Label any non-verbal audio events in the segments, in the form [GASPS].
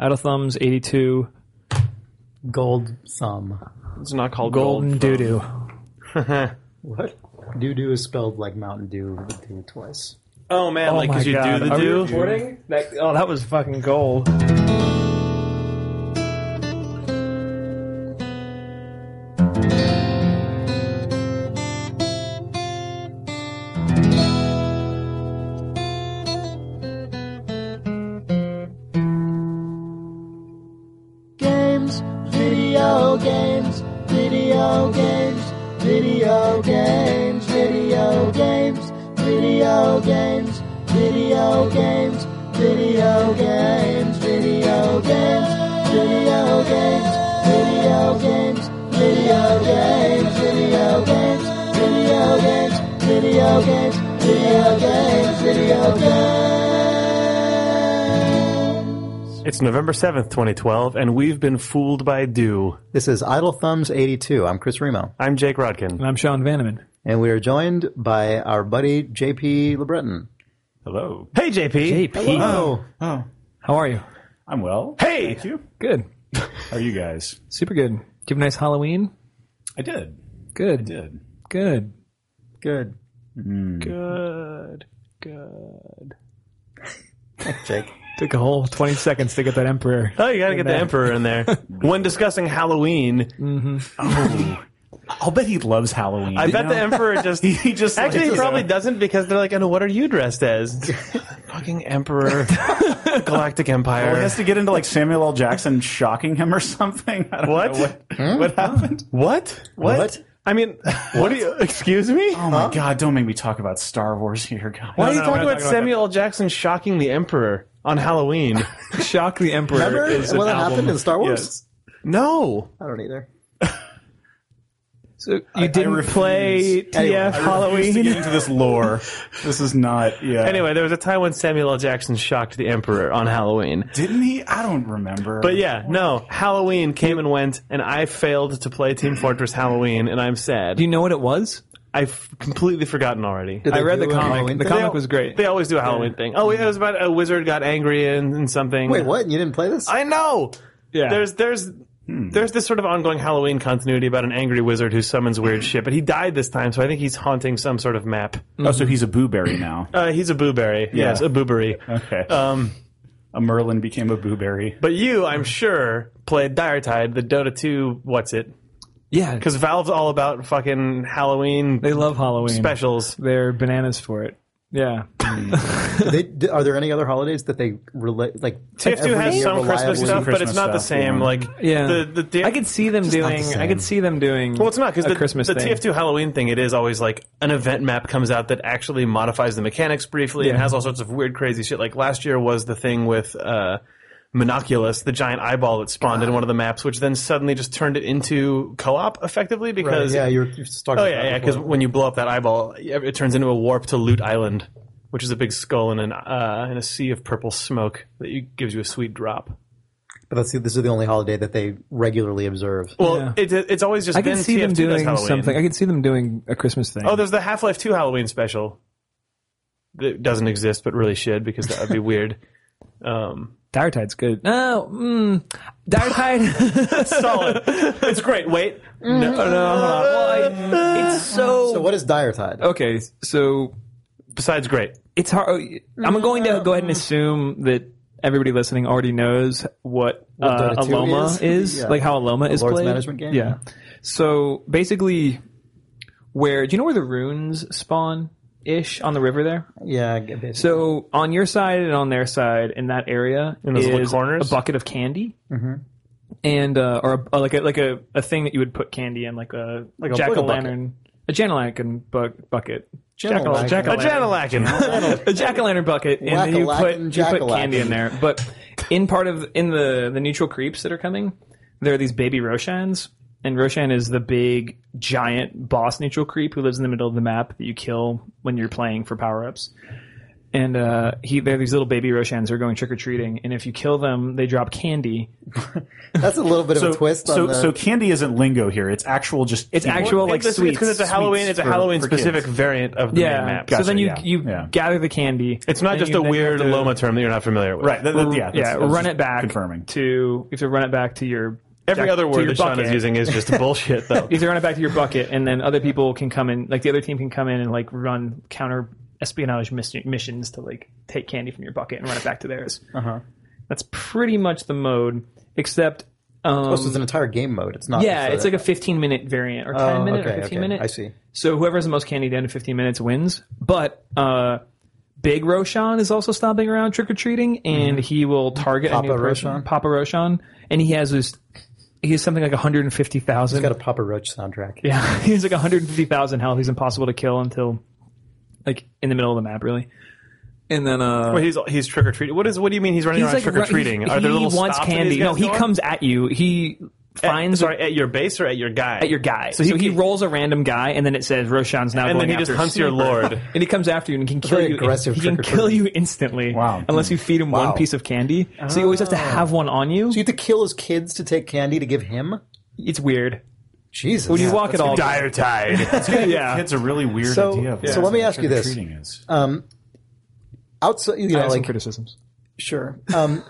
Out of thumbs, 82. Gold sum. It's not called Golden gold. doo doo. What? Doo doo is spelled like Mountain Dew, but do it twice. Oh man, Oh like my 'cause you God. do the Are we do. recording? That, oh, that was fucking gold. games, video games, video games, video games, video games, video games, video games, video games, video games, video games, video games, video games, video games, video games, video games, video games, video games. It's November seventh, twenty twelve, and we've been fooled by do. This is Idle Thumbs 82. I'm Chris Remo. I'm Jake Rodkin. And I'm Sean Vanneman. And we are joined by our buddy JP LeBreton. Hello. Hey JP. JP, Oh, Oh, how are you? I'm well. Hey! Thank you. Good. How are you guys? Super good. Do you have a nice Halloween? I did. Good. Did. Good. good. Mm. Good. Good. Jake. Took a whole 20 seconds to get that emperor. Oh, you gotta get the emperor in there. when discussing Halloween, I'll bet he loves Halloween. I you bet know? the emperor just. he just Actually, he likes- probably doesn't because they're like, "Oh, no, what are you dressed as?" Fucking emperor, [LAUGHS] galactic Well, he empire. has to get into like Samuel L. Jackson shocking him or something. [LAUGHS] I don't What? know what, what happened? What? What? What? I mean, what? do you? Excuse me. Oh my God! Don't make me talk about Star Wars here, guys. Why are you no, talking we're not about talking about Samuel L. Jackson shocking the emperor on Halloween? [LAUGHS] Shock the emperor. Remember is an what album. happened in Star Wars? Yes. no, I don't either. So you didn't play TF Anyway, I refuse Just to Halloween? get into this lore. [LAUGHS] This is not. Yeah. Anyway, there was a time when Samuel L. Jackson shocked the emperor on Halloween. didn't he? I don't remember. But yeah, no, Halloween came and went, and I failed to play Team Fortress Halloween, and I'm sad. Do you know what it was? I've completely forgotten already. Did I they read do the a comic. Halloween the thing? comic They al- was great. They always do a Halloween thing. Oh, yeah, it was about a wizard got angry and, and something. Wait, what? You didn't play this? I know. yeah. There's there's there's this sort of ongoing Halloween continuity about an angry wizard who summons weird shit, but he died this time, so I think he's haunting some sort of map. oh, so he's a booberry now. Uh, he's a booberry. Yes, a booberry. Okay. Um, a Merlin became a booberry. but you, I'm sure, played Dire Tide, the Dota 2, what's it? yeah, Because Valve's all about fucking Halloween they love Halloween. specials. They're bananas for it. Yeah. Do they, do, are there any other holidays that they relate? Like every TF2 has year some Christmas reliably- stuff, but it's Christmas not the stuff, same. yeah. Like Yeah. the, the, the I could see them doing. I could see them doing. Well, it's not because a the Christmas the thing. TF2 Halloween thing. It is always like an event map comes out that actually modifies the mechanics briefly and Yeah. has all sorts of weird, crazy shit. Like last year was the thing with uh, Monoculus, the giant eyeball that spawned in one of the maps, which then suddenly just turned it into co-op effectively Right, because yeah, you're, you're talking oh about yeah yeah it because before. when you blow up that eyeball, it turns into a warp to Loot Island, which is a big skull and an uh, and a sea of purple smoke that you, gives you a sweet drop. But that's, this is the only holiday that they regularly observe. Well, Yeah. it, it's always just I could been see them TF2 does doing Halloween. something. I could see them doing a Christmas thing. Oh, there's the Half Life 2 Halloween special that doesn't exist, but really should because that would be weird. Um, Dire Tide's good. No, mm, [LAUGHS] Dire [LAUGHS] Tide. [LAUGHS] solid. it's great. Wait. Mm. No, it's so. So what is Dire Tide? okay, so Besides, great. it's hard. I'm going to go ahead and assume that everybody listening already knows what, uh, Dota 2 Aloma is? is, Yeah. like how Aloma is Lord's played. management game? Yeah. So basically, where do you know where the runes spawn? Ish on the river there. Yeah, I get it. So on your side and on their side in that area those little is corners? a bucket of candy, and uh, or a, like a, like a, a thing that you would put candy in, like a a jack o' bucket. lantern, a jack o' lantern bu- bucket, Oh, jack Jack-o'-lantern. A [LAUGHS] Janalakin. a jack o' lantern bucket, and then you put Whack-a-lackin', you put jack-o'-lackin'. candy in there. But in part of in the the neutral creeps that are coming, there are these baby Roshans, and Roshan is the big giant boss neutral creep who lives in the middle of the map that you kill when you're playing for power ups. And uh, he, they're these little baby Roshans who are going trick or treating, and if you kill them, they drop candy. That's a little bit So, of a twist so, on the. so candy isn't lingo here. It's actual just. It's candy. actual like it's sweets. because it's a Halloween. It's a for- Halloween for specific kids. variant of the yeah. main map. so then you Gotcha, yeah, you yeah. gather the candy. It's not and just you- a then you weird have to- Loma term that you're not familiar with. Right. that- that- yeah. that's- yeah, that's run it back. Confirming. to you have to run it back to your Every back other to word your that Sean bucket. is using is [LAUGHS] just bullshit, though. You have to run it back to your bucket, and then other people can come in, like the other team can come in and like run counter espionage mis- missions to like take candy from your bucket and run it back to theirs. Uh Uh-huh. huh. That's pretty much the mode, except um, this was an entire game mode. It's not. yeah, just a- it's like a 15 minute variant or 10 Oh, minute okay, or 15 okay. minute. I see. So whoever has the most candy down to 15 minutes wins. But uh, Big Roshan is also stomping around trick or treating, and he will target Mm-hmm. Papa a new person, Roshan? Papa Roshan, and he has this. He has something like 150,000. It's got a Papa Roach soundtrack. [LAUGHS] Yeah, he's like 150,000 health. He's impossible to kill until like in the middle of the map, really. And then uh Well, he's he's trick or treating. What is? What do you mean he's running around trick or treating? he- Are there he little wants stops that candy. these No, guys he go on? Eh, comes at you. He finds Sorry, at your base or at your guy? at your guy. So he, rolls a random guy, and then it says Roshan's now and going then he after just hunts your Sniper. lord. [LAUGHS] And he comes after you and can kill Very you. aggressive He can trick-or-treating. kill you instantly. Wow. Unless you feed him Wow. Ah. one piece of candy. So you always have to have one on you. You have to kill his kids to take candy to give him. It's weird. Jesus. When you walk at all, Dire tide. [LAUGHS] yeah. It's a really weird So- idea. Of so what let me ask you this. Um, trick-or-treating Is. outside, you know, Some like criticisms. Sure. Um,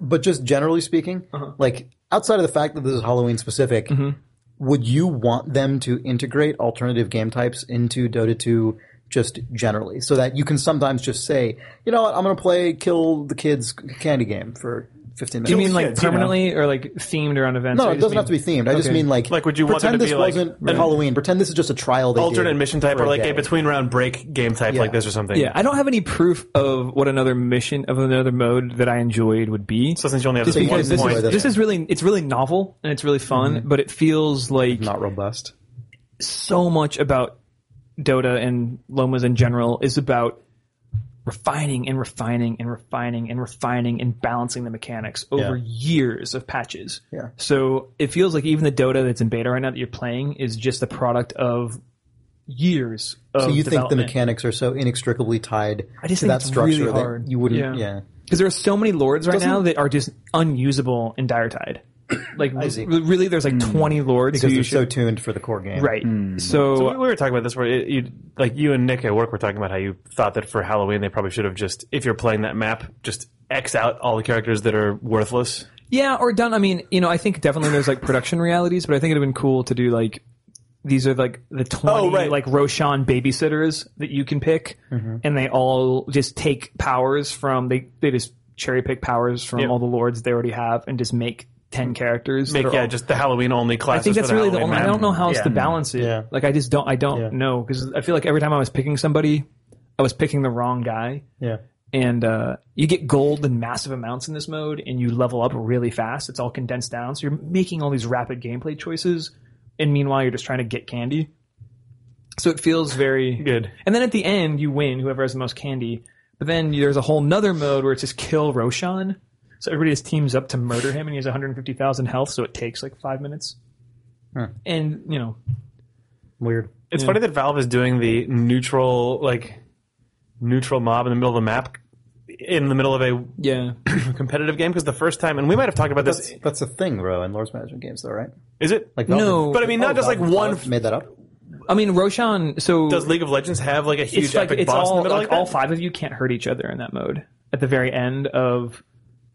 but just generally speaking, Uh-huh. like outside of the fact that this is Halloween specific, Mm-hmm. would you want them to integrate alternative game types into Dota 2 just generally so that you can sometimes just say, you know what, I'm going to play Kill the Kids Candy Game for 15 minutes? You mean like kids, you know. permanently or like themed around events? I no, it just doesn't mean- have to be themed. I just mean like, Like, would you want there pretend to this be, like, wasn't Halloween? Pretend this is just a trial they Alternate did mission type, for or like a day. between round break game type, like this or something. Yeah, I don't have any proof of what another mission of another mode that I enjoyed would be. So since you only have Just this you one because didn't this point, enjoy is, this this is really it's really novel and it's really fun, but it feels like Mm-hmm. Not robust. so much about Dota and Lomas in general is about refining and refining and refining and refining and balancing the mechanics over years of patches. Yeah. So it feels like even the Dota that's in beta right now that you're playing is just the product of years of So you think the development. mechanics are so inextricably tied I just to think that it's structure really that hard. you wouldn't, Yeah. yeah. Because there are so many lords right Doesn't- now that are just unusable in Dire [CLEARS THROAT] Tide. Like see. re- really, there's Hmm. like 20 lords because who you they're should so tuned for the core game. right. So, we we were talking about this where it, you, like you and Nick at work were talking about how you thought that for Halloween they probably should have just, if you're playing that map, just X out all the characters that are worthless. yeah, or done. I mean, you know, I think definitely there's like production realities, but I think it'd have been cool to do like these are like the 20 Oh, right. Mm-hmm. like Roshan babysitters that you can pick, and they all just take powers from they they just cherry pick powers from all the lords they already have and just make 10 characters. that Make are yeah, all- just the Halloween only class. I think that's really the only. I don't know how else to balance it. Yeah. Like I just don't. I don't Yeah. know because I feel like every time I was picking somebody, I was picking the wrong guy. Yeah. And uh, you get gold in massive amounts in this mode, and you level up really fast. It's all condensed down, so you're making all these rapid gameplay choices, and meanwhile you're just trying to get candy. So it feels very Good. And then at the end, you win whoever has the most candy. But then there's a whole nother mode where it's just kill Roshan. So everybody just teams up to murder him, and he has 150,000 health, so it takes like five minutes. And you know, Weird. It's funny that Valve is doing the neutral, like neutral mob in the middle of the map, in the middle of a [LAUGHS] yeah, [COUGHS] competitive game. Because the first time, and we might have talked about That's this, that's a thing, bro, in lore management games, though, right? is it? Like No. oh, but I mean, not just like one. made that up. I mean Roshan. So Does League of Legends have like a huge it's like epic it's boss in all the middle like, like all that? five of you can't hurt each other in that mode at the very end of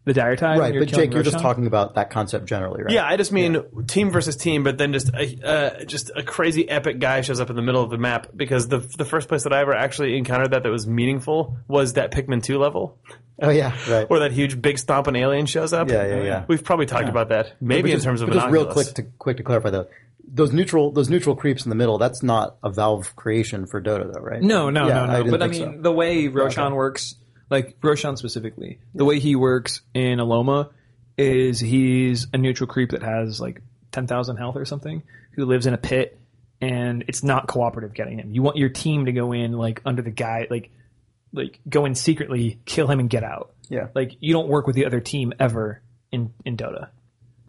the dire time. when Right, you're but Jake, killing you're just Roshan. talking about that concept generally, right? Yeah, I just mean team versus team, but then just a uh, just a crazy epic guy shows up in the middle of the map because the the first place that I ever actually encountered that that was meaningful was that Pikmin two level Oh yeah, right. where that huge big stomping alien shows up. Yeah, yeah, yeah. We've probably talked about that, maybe in Just- terms of but just real Binoculars. quick to quick to clarify though, those neutral those neutral creeps in the middle. That's not a Valve creation for Dota, though, right? No, no, no, Yeah, no. didn't but I think mean, so. the way Roshan works, like Roshan specifically, the way he works in Aloma is he's a neutral creep that has like 10,000 health or something who lives in a pit and it's not cooperative getting him. You want your team to go in like under the guy, like, like go in secretly, kill him and get out. Yeah. Like you don't work with the other team ever in, in Dota.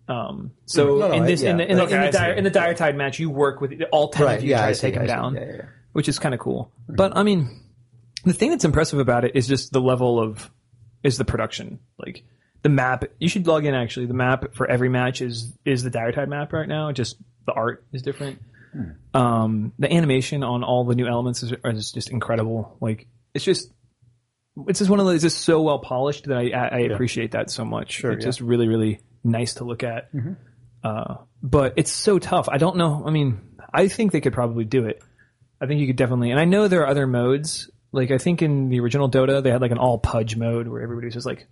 Um, so No, no, in I- this, in yeah. the, in the, Okay, in I the, see. dire, in the dire tide match, you work with all 10 Right, of you yeah, try I to take see, him I see. down Yeah, yeah, yeah. which is kind of cool. But I mean, the thing that's impressive about it is just the level of is the production like the map you should log in actually the map for every match is is the dire tide map right now just the art is different Hmm. um the animation on all the new elements is, is just incredible like it's just it's just one of those it's just so well polished that i i, I appreciate that so much it's just really really nice to look at uh but it's so tough i don't know i mean i think they could probably do it I think you could definitely, and I know there are other modes. Like I think in the original Dota, they had like an all pudge mode where everybody was just like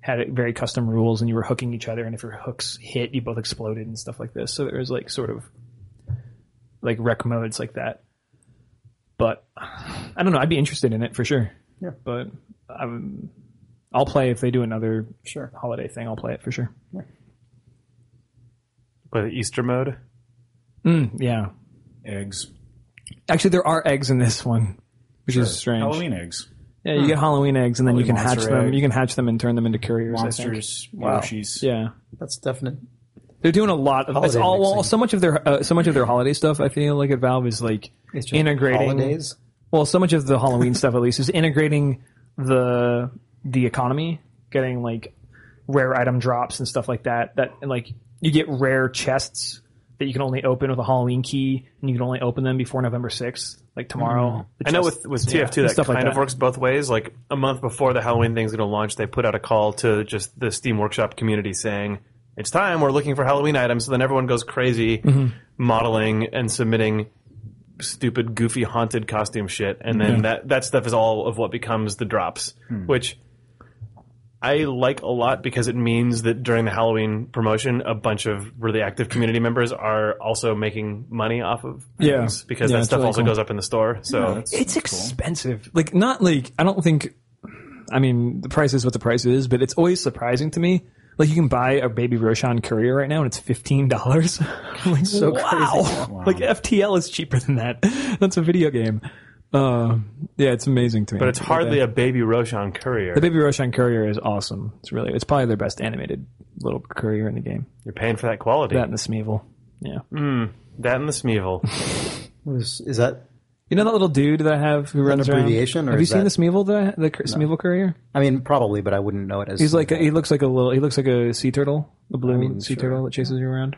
had it very custom rules, and you were hooking each other, and if your hooks hit, you both exploded and stuff like this. So there was like sort of like rec modes like that. But I don't know. I'd be interested in it for sure. Yeah. But I'm, I'll play if they do another Sure. holiday thing. I'll play it for sure. Play the Easter mode. Mm, yeah. Eggs. Actually, there are eggs in this one, which is strange. Halloween eggs. Yeah, you get Halloween eggs, and then you can Halloween hatch monster them. egg. You can hatch them and turn them into couriers. Monsters. Wow. Yoshis. I think. Yeah, That's definite. they're doing a lot of it's Holiday all, well, mixing. so much of their uh, so much of their holiday stuff. I feel like at Valve is like integrating holidays. Well, so much of the Halloween stuff at least is integrating the the economy, getting like rare item drops and stuff like that. That and like you get rare chests that you can only open with a Halloween key, and you can only open them before November sixth, like tomorrow. The I know chest- with with TF2 that stuff like kind of that. works both ways. Like a month before the Halloween thing's going to launch, they put out a call to just the Steam Workshop community saying it's time. We're looking for Halloween items. So then everyone goes crazy Mm-hmm. modeling and submitting stupid, goofy, haunted costume shit, and then that that stuff is all of what becomes the drops, which. I like a lot because it means that during the Halloween promotion, a bunch of really active community members are also making money off of Yeah. things because Yeah, that it's stuff really also cool. goes up in the store. So That's, it's that's cool. expensive. Like not like I don't think. I mean, the price is what the price is, but it's always surprising to me. Like you can buy a baby Roshan courier right now, and it's fifteen dollars. [LAUGHS] like so [LAUGHS] crazy. Like FTL is cheaper than that. [LAUGHS] That's a video game. Uh, yeah, it's amazing to me. But it's hardly a baby Roshan courier. the baby Roshan courier is awesome. It's really it's probably their best animated little courier in the game. You're paying for that quality. That That, and the Smeevil. Yeah. and the Smeevil. Is, is that? You know that little dude that I have who runs around. abbreviation, or have you is seen that- the Smeevil? The the cur- Smeevil courier. I mean, probably, but I wouldn't know it as. He's like a, he looks like a little he looks like a sea turtle, a blue mean, sea sure. turtle that chases you around.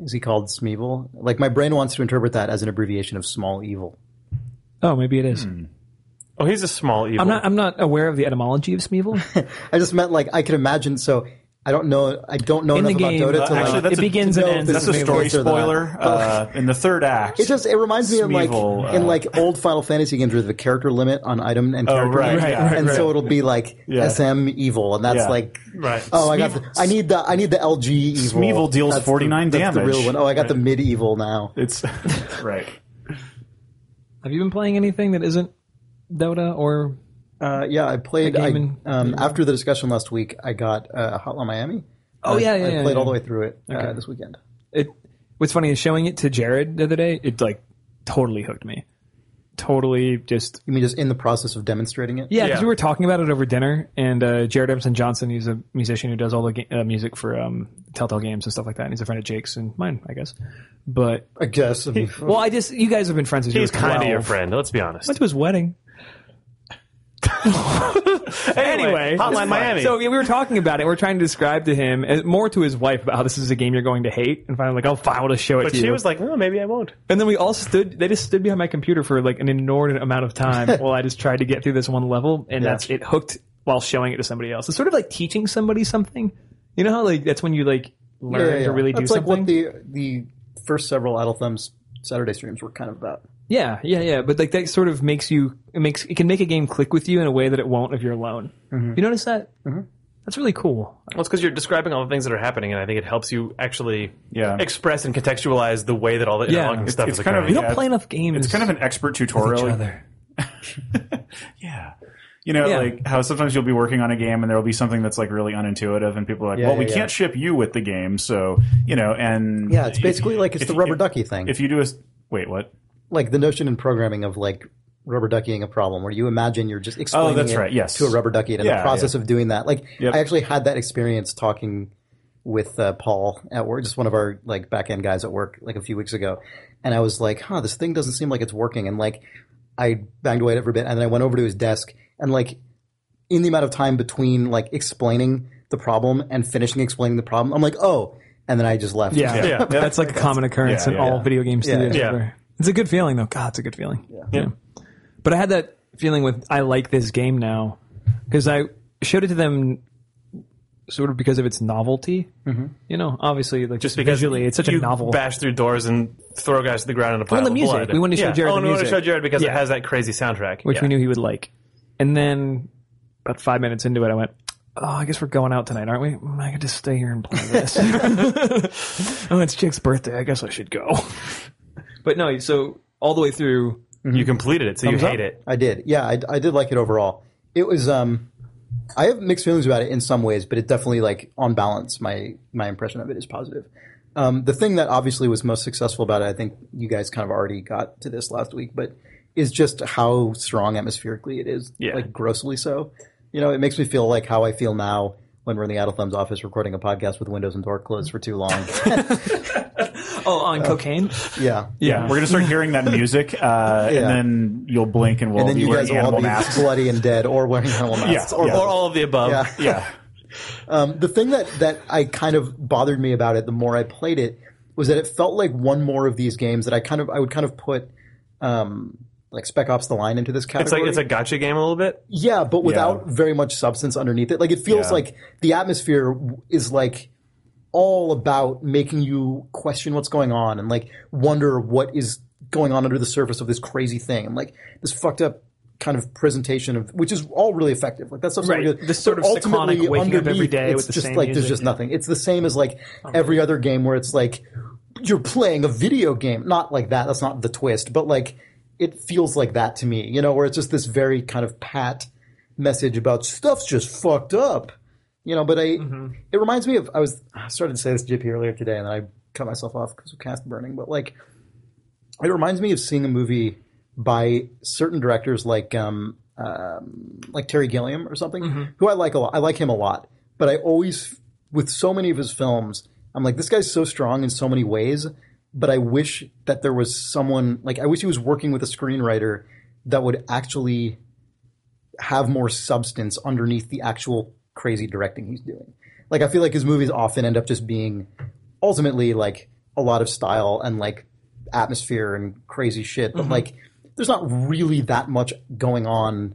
Is he called Smeevil? Like my brain wants to interpret that as an abbreviation of small evil. Oh, maybe it Hmm. is. Oh, he's a small evil. I'm not I'm not aware of the etymology of Smeevil. [LAUGHS] I just meant like I could imagine. So I don't know. I don't know In the enough game, about Dota to uh, actually, like. that's it a- begins and no, ends. this That's with a is Smeevil. story Smeevil or that. [LAUGHS] spoiler uh, in the third act. It just it reminds me of like Smeevil, uh, in like old Final Fantasy games where the character limit on item and character right, limit, right, right, and right. so it'll be like Yeah. SM evil, and that's Yeah. like Right. Oh, I got the, I need the I need the LG evil. Smeevil deals That's the- 49 that's The damage. real one. Oh, I got the mid evil now. it's [LAUGHS] right. Have you been playing anything that isn't Dota or Uh, yeah, I played. I, game um, after the discussion last week, I got uh, Hotline Miami. Oh, I- yeah, yeah, I yeah, played all yeah. the way through it uh, this weekend. it what's funny is showing it to Jared the other day, it like totally hooked me. Totally just You mean just in the process of demonstrating it? Yeah, because Yeah. we were talking about it over dinner, and uh, Jared Emerson Johnson, he's a musician who does all the ga- uh, music for um, Telltale Games and stuff like that. And he's a friend of Jake's and mine, I guess. But I guess. I mean, [LAUGHS] well, I just you guys have been friends since He's you were kind of your 12. friend. Let's be honest. Went to his wedding. anyway, Hotline Miami. So yeah, we were talking about it. We are trying to describe to him uh, more to his wife about how this is a game you're going to hate, and finally like, oh, fine, I'll just show it but to she you. was like, "No, maybe I won't." and then we all stood. They just stood behind my computer for like an inordinate amount of time while I just tried to get through this one level, and that's it hooked while showing it to somebody else. It's sort of like teaching somebody something. You know how like that's when you like learn yeah, yeah. to really do That's like something. what the the first several Idle Thumbs Saturday streams were kind of about. Yeah, yeah, yeah. But like that sort of makes you it makes it can make a game click with you in a way that it won't if you're alone. You notice that? Mm-hmm. That's really cool. Well, it's because you're describing all the things that are happening, and I think it helps you actually Yeah. express and contextualize the way that all the Yeah. interlocking It's- stuff it's is kind of- occurring. [LAUGHS] We don't Yeah, play enough games. [LAUGHS] It's kind of an expert tutorial. each other. Yeah. You know, Yeah. like how sometimes you'll be working on a game and there will be something that's like really unintuitive, and people are like, Yeah, "Well, we yeah, yeah. can't ship you with the game," so you know, and Yeah, it's basically if- like it's if- the rubber if- ducky thing. If you do a s- wait, what? like the notion in programming of like rubber duckying a problem where you imagine you're just explaining Oh, that's it right, yes. to a rubber ducky and in Yeah, the process of doing that like Yep. i actually had that experience talking with uh, paul at work just one of our like back end guys at work like a few weeks ago and i was like huh this thing doesn't seem like it's working and like I banged away at it for a bit, and then I went over to his desk, and like in the amount of time between like explaining the problem and finishing explaining the problem, I'm like, oh, and then I just left. Yeah. Yeah. Yeah. That's like a common occurrence Yeah, in yeah, all yeah. video game studios. Yeah. ever. It's a good feeling though. God, it's a good feeling. Yeah. But I had that feeling with I like this game now because I showed it to them sort of because of its novelty. Mm-hmm. You know, obviously, like just because visually, it's such you a novel. bash through doors and throw guys to the ground in a pile the of music. blood. We wanted to show Yeah. Jared Oh, the and we wanted to music. show Jared because Yeah. it has that crazy soundtrack, which yeah. we knew he would like. And then about five minutes into it, I went, "Oh, I guess we're going out tonight, aren't we? Mm, I could just stay here and play this. [LAUGHS] oh, it's Chick's birthday. I guess I should go." [LAUGHS] but no, so all the way through, You completed it, so you Thumbs up. hate it. I did. Yeah, I, I did like it overall. It was. um I have mixed feelings about it in some ways, but it definitely like on balance, my my impression of it is positive. Um, the thing that obviously was most successful about it, I think you guys kind of already got to this last week, but is just how strong atmospherically it is. Yeah. Like grossly so. You know, it makes me feel like how I feel now when we're in the Adult Thumbs office recording a podcast with windows and door closed for too [LAUGHS] long. oh, on cocaine. yeah. Yeah, we're gonna start hearing that music, uh, [LAUGHS] Yeah. and then you'll blink and we'll And then be you wearing guys will all animal be masks. [LAUGHS] bloody and dead or [LAUGHS] wearing animal Yeah, masks. or, Or all of the above. Yeah. yeah. Um, the thing that, that I kind of bothered me about it the more I played it was that it felt like one more of these games that I kind of I would kind of put um, like Spec Ops: The Line into this It's like category. it's a gotcha game a little bit. yeah, but without very much substance underneath it. Like it feels Yeah. like the atmosphere w- is like all about making you question what's going on and like wonder what is going on under the surface of this crazy thing and like this fucked up kind of presentation of which is all really effective like that's Right. really good. This sort But of cyclonic ultimately, waking up every underneath, day it's with the just same like there's music. Um, just nothing it's the same as like every other game where it's like you're playing a video game not like that that's not the twist but like it feels like that to me you know where it's just this very kind of pat message about stuff's just fucked up you know but i it reminds me of i was i started to say this to jp earlier today and then i cut myself off because of cast burning but like it reminds me of seeing a movie by certain directors like um, um, like Terry Gilliam or something, who I like a lot. I like him a lot, but I always with so many of his films, I'm like this guy's so strong in so many ways, but I wish that there was someone like I wish he was working with a screenwriter that would actually have more substance underneath the actual crazy directing he's doing. Like I feel like his movies often end up just being ultimately like a lot of style and like atmosphere and crazy shit, but like there's not really that much going on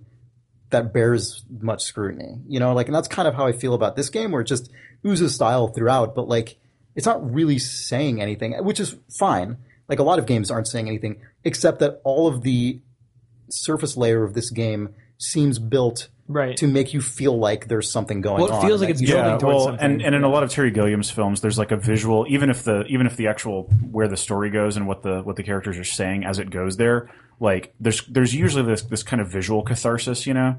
that bears much scrutiny. You know, like and that's kind of how I feel about this game where it just oozes style throughout, but like it's not really saying anything, which is fine. Like a lot of games aren't saying anything except that all of the surface layer of this game seems built Right. to make you feel like there's something going Well, on. it feels like and it's that you- building Yeah, towards well, something. and, and in a lot of Terry Gilliam's films, there's like a visual, even if the even if the actual where the story goes and what the what the characters are saying as it goes there, like there's there's usually this this kind of visual catharsis, you know.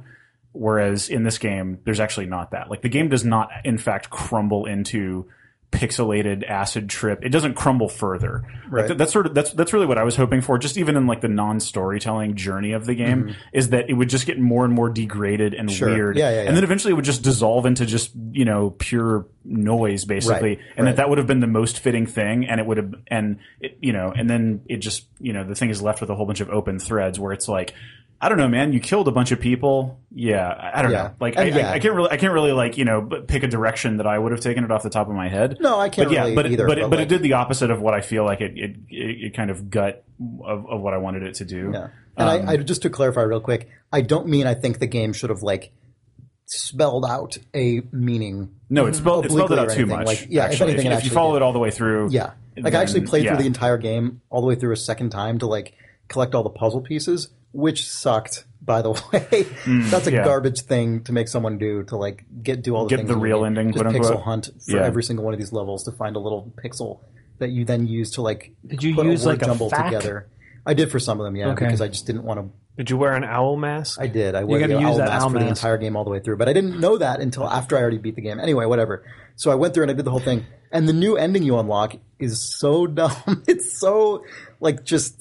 Whereas in this game, there's actually not that. Like the game does not, in fact, crumble into pixelated acid trip. It doesn't crumble further. Like, Right. th- that's sort of that's that's really what I was hoping for. Just even in like the non-storytelling journey of the game, is that it would just get more and more degraded and Mm-hmm. Sure. weird. Yeah, yeah, yeah. And then eventually it would just dissolve into just you know pure noise basically, Right, and right. that that would have been the most fitting thing, and it would have and it you know and then it just you know the thing is left with a whole bunch of open threads where it's like. I don't know, man. You killed a bunch of people. Yeah, I I don't Yeah. know. Like, Uh, I, yeah. I, I can't really, I can't really like you know b- pick a direction that I would have taken it off the top of my head. No, I can't But yeah, really but it, either, but, it, but but, like- it did the opposite of what I feel like it it, it, it kind of gut of, of what I wanted it to do. Yeah. And I, I just to clarify real quick, I don't mean I think the game should have like spelled out a meaning. No, it's spelled, it spelled Obliquely it or out too Mm-hmm. anything, much. like- yeah, if actually. anything, it if, actually you follow did. it all the way through, Yeah. Like I actually then- played yeah. through the entire game all the way through a second time to like collect all the puzzle pieces, which sucked. By the [LAUGHS] way, that's a Mm, yeah. garbage thing to make someone do to like get do all the Get things the in real game. ending, Just quote, unquote. pixel hunt for Yeah. every single one of these levels to find a little pixel that you then use to like Did you put use, a word like, a jumble fac? together. I did for some of them, yeah, Okay. because I just didn't want to Did you wear an owl mask? I did. I wore gotta the use owl that mask owl for the mask. entire game all the way through, but I didn't know that until after I already beat the game. Anyway, whatever. So I went through and I did the whole thing, and the new ending you unlock is so [LAUGHS] dumb. It's so like just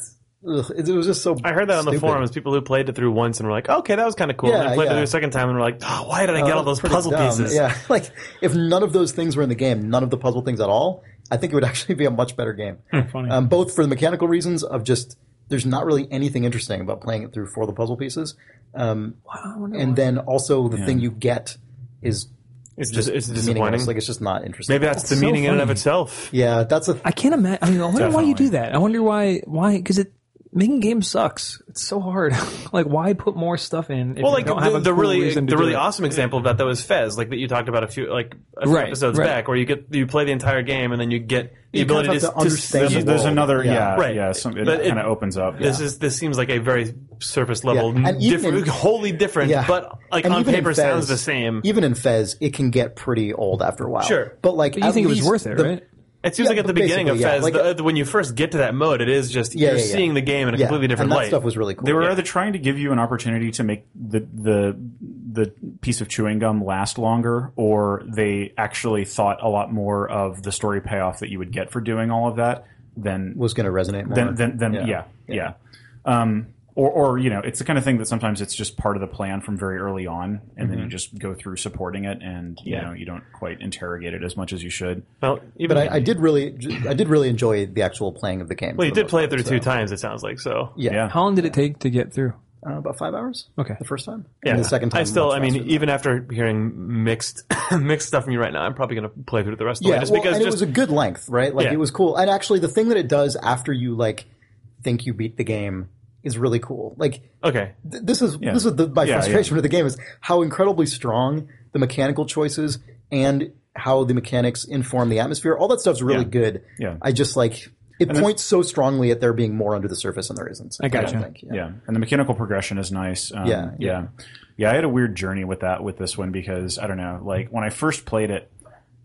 ugh, it, it was just so. I heard that on the stupid. forums. People who played it through once and were like, "Okay, that was kind of cool." and Yeah, I played yeah. it through a second time and were like, oh, "Why did I get all those Pretty puzzle dumb. pieces?" Yeah, [LAUGHS] like if none of those things were in the game, none of the [LAUGHS] puzzle things at all, I think it would actually be a much better game. Hmm, funny. Um, both for the mechanical reasons of just there's not really anything interesting about playing it through for the puzzle pieces. Um, and then also the thing you get is It's just just it's disappointing. meaningless. Like it's just not interesting. Maybe that's, so the meaning in and of funny. itself. yeah, that's a I can't imagine. I mean, I wonder why you Definitely. do that. I wonder why why because it making games sucks. It's so hard. [LAUGHS] like, why put more stuff in? If Well, you like don't have the, a the cool really reason to the do really it? awesome example of that though is Fez, like that you talked about a few like a few Right, episodes right. back, where you get you play the entire game and then you get the You kind of ability have to, to understand There's, see- the there's world. another, yeah, Yeah. yeah, Right. some, it But it- kind of opens up. Yeah. This is this seems like a very surface level, Yeah, and even different, in- wholly different, Yeah. but like And on even in paper Fez- sounds the same. Even in Fez, it can get pretty old after a while. Sure. but like But you at think it was least worth it, the- right? It seems Yeah, like at the but beginning of basically, yeah, Fez, like- uh, the, the- when you first get to that mode, it is just Yeah, you're yeah, yeah. seeing the game in a Yeah, completely different and light. That stuff was really cool. They were either trying to give you an opportunity to make the, the the piece of chewing gum last longer, or they actually thought a lot more of the story payoff that you would get for doing all of that than was going to resonate more. then then, then yeah yeah, Um, or or you know it's the kind of thing that sometimes it's just part of the plan from very early on and then you just go through supporting it and you Yeah. know you don't quite interrogate it as much as you should well, even, but I, I did really, I did really enjoy the actual playing of the game. well, you for the did most play it part, through so. two times. It sounds like so. Yeah, yeah How long did it take to get through? Uh, about five hours. Okay. the first time. Yeah, and the second time. I still, much I mean, faster. even after hearing mixed [COUGHS] mixed stuff from you right now, I'm probably going to play through the rest of the way yeah, just well, because and it just was a good length, right? Like Yeah. it was cool. And actually, the thing that it does after you like think you beat the game is really cool. Like okay. th- this is this is the, my Yeah, frustration with the game is how incredibly strong the mechanical choices and how the mechanics inform the atmosphere. All that stuff's really good. Yeah. I just like it points so strongly at there being more under the surface and there isn't. I gotcha. don't think, yeah. yeah and the mechanical progression is nice um, Yeah, yeah yeah i had a weird journey with that with this one because i don't know like when i first played it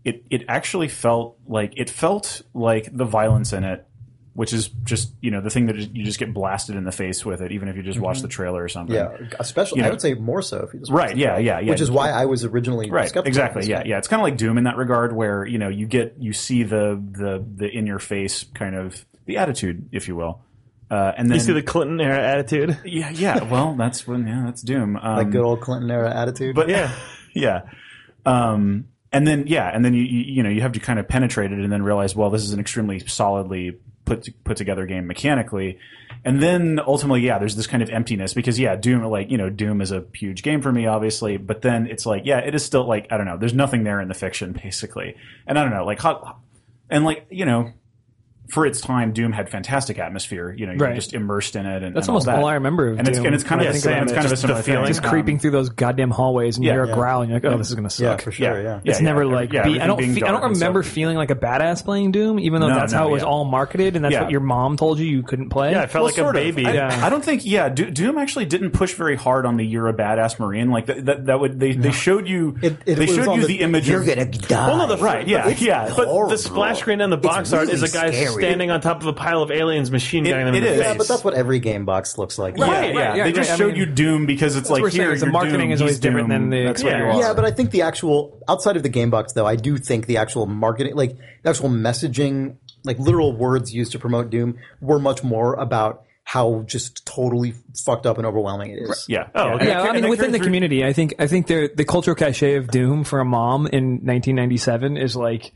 it it actually felt like it felt like the violence in it which is just you know the thing that you just get blasted in the face with it even if you just watch the trailer or something Mm-hmm. Yeah, especially I know- would say more so if you just right yeah yeah yeah which is why I was originally right skeptical. exactly yeah yeah it's kind of like doom in that regard where you know you get you see the the the in your face kind of the attitude if you will uh, and then You see the Clinton era attitude. yeah yeah well that's when yeah that's doom um, Like good old Clinton era attitude. but Yeah. [LAUGHS] yeah um and then yeah and then you you you know you have to kind of penetrate it and then realize well this is an extremely solidly put put together game mechanically and then ultimately yeah there's this kind of emptiness because yeah doom like you know doom is a huge game for me obviously but then it's like yeah it is still like i don't know there's nothing there in the fiction basically and i don't know like hot and like you know for its time doom had fantastic atmosphere you know you're Right. just immersed in it and That's and almost all, that. all I remember of and it's Doom and it's kind of when I the think about same it. it's kind of a Just the similar thing. feeling. It's Just creeping through those goddamn hallways and you um, hear yeah, a yeah. growl and you're like, oh, this is gonna yeah, suck. for sure. Yeah. It's never like yeah, be, I everything don't being fe- I dark don't and remember stuff. feeling like a badass playing Doom, even though No, that's no, how it was yeah. all marketed and that's Yeah. what your mom told you you couldn't play. Yeah, I felt like a sort of. baby. I, Yeah. I don't think. Yeah, Do- Doom actually didn't push very hard on the "you're a badass marine." Like that. That, that would they, they showed you. It- it they was showed on you the, the- image. "You're of, gonna die." Well, no, the right. Yeah, yeah. But But the splash screen on the box art is a guy standing on top of a pile of aliens, machine gunning them in it the is. face. Yeah, But that's what every game box looks like. yeah, Right, yeah. right, yeah, they just right. I showed mean, you Doom because it's what like we're here saying is the you're marketing Doom, is always he's different than Doom, the that's what Yeah. you are. Yeah, but I think the actual outside of the game box, though, I do think the actual marketing, like the actual messaging, like literal words used to promote Doom, were much more about how just totally fucked up and overwhelming it is. yeah. Oh, okay. yeah, And I mean, it carried within the through- community, I think I think the the cultural cachet of Doom for a mom in 1997 is like,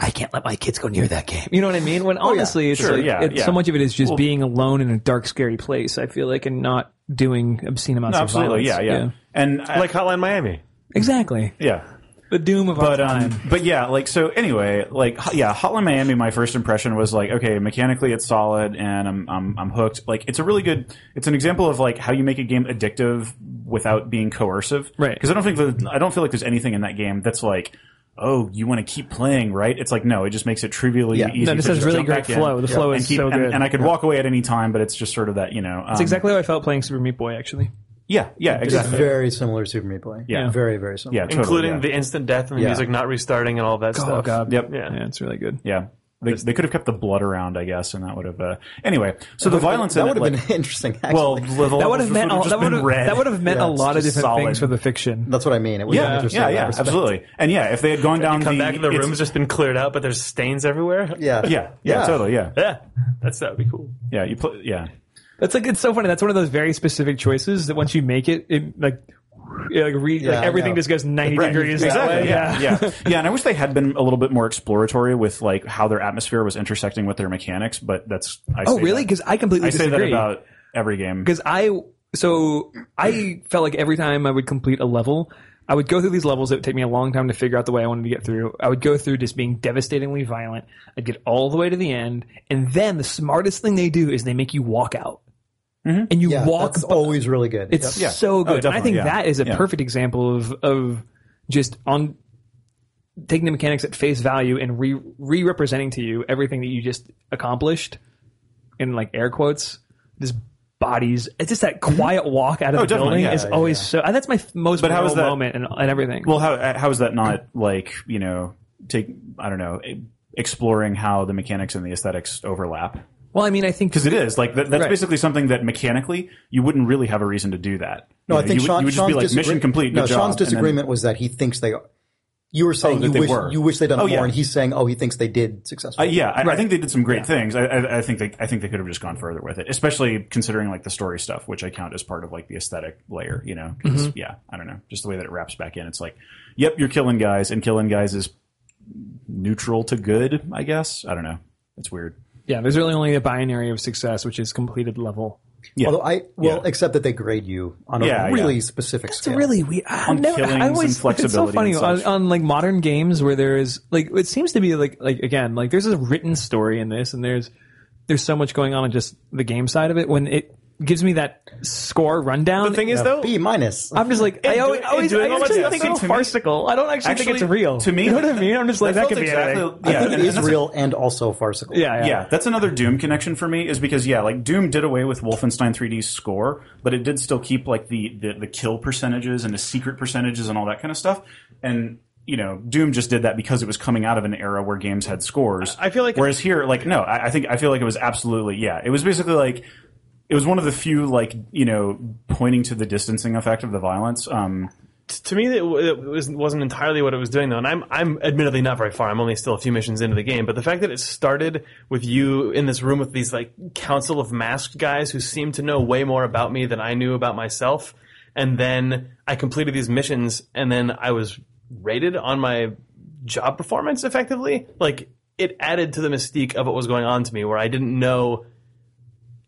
I can't let my kids go near that game. You know what I mean? When honestly, it's Sure, like Oh, yeah, it's yeah. so much of it is just being alone in a dark, scary place. I feel like, and not doing obscene amounts Absolutely. of Yeah, violence. yeah. And I, like Hotline Miami. exactly. yeah. The Doom of our But time. um, but yeah, like so. Anyway, like ho- yeah, Hotline Miami. My first impression was like, okay, mechanically it's solid, and I'm I'm I'm hooked. Like it's a really good. It's an example of like how you make a game addictive without being coercive, Right. Because I don't think that- I don't feel like there's anything in that game that's like. Oh, you want to keep playing, right? It's like no, it just makes it trivially Yeah. easy. No, this to has just really jump great back in flow. The flow and is keep- so and- good. and I could walk away at any time, but it's just sort of that, you know. um, That's exactly how I felt playing Super Meat Boy. Actually, Yeah, yeah, It's exactly. very similar to Super Meat Boy. Yeah. Very, very similar. Yeah, totally, Including yeah. the instant death and the Yeah. music not restarting and all that stuff. Yep. Yeah. yeah, it's really good. Yeah. They, they could have kept the blood around, I guess, and that would have. Uh, anyway, so the violence That in would it, have like, been [LAUGHS] interesting, actually. well, the That levels would have just meant a- just that would been have red. that would have meant Yeah, a it's lot of just different solid. things for the fiction. That's what I mean. It was [LAUGHS] Yeah, interesting. yeah, in that yeah, respect. absolutely. And yeah, if they had gone down Come the, back and the it's- room's just been cleared out, but there's stains everywhere. Yeah. [LAUGHS] yeah, yeah, totally, yeah, Yeah. That's that would be cool. yeah. You pl- yeah, That's like it's so funny. That's one of those very specific choices that once you make it, it like yeah, like read Yeah, I like everything know. just goes ninety Right. degrees that way. Yeah. yeah, yeah, yeah. And I wish they had been a little bit more exploratory with like how their atmosphere was intersecting with their mechanics. But that's I Oh, say really? that- Because I completely I say that disagree. about every game. because I so I felt like every time I would complete a level, I would go through these levels that would take me a long time to figure out the way I wanted to get through. I would go through just being devastatingly violent. I'd get all the way to the end, and then the smartest thing they do is they make you walk out, and you Yeah, walk. that's bu- always really good. It's Yep. so good. and I definitely, think yeah. that is a Yeah. perfect example of of just on taking the mechanics at face value and re re representing to you everything that you just accomplished in like air quotes. Just bodies. It's just that quiet walk out of the Mm-hmm. Oh, definitely, building yeah, is always so. And that's my f- most how memorable is that- moment and, and everything. Well, how uh, how is that not like you know take I don't know exploring how the mechanics and the aesthetics overlap? well, I mean, I think Because it is like that, that's Right. basically something that mechanically you wouldn't really have a reason to do that. No, You I know, think you, would- Sean, you would just Sean's be like disagree- mission complete. No, good Sean's job," and then- Oh, disagreement was that he thinks they. You were saying that you they wish were. you wish they'd done Oh, more, yeah. and he's saying, oh, he thinks they did Uh, successfully. yeah, I, I think they did some great things. I, I, I think they, I think they could have just gone further with it, especially considering like the story stuff, which I count as part of like the aesthetic layer. You know, 'Cause, Mm-hmm. yeah, I don't know, just the way that it wraps back in. It's like, yep, you're killing guys, and killing guys is neutral to good, I guess. I don't know. It's weird. yeah, there's really only a binary of success, which is completed level. Yeah. Although I well, Yeah. except that they grade you on a Yeah, really yeah. specific It's scale. really weird. I, On never, killings I always [LAUGHS] and flexibility It's so funny and on, such. on like modern games where there is like it seems to be like like again like there's a written story in this and there's there's so much going on in just the game side of it when it gives me that score rundown. The thing is, though, B minus. I'm just like I And always, doing- and always I doing all that actually stuff. think So it's to me- farcical. I don't actually, think it's real to [LAUGHS] me, You know what I mean? I'm just like that, felt could be exactly. anything. Yeah, I think and- it and is that's a- real and also farcical. Yeah, yeah. yeah, that's another Doom connection for me is because yeah, like Doom did away with Wolfenstein 3D's score, but it did still keep like the the, the kill percentages and the secret percentages and all that kind of stuff. And you know, Doom just did that because it was coming out of an era where games had scores. I feel like- whereas here, like no, I, I think I feel like it was absolutely yeah. It was basically like it was one of the few like you know pointing to the distancing effect of the violence. Um, to me, it, w- it was, wasn't entirely what it was doing though. And I'm I'm admittedly not very far. I'm only still a few missions into the game. But the fact that it started with you in this room with these like council of masked guys who seemed to know way more about me than I knew about myself, and then I completed these missions, and then I was rated on my job performance effectively. Like it added to the mystique of what was going on to me, where I didn't know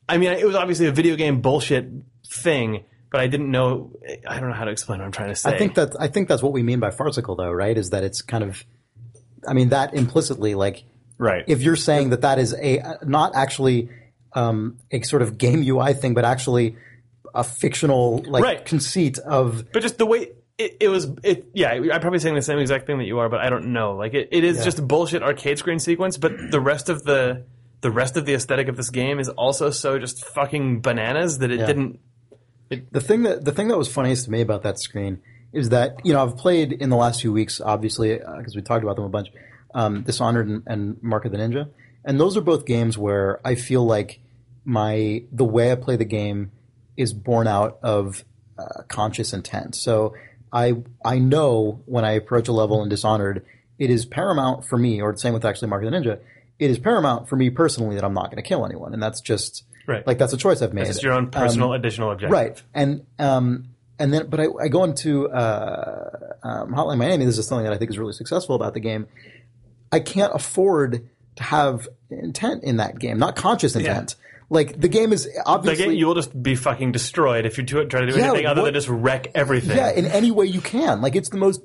I mean, it was obviously a video game bullshit thing, but I didn't know. I don't know how to explain what I'm trying to say. I think that I think that's what we mean by farcical, though, right? Is that it's kind of, I mean, that implicitly, like, right. if you're saying that that is a not actually um, a sort of game UI thing, but actually a fictional like Right. conceit of but just the way it, it was, it yeah, I'm probably saying the same exact thing that you are, but I don't know. Like it, it is just a bullshit arcade screen sequence, but the rest of the the rest of the aesthetic of this game is also so just fucking bananas that it didn't. the thing that the thing that was funniest to me about that screen is that you know I've played in the last few weeks, obviously because we talked about them a bunch, um, Dishonored and, and Mark of the Ninja, and those are both games where I feel like my the way I play the game is born out of uh, conscious intent. So I I know when I approach a level in Dishonored, it is paramount for me, or the same with actually Mark of the Ninja, it is paramount for me personally that I'm not going to kill anyone, and that's just Right. like that's a choice I've made. It's your own personal additional objective. Um, Right. And um, and then, but I, I go into uh, um, Hotline Miami. This is something that I think is really successful about the game. I can't afford to have intent in that game, not conscious intent. Like the game is Like obviously it, you'll just be fucking destroyed if you do, try to do Yeah, anything other what- than just wreck everything. yeah, in any way you can. Like it's the most.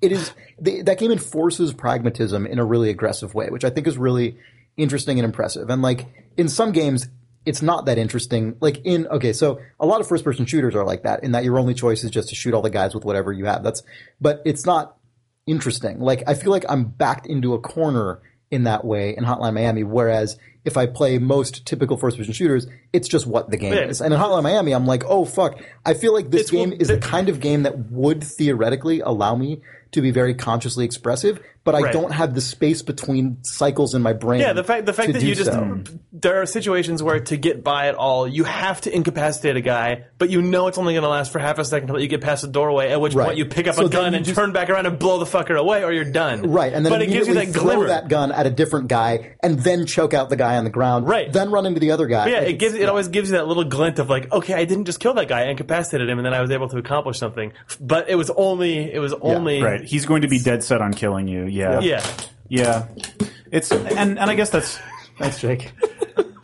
It is they, that game enforces pragmatism in a really aggressive way, which I think is really interesting and impressive. And like in some games, it's not that interesting. Like in okay, so a lot of first-person shooters are like that, in that your only choice is just to shoot all the guys with whatever you have. That's but it's not interesting. Like I feel like I'm backed into a corner in that way in Hotline Miami. Whereas if I play most typical first-person shooters, it's just what the game Yeah. is. And in Hotline Miami, I'm like, oh fuck. I feel like this well, game is the th- kind of game that would theoretically allow me to be very consciously expressive, but I Right. don't have the space between cycles in my brain. Yeah, the fact the to fact that do you just so. there are situations where to get by at all, you have to incapacitate a guy, but you know it's only going to last for half a second until you get past the doorway. At which Right. point you pick up So a then gun you and just- turn back around and blow the fucker away, or you're done. Right, and then but it gives you immediately that throw glimmer. that gun at a different guy, and then choke out the guy on the ground. Right. then run into the other guy. yeah, Like, it gives it always gives you that little glint of like, okay, I didn't just kill that guy, I incapacitated him, and then I was able to accomplish something. But it was only it was only Right. He's going to be dead set on killing you. Yeah. Yeah, Yeah. It's and and I guess that's Thanks, Jake.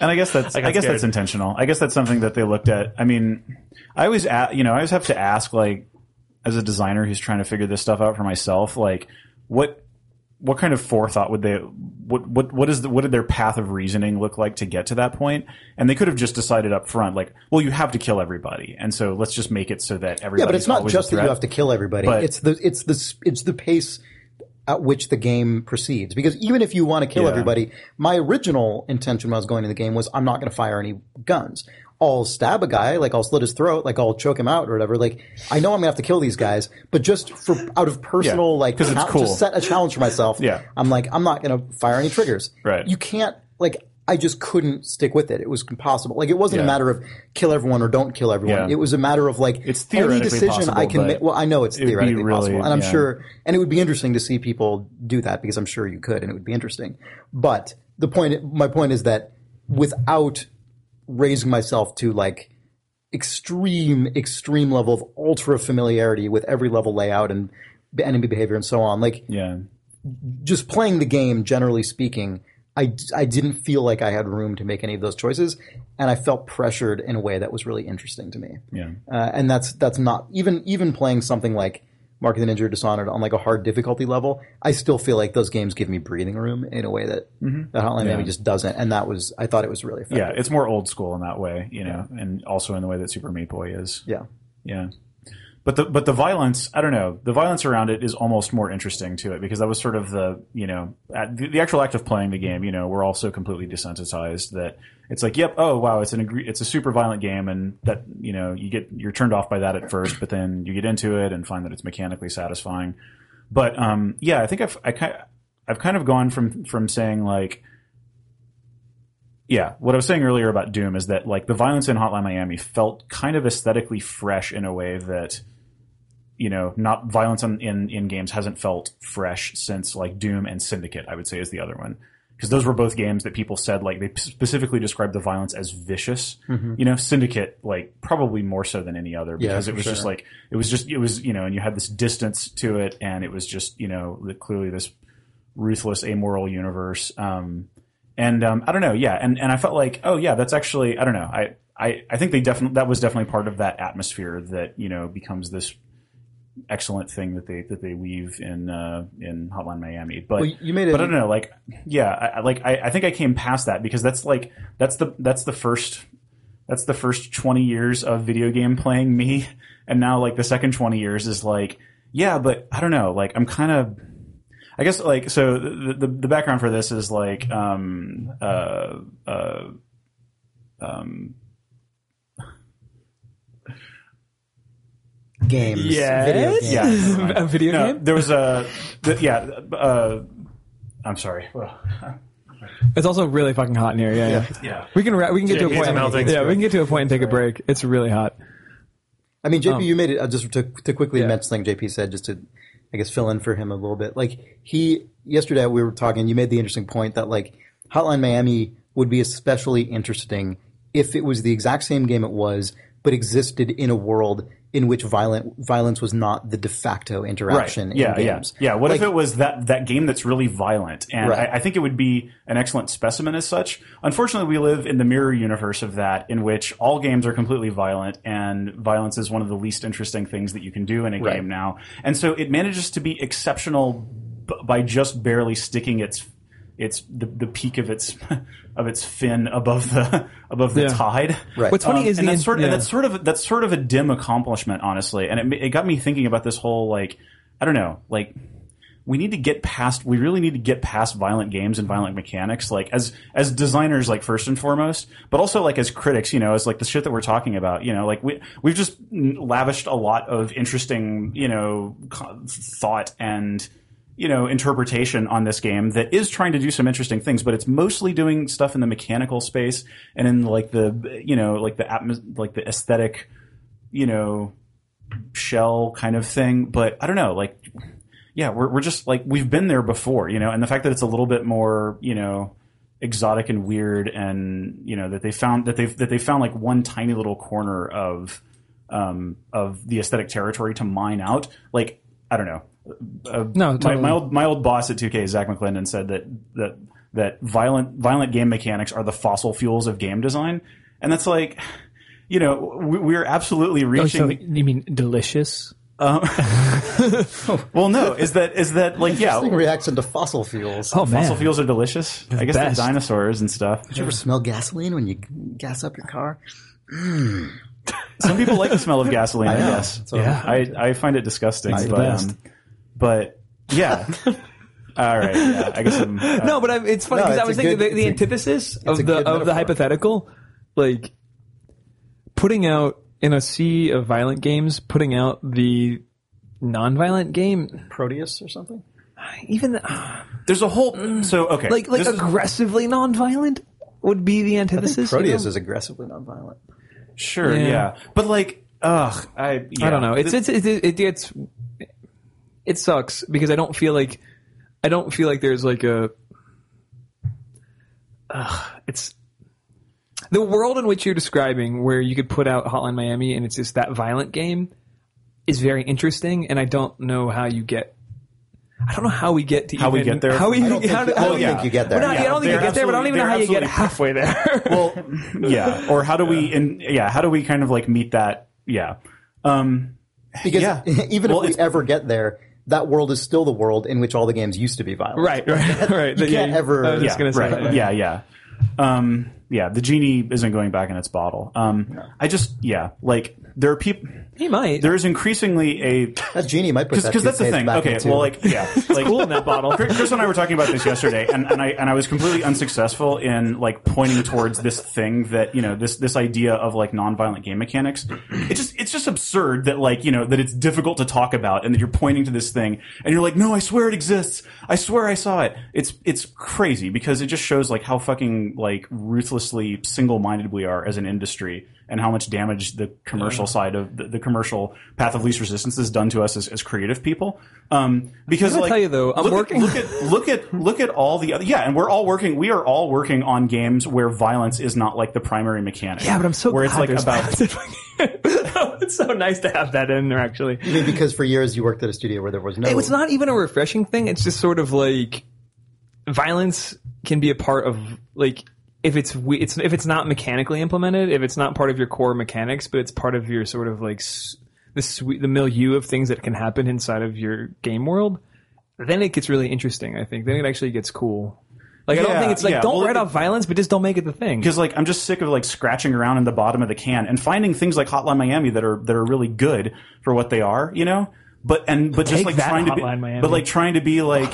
and I guess that's I, got guess scared. that's intentional. I guess that's something that they looked at. I mean, I always a you know I always have to ask like as a designer who's trying to figure this stuff out for myself like what what kind of forethought would they what what what is the, what did their path of reasoning look like to get to that point? And they could have just decided up front like well you have to kill everybody and so let's just make it so that everybody Yeah, but it's not just that you have to kill everybody. But- it's the it's the s- it's the pace at which the game proceeds. Because even if you want to kill Yeah. everybody, my original intention when I was going to the game was I'm not going to fire any guns. I'll stab a guy, like I'll slit his throat, like I'll choke him out or whatever. Like I know I'm gonna have to kill these guys, but just for out of personal Yeah, like 'cause it's chal- cool. just set a challenge for myself. Yeah. I'm like I'm not gonna fire any triggers. Right. You can't like I just couldn't stick with it. It was impossible. Like it wasn't a Yeah. matter of kill everyone or don't kill everyone. Yeah. It was a matter of like It's theoretically any decision possible, I can but make. Well, I know it's would be theoretically really- possible, and I'm yeah. sure, and it would be interesting to see people do that because I'm sure you could, and it would be interesting. But the point, my point is that without raising myself to like extreme, extreme level of ultra familiarity with every level layout and enemy behavior and so on, like yeah. just playing the game, generally speaking, I, I didn't feel like I had room to make any of those choices, and I felt pressured in a way that was really interesting to me. Yeah. Uh, and that's that's not even even playing something like Mark of the Ninja or Dishonored on like a hard difficulty level. I still feel like those games give me breathing room in a way that that Hotline Miami just doesn't. And that was I thought it was really Mm-hmm. Yeah, effective. it's more old school in that way, you know, and also in the way that Super Meat Boy is. Yeah, Yeah. But the but the violence, I don't know. The violence around it is almost more interesting to it because that was sort of the you know at the, the actual act of playing the game. You know, we're all so completely desensitized that it's like, yep, oh wow, it's an agree- it's a super violent game, and that you know you get you're turned off by that at first, but then you get into it and find that it's mechanically satisfying. But um, yeah, I think I've I kind I've kind of gone from from saying like yeah, what I was saying earlier about Doom is that like the violence in Hotline Miami felt kind of aesthetically fresh in a way that you know, not violence in in, in games hasn't felt fresh since like Doom and Syndicate. I would say is the other one because those were both games that people said like they specifically described the violence as vicious. You know, Syndicate like probably more so than any other Mm-hmm. Yeah, because it for was just sure. like it was just it was you know, and you had this distance to it, and it was just you know the- clearly this ruthless amoral universe. Um, and um, I don't know, yeah, and and I felt like, oh yeah, that's actually I don't know, I I, I think they definitely that was definitely part of that atmosphere that you know becomes this excellent thing that they that they weave in uh, in Hotline Miami. But Well, you made a- but I don't know, like yeah, I, I- like I, I think I came past that because that's like that's the that's the first that's the first 20 years of video game playing me [LAUGHS] and now like the second 20 years is like yeah but i don't know like i'm kind of i guess like so the, the, the background for this is like um uh uh um games, Yes. video games. yeah never [LAUGHS] mind. a video no, game. there was a th- yeah uh i'm sorry well, It's also really fucking hot in here. Yeah, yeah. yeah We can ra- we can get to a Jake's point. melting. Yeah, we can get to a point and take a break. It's really hot. I mean, JP, you made it. Uh, just to, to quickly Um, Yeah. mention something JP said, just to, I guess, fill in for him a little bit. Like he yesterday, we were talking. You made the interesting point that like Hotline Miami would be especially interesting if it was the exact same game it was, but existed in a world in which violent violence was not the de facto interaction Yeah, in yeah, games. yeah. What Like- [LAUGHS] if it was that that game that's really violent? And Right. I, I think it would be an excellent specimen as such. Unfortunately, we live in the mirror universe of that, in which all games are completely violent, and violence is one of the least interesting things that you can do in a Right. game now. And so it manages to be exceptional b- by just barely sticking its its the, the peak of its [LAUGHS] of its fin above the [LAUGHS] above the Yeah. tide. Right. What's funny Um, is and the that's sort of, yeah. and that's sort of that's sort of a dim accomplishment, honestly. And it ma- it got me thinking about this whole like I don't know, like we need to get past we really need to get past violent games and violent mechanics like as as designers like first and foremost but also like as critics you know as like the shit that we're talking about you know like we we've just lavished a lot of interesting you know co- thought and you know interpretation on this game that is trying to do some interesting things but it's mostly doing stuff in the mechanical space and in like the you know like the atmos- like the aesthetic you know shell kind of thing but i don't know like yeah we're, we're just like we've been there before you know and the fact that it's a little bit more you know exotic and weird and you know that they found that they've that they found like one tiny little corner of um of the aesthetic territory to mine out like i don't know uh, No, totally. my, my old my old boss at 2k zach mcclendon said that that that violent violent game mechanics are the fossil fuels of game design and that's like you know we, we're absolutely Oh, reaching so you mean delicious? well no is that is that like yeah Thing reaction to fossil fuels. Oh man, Fossil fuels are delicious. I guess best. the dinosaurs and stuff. Did you ever smell gasoline when you gas up your car? Some people like the [LAUGHS] smell of gasoline. I, know. guess. That's what I'm Yeah. I, I find it disgusting. It's the but, best. um, but [LAUGHS] yeah. All right. Yeah, I guess. I'm, uh, No, but I, it's funny No, because I it's was a thinking good- the, the it's a- antithesis a of good the of the metaphor. hypothetical, like putting out in a sea of violent games, putting out the non-violent game, Proteus or something? even the, [SIGHS] there's a whole. So okay. like like this is- aggressively non-violent would be the antithesis. you Proteus know? is aggressively nonviolent. sure. Yeah. Yeah. But like, ugh. I yeah. I don't know. It's Th- it's it, it, it's it sucks because I don't feel like I don't feel like there's like a Ugh, it's the world in which you're describing where you could put out Hotline Miami and it's just that violent game is very interesting and I don't know how you get I don't know how we get to How we even- get there? How we I [LAUGHS] how, don't think do- you- I how don't do you- think you get there. Well, no, I Yeah, don't think you they're get there, but I don't absolutely- even know they're how you get absolutely- halfway [LAUGHS] there. well, yeah. Or how [LAUGHS] do we? And yeah, how do we kind of like meet that? Yeah. Um. Because Yeah. [LAUGHS] even Well, if we it's- ever get there, that world is still the world in which all the games used to be violent. right, [LAUGHS] right, right. You can't ever- I was just yeah, gonna say right. that. Yeah, yeah. Um, yeah, the genie isn't going back in its bottle. Um, I just, yeah, like there are people. He might. There is increasingly a That genie might put that because that's the toothpaste thing. back Okay, into- well, like [LAUGHS] yeah, like cool in that bottle. Chris and I were talking about this yesterday, and, and I and I was completely unsuccessful in like pointing towards this thing that you know this this idea of like nonviolent game mechanics. It just it's just absurd that like you know that it's difficult to talk about, and that you're pointing to this thing, and you're like, no, I swear it exists. I swear I saw it. It's it's crazy because it just shows like how fucking like ruthlessly single minded we are as an industry and how much damage the commercial side of the, the commercial path of least resistance has done to us as, as creative people. Um, because I like, tell you, though, I'm look working- At, look at look at look at all the other yeah, and we're all working. We are all working on games where violence is not like the primary mechanic. Yeah, but I'm so where it's glad like there's [LAUGHS] about about. it's so nice to have that in there. Actually, I mean, because for years you worked at a studio where there was no. it was not even a refreshing thing. It's just sort of like violence can be a part of like if it's we- it's if it's not mechanically implemented, if it's not part of your core mechanics, but it's part of your sort of like s- the sweet the milieu of things that can happen inside of your game world. Then it gets really interesting. I think then it actually gets cool. Like I don't Yeah, think it's like yeah. don't Well, write it- off violence, but just don't make it the thing. because like I'm just sick of like scratching around in the bottom of the can and finding things like Hotline Miami that are that are really good for what they are, you know. But and but just Take like that, trying to be, Hotline Miami. but like trying to be like,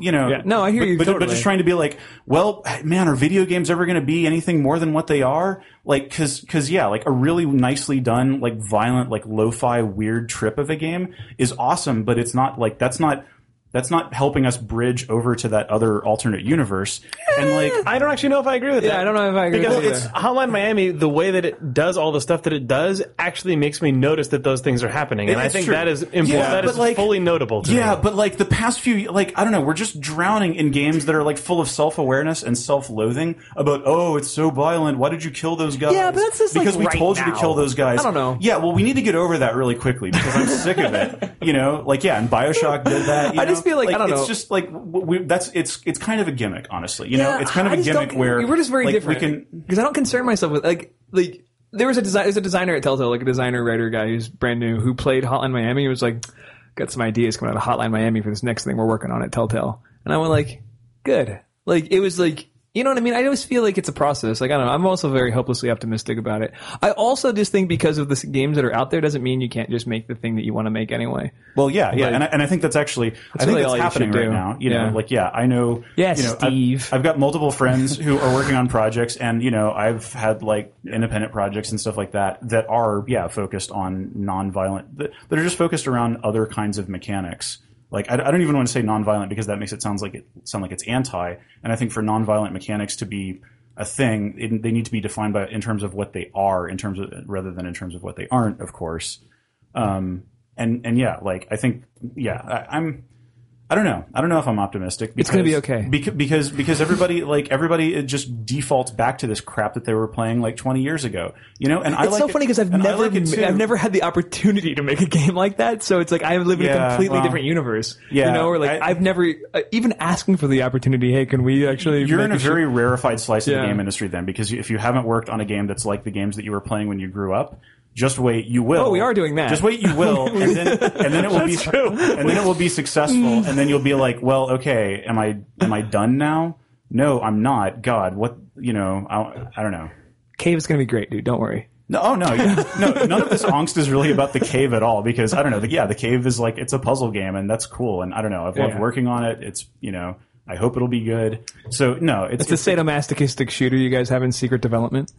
you know, Yeah. No, I hear but- you But, but totally. just trying to be like, well, man, are video games ever going to be anything more than what they are? Like, cause, cause yeah, like a really nicely done, like violent, like lo-fi weird trip of a game is awesome, but it's not like that's not. That's not helping us bridge over to that other alternate universe, and like I don't actually know if I agree with that. Yeah, I don't know if I agree because with that it's either. Hotline Miami. The way that it does all the stuff that it does actually makes me notice that those things are happening, and I It's think true. that is important. Yeah, that but is like- fully notable. To Yeah, me. but like the past few, like I don't know, we're just drowning in games that are like full of self awareness and self loathing about oh, it's so violent. Why did you kill those guys? Yeah, but that's just, like, because we right told you now. to kill those guys. I don't know. Yeah, well, we need to get over that really quickly because I'm sick [LAUGHS] of it. You know, like yeah, and Bioshock did that. you I just know? feel like- I don't it's know. just like w- we, that's it's it's kind of a gimmick, honestly. You know, Yeah, it's kind of I a just gimmick don't- where we're just very like, different. We can because I don't concern myself with like like there was a desi- there's a designer at Telltale, like a designer writer guy who's brand new who played Hotline Miami. He was like, got some ideas coming out of Hotline Miami for this next thing we're working on at Telltale, and I went like, good. Like it was like You know what I mean? I always feel like it's a process. Like I don't know. I'm also very hopelessly optimistic about it. I also just think because of the s- games that are out there doesn't mean you can't just make the thing that you want to make anyway. Well, yeah, yeah, and, I, and I think that's actually I think really all that's you happening should right do. now. You Yeah. know, like yeah, I know. Yes, you know, I've- Steve. I've, got multiple friends who are working on projects, and you know, I've had like independent projects and stuff like that that are yeah focused on nonviolent that, that are just focused around other kinds of mechanics. Like I, I don't even want to say nonviolent because that makes it sounds like it sound like it's anti. And I think for nonviolent mechanics to be a thing, it, they need to be defined by in terms of what they are, in terms of rather than in terms of what they aren't, of course um, and and yeah, like I think yeah, I, I'm. I don't know. I don't know if I'm optimistic. Because, It's gonna be okay. beca- because because everybody like everybody it just defaults back to this crap that they were playing like 20 years ago. You know, and I It's like so it- funny because I've and I never like it too. I've never had the opportunity to make a game like that. So it's like I live in a Yeah, completely well, different universe. yeah, you know, or like I, I- have never uh, even asking for the opportunity. Hey, can we actually? You're make in a shit?" very rarefied slice of Yeah. the game industry then, because if you haven't worked on a game that's like the games that you were playing when you grew up, just wait, you will. Oh, we are doing that. Just wait, you [LAUGHS] will, and then and then it will be and then it will be successful, and then you'll be like, well, okay, am I am I done now? No, I'm not. God, what you know? I, I don't know. cave is going to be great, dude. Don't worry. No, oh no, yeah. no. None of this angst is really about the cave at all because I don't know. The, yeah, the cave is like it's a puzzle game and that's cool. And I don't know. I've loved Yeah. working on it. It's you know I hope it'll be good. So no, it's, It's a sadomasochistic shooter you guys have in secret [LAUGHS] development.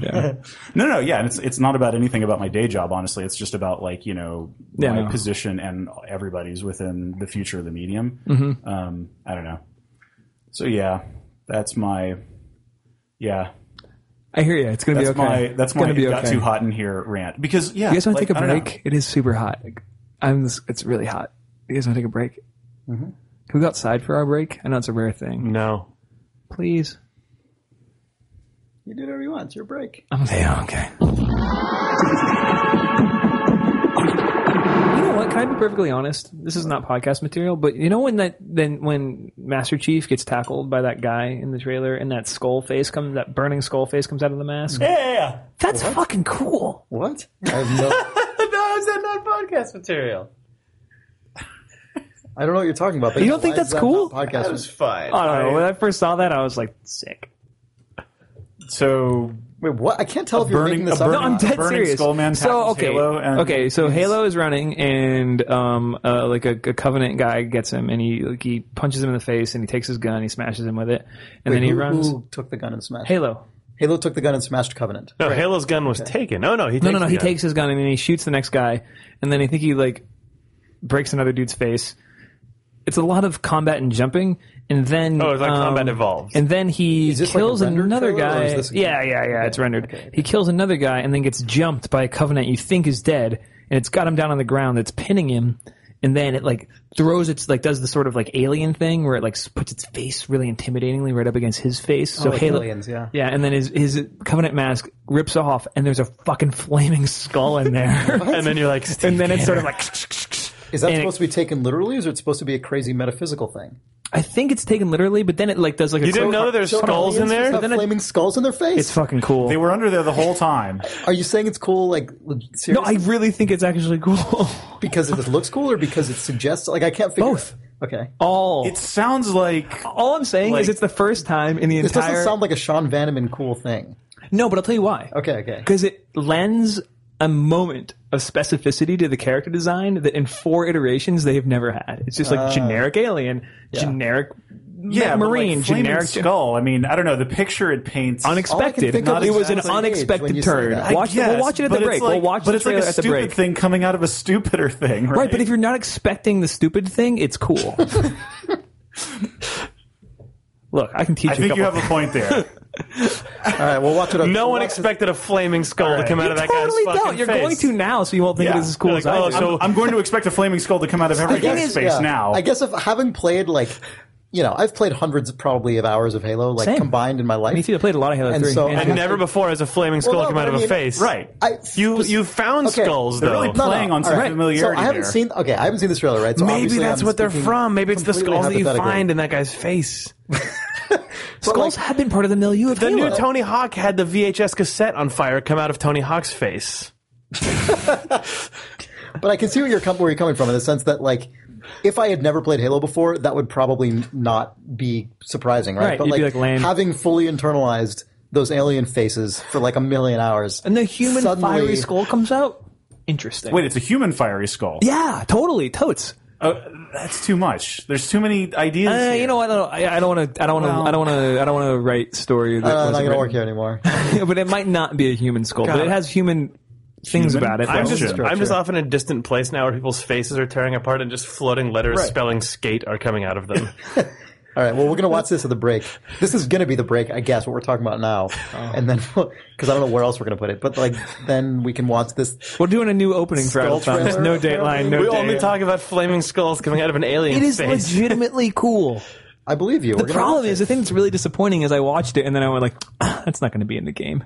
Yeah. No, no, yeah, and it's it's not about anything about my day job. Honestly, it's just about like you know Yeah, my no. position and everybody's within the future of the medium. Mm-hmm. Um, I don't know. So yeah, that's my yeah. I hear you. It's going to be That's okay. my that's It's my gonna it be got okay. too hot in here rant because yeah You guys want like, to take I a don't know. break? It is super hot. Like, I'm. It's really hot. You guys want to take a break? Mm-hmm. Can we go outside for our break? I know it's a rare thing. No. Please. You do whatever you want. It's your break. I'm yeah, okay. You know what? Can I be perfectly honest? This is not podcast material, but you know when that then when Master Chief gets tackled by that guy in the trailer and that skull face comes that burning skull face comes out of the mask? Yeah. Mm-hmm. That's fucking cool. What? I have no. no, is that not podcast material? I don't know what you're talking about. but You don't think why is that's that cool? not Podcast. That was fun. I don't know. When I first saw that I was like sick. So Wait, what? I can't tell if you're burning- making this a up. or No, I'm not. dead Burning serious. Skull Man so tackles okay, Halo and- okay. So Halo is running, and um, uh, like a, a Covenant guy gets him, and he like, he punches him in the face, and he takes his gun, he smashes him with it, and then he who, runs. who took the gun and smashed? Halo. Halo took the gun and smashed Covenant. No, Halo's gun was taken. Oh, No, no, he takes No, no, no. the He gun. takes his gun and then he shoots the next guy, and then I think he like breaks another dude's face. It's a lot of combat and jumping, and then Oh, it's like um, Combat Evolved. And then he this like a kills rendered another trailer, or guy. is this a game? yeah, yeah, yeah. It's rendered. He kills another guy and then gets jumped by a covenant you think is dead, and it's got him down on the ground. That's pinning him, and then it like throws its like does the sort of like alien thing where it like s- puts its face really intimidatingly right up against his face. So Oh, like Halo, aliens, yeah. yeah, and then his his covenant mask rips off, and there's a fucking flaming skull in [LAUGHS] there, and then you're like, Steve and then it's sort of like. Is that And it- supposed to be taken literally, or is it supposed to be a crazy metaphysical thing? I think it's taken literally, but then it like does like a You didn't know that there's skulls in Aliens just there? have then it- flaming skulls in their face. it's fucking cool. they were under there the whole time. Are you saying it's cool? Like seriously? no, I really think it's actually cool. [LAUGHS] because it looks cool, or because it suggests? Like I can't figure Both. Okay. All It sounds like All I'm saying is Like- it's the first time in the This entire. doesn't sound like a Sean Vandeman cool thing. no, but I'll tell you why. Okay, okay. Because it lends a moment of specificity to the character design that in four iterations they have never had. It's just like generic alien, generic yeah, but, like, marine, flaming generic skull. I mean, I don't know. The picture it paints Oh, Unexpected. think of it was is an Alan Cage when you unexpected say turn. that. I Watch, Yes, we'll watch it at the but it's break. like- we'll watch but the it's like trailer a at the stupid break. thing coming out of a stupider thing, right? Right, but if you're not expecting the stupid thing, it's [LAUGHS] cool. Look, I can teach I you. a think [LAUGHS] you couple- have a point there. All right, we'll watch it. on- No we'll one watch expected a flaming skull to come out of that totally guy's fucking don't. You're face. going to now, so you won't think Yeah. it is as cool You're as like, I oh, do. so I'm, I'm going to expect a flaming skull to come out of every this- guy's face yeah. now. I guess if having played like, you know, I've played hundreds probably of hours of Halo, like Same. combined in my life. Me too. I played a lot of Halo And 3. so- Yeah. I And never before has a flaming skull no, come out but of I a mean- face. right. I You you found Okay. skulls They're though. really playing on some all right. familiarity So I haven't there. seen. Okay, I haven't seen this trailer, right? So Maybe obviously that's I'm what they're speaking from. Maybe it's the completely skulls that you hypothetically. find in that guy's [LAUGHS] face. But, like, Skulls have been part of the milieu of The Halo. new Tony Hawk had the VHS cassette on fire come out of Tony Hawk's face. But I can see where you're com- where you're coming from in the sense that like if I had never played Halo before, that would probably not be surprising, right? Right, But you'd be like, lame. having fully internalized those alien faces for like a million hours, And the human suddenly- fiery skull comes out. Interesting. Wait, it's a human fiery skull. Yeah, totally, totes. Uh, that's too much. There's too many ideas. Uh, here. you know, I don't. I, I don't want to. I don't want to. I don't want to. I don't want to write story. That Uh, not wasn't going to work written. here [LAUGHS] anymore. but it might not be a human skull, but it has human things Human? about it. I'm Well, just, sure, I'm just sure. off in a distant place now where people's faces are tearing apart and just floating letters spelling skate are coming out of them. All right, well, we're going to watch this at the break. This is going to be the break, I guess, what we're talking about now. Oh. And then, [LAUGHS] because I don't know where else we're going to put it, but like, then we can watch this. We're doing a new opening for Skull Alphon. There's no trailer? dateline. No [LAUGHS] we date. only talk about flaming skulls coming out of an alien It is face. legitimately cool. [LAUGHS] I believe you. The problem is, the thing that's really disappointing is I watched it and then I went like, [CLEARS THROAT] "Ah, "That's not going to be in the game."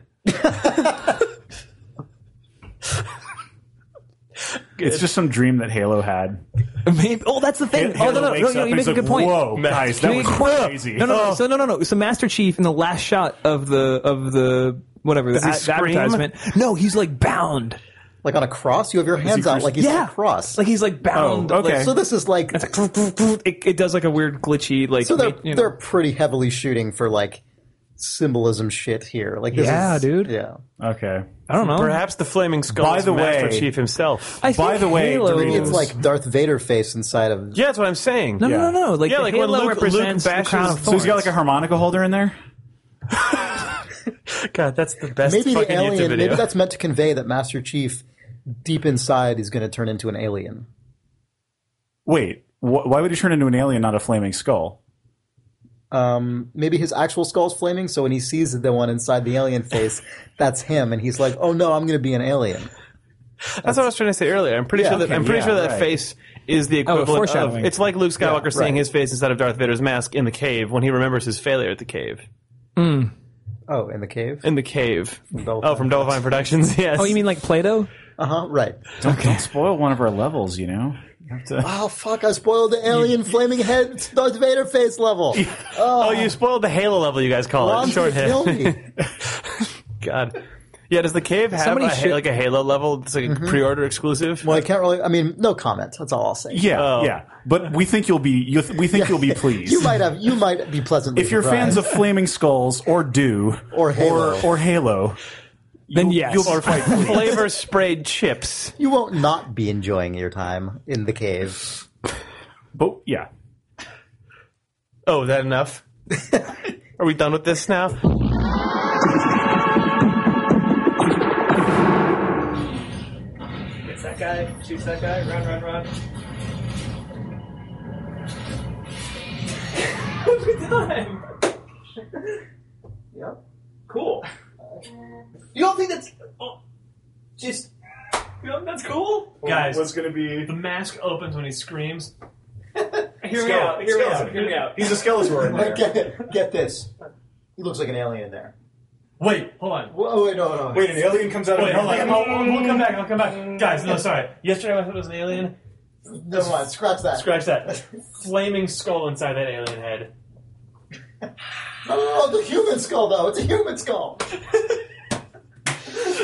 it's just some dream that Halo had. Maybe, oh, that's the thing. oh no, no, no, no, you make a good point. Whoa, guys, that You was make a point. crazy. No, no, no. Oh. So no, no, no. So Master Chief in the last shot of the of the whatever the, he a- the scream? advertisement. No, he's like bound. Like on a cross, you have your hands out cruci- like he's yeah, on a cross. Like he's like bound. Oh, okay. Like, so this is like, it, it does like a weird glitchy like. so they're, you know. they're pretty heavily shooting for like symbolism shit here. Like, this Yeah, is, dude. Yeah. Okay. I don't know. Perhaps the flaming skull By is the Master way- Chief himself. I think By the way, Halo- Doritos- It's like Darth Vader face inside of. yeah, that's what I'm saying. No, no, no, no. Like, Yeah, the like Halo when Luke- represents Luke the crown of bashes- So he's got like a thorns. harmonica holder in there. God, that's the best Maybe the fucking YouTube alien, video. maybe that's meant to convey that Master Chief deep inside is going to turn into an alien. Wait, wh- why would he turn into an alien, not a flaming skull? um, maybe his actual skull's flaming. So when he sees the one inside the alien face, that's him, and he's like, "Oh no, I'm going to be an alien." [LAUGHS] That's what I was trying to say earlier. I'm pretty Yeah, sure that okay, I'm pretty yeah, sure that right. face is the equivalent of. Oh, foreshadowing. It's like Luke Skywalker seeing his face inside of Darth Vader's mask in the cave when he remembers his failure at the cave. Oh, in the cave. In the cave. Double oh, from Fine. Double Fine Productions. [LAUGHS] Yes. Oh, you mean like Play-Doh? Uh huh. Right. Don't, don't spoil one of our levels, you know. You have to- Oh fuck! I spoiled the alien flaming head Darth Vader face level. Oh, you spoiled the Halo level. You guys call Lon's it short gonna kill Halo. me. God. Yeah, does the cave have Somebody a, ha- should- Mm-hmm. like a Halo level? It's like a pre-order exclusive. Well, I can't really. I mean, no comment. That's all I'll say. yeah, Oh. yeah. But we think you'll be you th- we think you'll [LAUGHS] be pleased. You might have. You might be pleasantly. if you're fans surprised. of flaming skulls or do Or Halo. or, or Halo, Then yes. you'll be [LAUGHS] quite [LAUGHS] pleased. Flavor sprayed chips. you won't not be enjoying your time in the cave. But yeah, Oh, is that [LAUGHS] enough? Are we done with this now? It's that guy, shoots that guy, run, run, run. [LAUGHS] Good time. Yep. Cool. You don't think that's oh, just you don't think that's cool, guys? what's going to be? The mask opens when he screams. [LAUGHS] hear me Skeleton. out. Hear me out. Skeleton. Hear me out. He's a skeletor in there. Get, get this. He looks like an alien in there. Wait, hold on. Whoa, wait, no, no. Wait, an alien comes out of oh, Wait, nowhere. hold on. I'll- I'll- we'll come back. I'll come back, guys. No, sorry. Yesterday I thought it was an alien. Never mind. Scratch that. Scratch that. Flaming skull inside that alien head. Oh, the human skull, though. It's a human skull.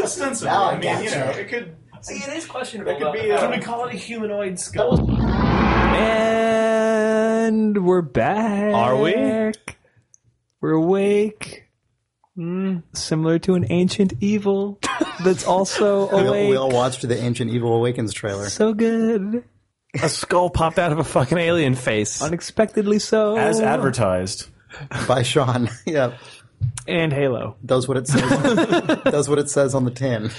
Ostensibly, Now I I mean, gotcha. you know, it could. See, it is questionable. could though. be, uh, Can we call it a humanoid skull? And we're back. Are we? We're awake. Hmm. Similar to an ancient evil that's also We all, awake. we all watched the Ancient Evil Awakens trailer. [LAUGHS] So good. A skull popped out of a fucking alien face. Unexpectedly so. As advertised. by Sean. [LAUGHS] yeah, and Halo. does what it says. [LAUGHS] does what it says on the tin.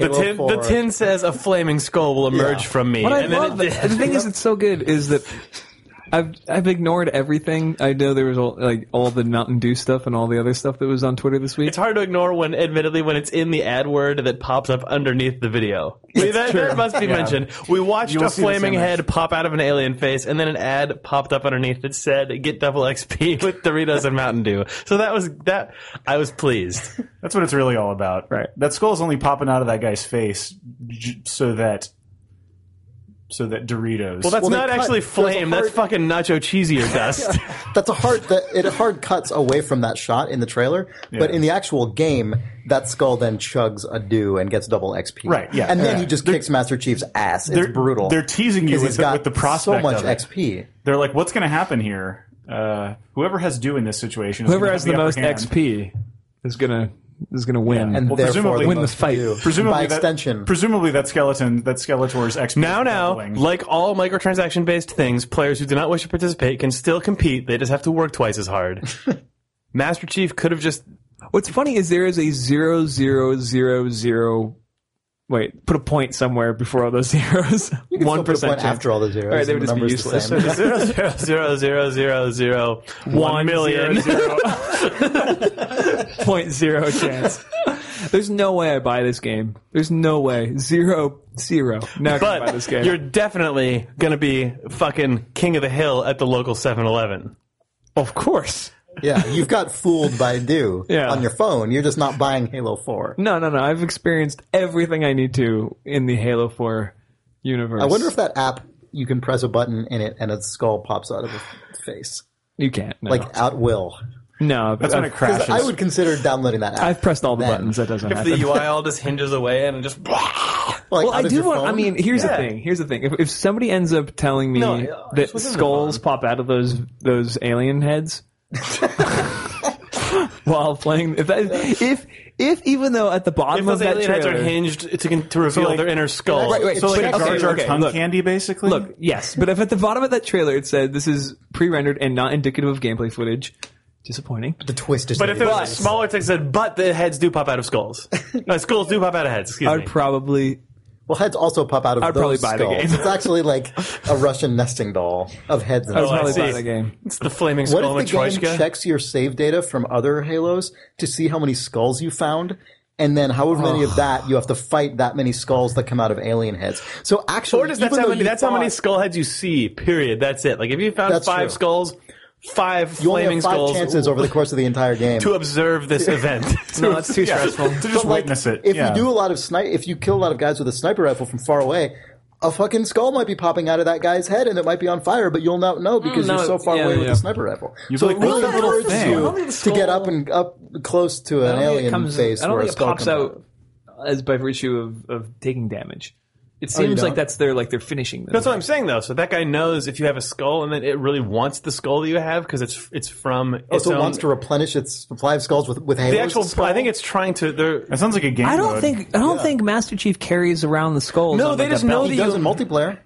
The Halo tin, 4. the tin says a flaming skull will emerge Yeah. from me, But I and then love it that- did. The thing is, it's so good is that I've I've ignored everything. I know there was all, like all the Mountain Dew stuff and all the other stuff that was on Twitter this week. It's hard to ignore when, admittedly, when it's in the ad word that pops up underneath the video. that, that must be mentioned. We watched You will a see this flaming image. head pop out of an alien face, and then an ad popped up underneath that said "Get double XP [LAUGHS] with Doritos and Mountain Dew." So that was that. I was pleased. That's what it's really all about. Right. That skull's only popping out of that guy's face j- so that so that Doritos. Well, that's Well, they not cut- actually there's a flame. That's hard- fucking nacho cheesier dust. That's a hard that it hard cuts away from that shot in the trailer, but Yeah. in the actual game, that skull then chugs a do and gets double XP. Right, yeah. and then Yeah. he just They're- kicks Master Chief's ass. It's they're brutal. They're teasing you Because with he's the, got with the prospect so much of it. XP. They're like, what's going to happen here? Uh, whoever has do in this situation, is Whoever gonna has have the most upper hand. XP is gonna is gonna win. and Well, therefore presumably- the Win the most fight. do. Presumably by that- extension. presumably that skeleton, that Skeletor's XP. now, is now, doubling. like all microtransaction based things, players who do not wish to participate can still compete. They just have to work twice as hard. Master Chief could have just What's funny is there is a zero zero zero zero. Wait, put a point somewhere before all those [LAUGHS] zeros. You can still One put a percent point after all the zeros. All right, they and would the just be number's the useless. same. [LAUGHS] zero zero zero zero zero zero one million. point [LAUGHS] zero chance. There's no way I buy this game. There's no way. Zero zero. Not gonna buy But this game. you're definitely gonna be fucking king of the hill at the local 7-Eleven. of course. yeah, you've got fooled by [LAUGHS] do Yeah. on your phone. You're just not buying Halo Four. No, no, no. I've experienced everything I need to in the Halo Four universe. I wonder if that app you can press a button in it and a skull pops out of its face, you can't. No. like at will. no, that's when I've, it crashes. I would consider downloading that app. I've pressed all the Then. buttons. That doesn't If happen. the UI all just hinges away and it [LAUGHS] just Like, well, out I of do your want. I phone? mean, here's the Yeah. thing. Here's the thing. If, if somebody ends up telling me No, yeah, it's that within the skulls pop out of those those alien heads [LAUGHS] while playing, if that, if if even though at the if bottom of those that alien heads trailer, are hinged to, con- to reveal like- their inner skull. Right, right, so like, it's okay, Jar Jar okay, tongue look, candy, basically. Look, yes, but if at the bottom of that trailer it said this is pre-rendered and not indicative of gameplay footage, disappointing. the twist is. But if it But- was a smaller text said, but the heads do pop out [LAUGHS] of skulls. no, skulls do pop out of heads, excuse I'd me. probably well, heads also pop out of I'd probably those buy the skulls. game. It's actually like a Russian nesting doll of heads. And I'd probably Oh, see. buy the game. it's the flaming What skull if the game Matryoshka. checks your save data from other Halos to see how many skulls you found? And then, however many Oh. of that you have to fight that many skulls that come out of alien heads. So actually, Or just that's even how though many you that's how many thought skull heads you see, period. That's it. Like if you found That's five true. skulls, five you only flaming have five skulls chances over the course of the entire game [LAUGHS] to observe [LAUGHS] this event. [LAUGHS] No, that's too [LAUGHS] stressful. to just But, like, witness it. If yeah. you do a lot of snipe, if you kill a lot of guys with a sniper rifle from far away, a fucking skull might be popping out of that guy's head and it might be on fire, but you'll not know because Mm, no, you're so far yeah, away with yeah. the sniper rifle. so like, it what's really that little encourages thing? I don't think the you to get skull- up and up close to I an don't think alien it comes- face I don't where think a it skull pops comes out as by virtue of, of taking damage. It Oh, you seems don't? like that's their like they're finishing. Them. That's what I'm saying though. So that guy knows if you have a skull and then it really wants the skull that you have because it's it's from its Also, own, Oh, wants to replenish its supply of skulls with with halos. the actual I think it's trying to they're that sounds like a game. I don't mode. think I don't think Master Chief carries around the skulls. No, on, they like, a just know belt, that he does in multiplayer.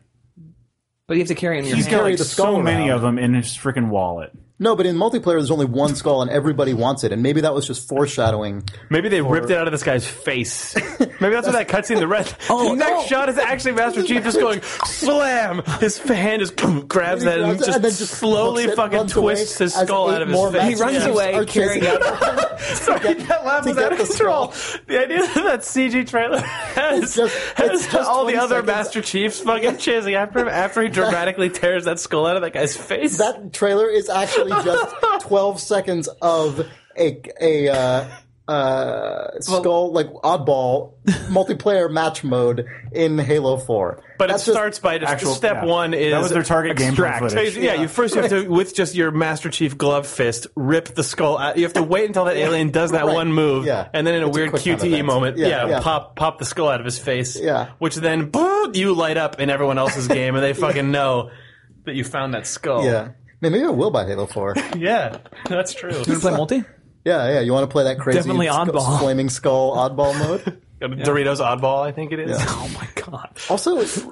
but you have to carry it in your he's hand. got carry like, the so skull many around. of them in his freaking wallet. No, but in multiplayer, there's only one skull and everybody wants it, and maybe that was just foreshadowing. Maybe they ripped it out of this guy's [LAUGHS] face. Maybe that's what that cutscene. The red. Oh, the next no. shot is actually Master Chief just going slam. His hand just [LAUGHS] grabs that and And just, then just slowly hooks it, fucking runs away twists his as skull eight out of more his face. He runs Master Chiefs away are carrying chasing Sorry, that laugh to was get out of the control. skull. The idea that that CG trailer has, It's just- has it's just all the 20 other seconds. Master [LAUGHS] Chiefs fucking chasing after him after he dramatically tears that skull out of that guy's face. that trailer is actually [LAUGHS] just 12 seconds of a a uh, uh, skull like oddball multiplayer match mode in Halo 4. But it That's just- starts by just actual- step yeah. one is That was their target gameplay extract. footage. So you- yeah, you first you have to with just your Master Chief glove fist rip the skull out. You have to wait until that alien does [LAUGHS] that Right. one move, Yeah. and then in a It's a weird quick time QTE event. moment, yeah, Yeah, yeah. pop pop the skull out of his face. Yeah. which then boom, you light up in everyone else's [LAUGHS] game, and they fucking know that you found that skull. Yeah. Man, maybe I will buy Halo [LAUGHS] 4. [LAUGHS] yeah, that's true. You wanna play multi? yeah, yeah. You want to play that crazy Definitely sc- oddball. flaming skull oddball [LAUGHS] mode? Doritos Oddball, I think it is. Yeah. Oh my god! Also, it's-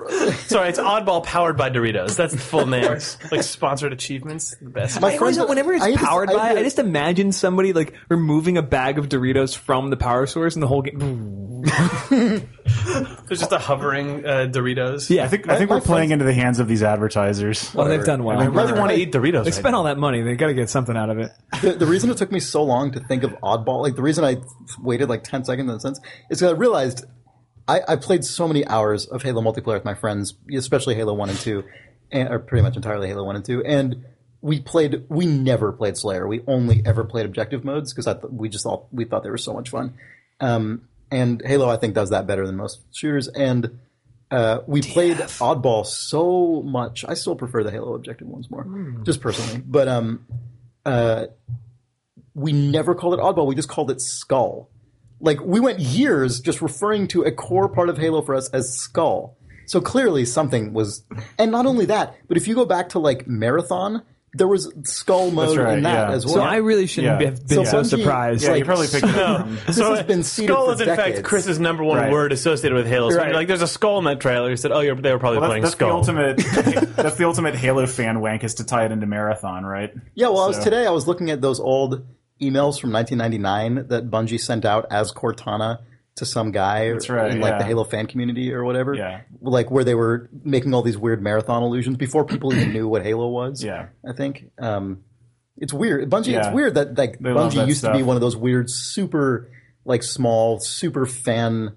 Sorry, it's Oddball powered by Doritos. That's the full name. like sponsored achievements, the best. my I always, friends, whenever it's I had this powered by, idea- I just imagine somebody like removing a bag of Doritos from the power source, and the whole game. There's just a hovering uh, Doritos. Yeah, I think I think my we're playing into the hands of these advertisers. well, they've done well. I really want to eat Doritos. they spent all that money. They got to get something out of it. [LAUGHS] the, the reason it took me so long to think of oddball, like the reason I waited like ten seconds in a sense, is because I realized I, I played so many hours of Halo multiplayer with my friends, especially Halo One and Two, and or pretty much entirely Halo One and Two, and we played. We never played Slayer. We only ever played objective modes because th- we just all we thought they were so much fun. Um, and Halo, I think, does that better than most shooters, and uh, we played Oddball so much. I still prefer the Halo Objective ones more, just personally. But um, uh, we never called it Oddball. We just called it Skull. Like we went years just referring to a core part of Halo for us as Skull. So clearly something was, and not only that, but if you go back to like Marathon, there was Skull mode right, in that yeah. as well. So I really shouldn't Yeah. have been so So Bungie- surprised. Yeah, Like, you probably picked it up. from- this has been seeded skull for is in decades. fact Chris's number one Right. word associated with Halo. So Right. Like there's a skull in that trailer. He said, "Oh, you're, they were probably Well, playing that's, that's the skull." ultimate. that's the ultimate Halo fan wank is to tie it into Marathon, right? Yeah, well, I was So- today. I was looking at those old emails from 1999 that Bungie sent out as Cortana to some guy right, in like the yeah. Halo fan community or whatever. Yeah. like where they were making all these weird marathon illusions before people even knew what Halo was. Yeah. I think um, it's weird. Bungie, Yeah. it's weird that like They love Bungie that used to be stuff. one of those weird, super like small, super fan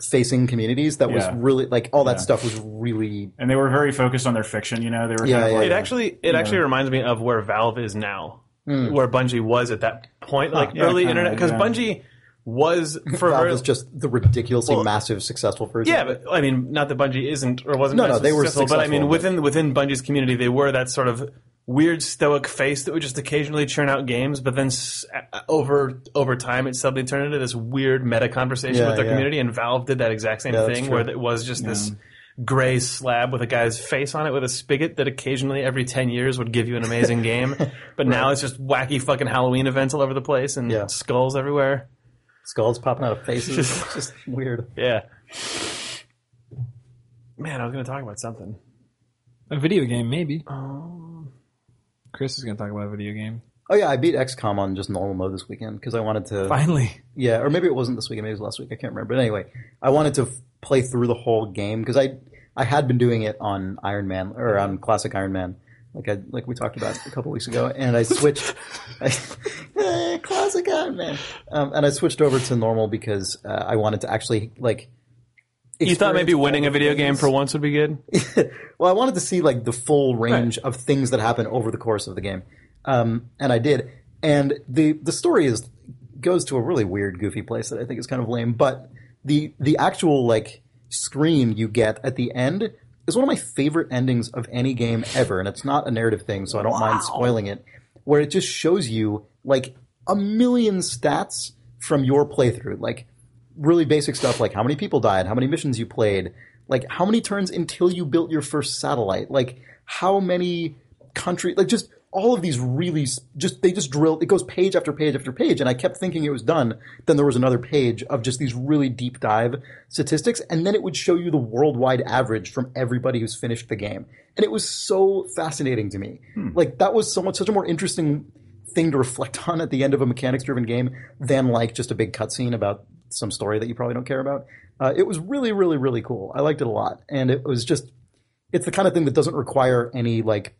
facing communities that was Yeah. really like all that stuff was really And they were very focused on their fiction. You know, they were Yeah, kind yeah, of Hmm. like, It actually it actually reminds me of where Valve is now, where Bungie was at that point, like yeah, early kinda, internet, because yeah. Bungie was for Valve very, was just the ridiculously Well, massive successful version. yeah, of it. but I mean, not that Bungie isn't or wasn't. No, no, they were but I mean, successful, within within Bungie's community, they were that sort of weird stoic face that would just occasionally churn out games, but then s- uh, over over time, it suddenly turned into this weird meta conversation Yeah, with their yeah. community. And Valve did that exact same Yeah, that's thing, true. where it was just this. Gray slab with a guy's face on it with a spigot that occasionally every 10 years would give you an [LAUGHS] amazing game. But now it's just wacky fucking Halloween events all over the place and Yeah. skulls everywhere. skulls popping out of faces. [LAUGHS] it's just weird. Yeah. Man, I was going to talk about something. a video game, maybe. Chris is going to talk about a video game. Oh yeah, I beat XCOM on just normal mode this weekend because I wanted to. Finally. Yeah, or maybe it wasn't this weekend. Maybe it was last week. I can't remember. But anyway, I wanted to f- play through the whole game because I I had been doing it on Iron Man or on classic Iron Man, like I like we talked about a couple weeks ago, and I switched. [LAUGHS] Eh, [LAUGHS] classic Iron Man, um, and I switched over to normal because uh, I wanted to actually like. You thought maybe experience winning all a the video game things. for once would be good? Well, I wanted to see like the full range of things that happen over the course of the game, um, and I did. And the the story is goes to a really weird, goofy place that I think is kind of lame. But the the actual like scream you get at the end is one of my favorite endings of any game ever, and it's not a narrative thing, so I don't mind spoiling it. Where it just shows you like a million stats from your playthrough, like really basic stuff like how many people died, how many missions you played, like how many turns until you built your first satellite, like how many country, like just all of these really s- just they just drill it goes page after page after page and i kept thinking it was done then there was another page of just these really deep dive statistics and then it would show you the worldwide average from everybody who's finished the game and it was so fascinating to me like that was so much such a more interesting thing to reflect on at the end of a mechanics driven game than like just a big cutscene about some story that you probably don't care about. Uh, it was really, really, really cool. I liked it a lot. And it was just, it's the kind of thing that doesn't require any like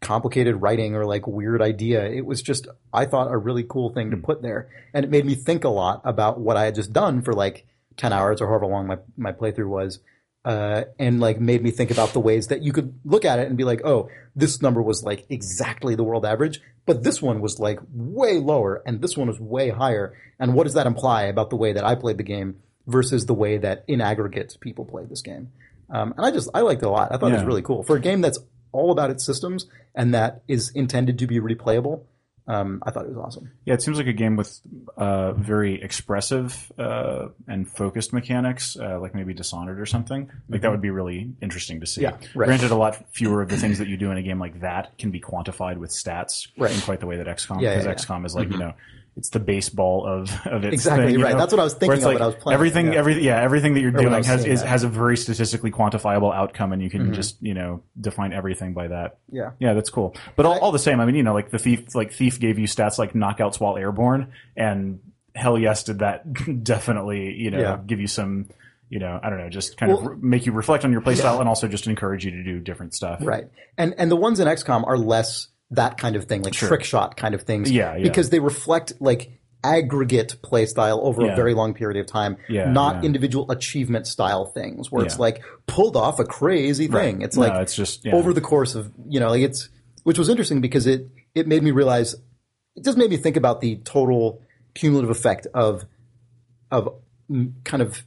complicated writing or like weird idea. It was just, I thought, a really cool thing to put there. And it made me think a lot about what I had just done for like 10 hours or however long my, my playthrough was. Uh, and like made me think about the ways that you could look at it and be like, oh, this number was like exactly the world average, but this one was like way lower and this one was way higher. And what does that imply about the way that I played the game versus the way that in aggregate people played this game? Um, and I just, I liked it a lot. I thought it was Yeah. really cool for a game that's all about its systems and that is intended to be replayable. Um, I thought it was awesome. Yeah, it seems like a game with uh, very expressive uh, and focused mechanics, uh, like maybe Dishonored or something. Like that would be really interesting to see. Mm-hmm. Yeah, right. Granted, a lot fewer of the things that you do in a game like that can be quantified with stats Right. in quite the way that XCOM, Yeah, yeah, because yeah. XCOM is like you know. It's the baseball of of its Exactly, thing, you right. know, That's what I was where thinking it's of like when I was playing it, Everything, yeah. every yeah, everything that you're when I doing was has seeing is, that. has a very statistically quantifiable outcome, and you Mm-hmm. can just you know define everything by that. Yeah. Yeah, that's cool. But all, all the same, I mean, you know, like the thief, like thief gave you stats like knockouts while airborne, and hell yes, did that [LAUGHS] definitely, you know, Yeah. give you some, you know, I don't know, just kind of Well- re- make you reflect on your playstyle and also just encourage you to do different stuff. [LAUGHS] Right. And and the ones in XCOM are less that kind of thing, like trick shot kind of things. Yeah, yeah. Because they reflect like aggregate play style over a Yeah. very long period of time, Yeah, not yeah. individual achievement style things where it's Yeah. like pulled off a crazy thing. It's No, like Uh, it's just, yeah. over the course of you know, like it's which was interesting because it it made me realize it just made me think about the total cumulative effect of of mm, kind of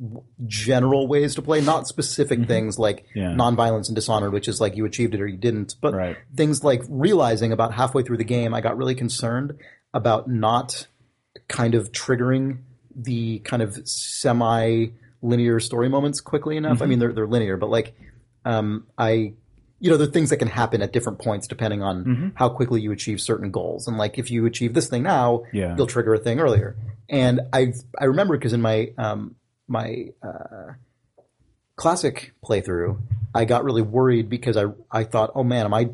w- general ways to play, not specific things like Mm-hmm. Yeah. nonviolence and Dishonored, which is like you achieved it or you didn't, but Right. things like realizing about halfway through the game, I got really concerned about not kind of triggering the kind of semi linear story moments quickly enough. Mm-hmm. I mean, they're, they're linear, but like, um, I, you know, there are things that can happen at different points depending on how quickly you achieve certain goals. And like, if you achieve this thing now, Yeah. you'll trigger a thing earlier. And I, I remember because in my, um, my, uh, classic playthrough, I got really worried because I, I thought, oh man, am I,